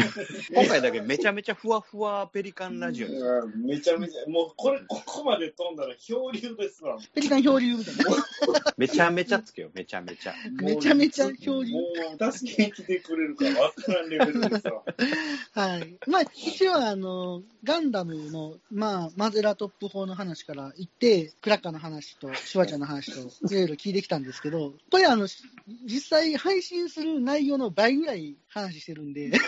Speaker 3: 回だけめちゃめちゃふわふわペリカンラジオです。
Speaker 4: うんめちゃめちゃ、もうこれ、ここまで飛んだら漂流ですわ。
Speaker 2: ペリカン漂流みたいな。
Speaker 3: めちゃめちゃつけよ、めちゃめちゃ。
Speaker 2: めちゃめちゃ漂流
Speaker 4: もう、助けに来てくれるかわからんレベル ですわ。
Speaker 2: はい。まあ、一応、あの、ガンダムの、まあ、マゼラトップ法の話から行って、クラッカーの話と、シュワちゃんの話と、いろいろ聞いてきたんですけど、これ、あの、実際配信する内容の倍ぐらい話してるんで、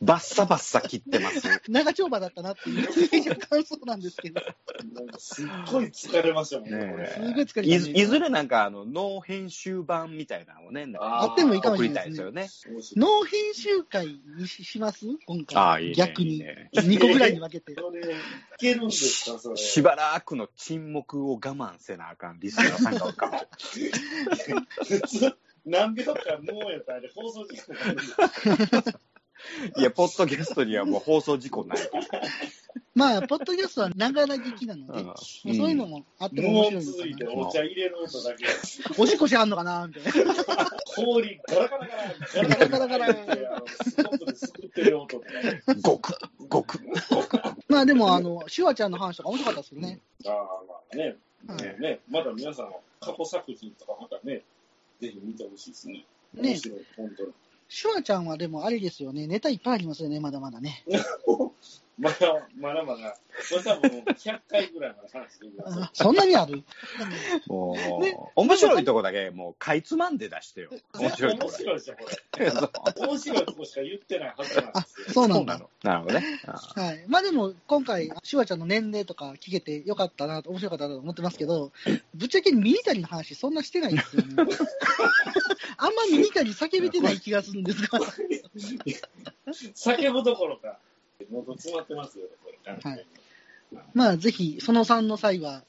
Speaker 3: バッサバッサ切ってます。
Speaker 2: 長丁場だったなっていう 感想なんですけど、
Speaker 4: なんかすっごい疲れましたもんね、こ
Speaker 3: ね
Speaker 4: れ。
Speaker 2: すごい疲れ
Speaker 3: い
Speaker 2: た
Speaker 3: ず
Speaker 2: ね
Speaker 3: いずれなんか、あの、ノー編集版みたいなのをね、なんか
Speaker 2: あってもいいかもし
Speaker 3: 送
Speaker 2: れ
Speaker 3: り
Speaker 2: な
Speaker 3: た
Speaker 2: い
Speaker 3: い
Speaker 2: で
Speaker 3: ですす
Speaker 2: ね
Speaker 3: よ。ね。
Speaker 2: 脳編集会にしします今回。
Speaker 3: ああ、いいね。
Speaker 2: 逆に
Speaker 3: いいね
Speaker 2: 2個ぐらいに分けて。
Speaker 4: それ、いけるんですか、そ れ。
Speaker 3: しばらくの沈黙を我慢せなあかんリスナーさんがおるかも。
Speaker 4: 何秒間もうやったらあれ放送時間なんです
Speaker 3: いや、ポッドキャストにはもう放送事故ないから。
Speaker 2: まあ、ポッドキャストはながら聞きなので、
Speaker 3: うん
Speaker 2: もうそういうのもあっても
Speaker 4: 無
Speaker 2: 面
Speaker 4: 音
Speaker 2: 白いの
Speaker 4: 続い
Speaker 2: か
Speaker 4: て
Speaker 2: な。
Speaker 4: お茶入れる音だけ。
Speaker 2: おしっこしあんのかなみたいな。
Speaker 4: 氷ガラガラガラガラガラガラガラスコップですくってる音とか。
Speaker 3: ごく、ごく。
Speaker 2: まあでも、あの、シュワちゃんの話とか面白かったですよね。
Speaker 4: ああ、まあね。
Speaker 2: はい
Speaker 4: ね、まだ皆さん、過去作品とかまたね、ぜひ見てほしいですね。
Speaker 2: ね
Speaker 4: 面白い、本当に。
Speaker 2: シュワちゃんはでもあれですよね。ネタいっぱいありますよね、まだまだね。
Speaker 4: まだまだまだ、これ多分100回ぐらいまで話してるから
Speaker 2: あそんなにある
Speaker 3: もう、面白いとこだけ、もう、かいつまんで出してよ。面白いと
Speaker 4: 面
Speaker 3: こだ
Speaker 4: 白いでしょ、こ
Speaker 3: け。 そう
Speaker 4: れ。面白いとこしか言ってないはずなんですよ。
Speaker 2: そうな
Speaker 3: そ
Speaker 2: ん
Speaker 3: うな
Speaker 2: だ。
Speaker 3: の。なるほどね。ああ
Speaker 2: はい。まあでも、今回、シュワちゃんの年齢とか聞けてよかったなと、面白かったなと思ってますけど、ぶっちゃけミニタリの話そんなしてないんです よね。あんまミニタリ叫びてない気がするんですが。
Speaker 4: 叫ぶどころか、喉詰まってますよね、これ。
Speaker 2: はいまあ、ぜひ、その3の際は、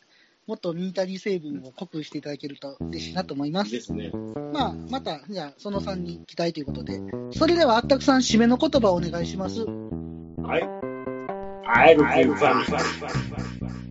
Speaker 2: もっとミニタリー成分を濃くしていただけると嬉しいなと思いま
Speaker 4: いい
Speaker 2: す。
Speaker 4: ですね。
Speaker 2: まあ、また、じゃあ、その3に期待ということで。それでは、あったくさん、締めの言葉をお願いします。
Speaker 4: はい。I love you.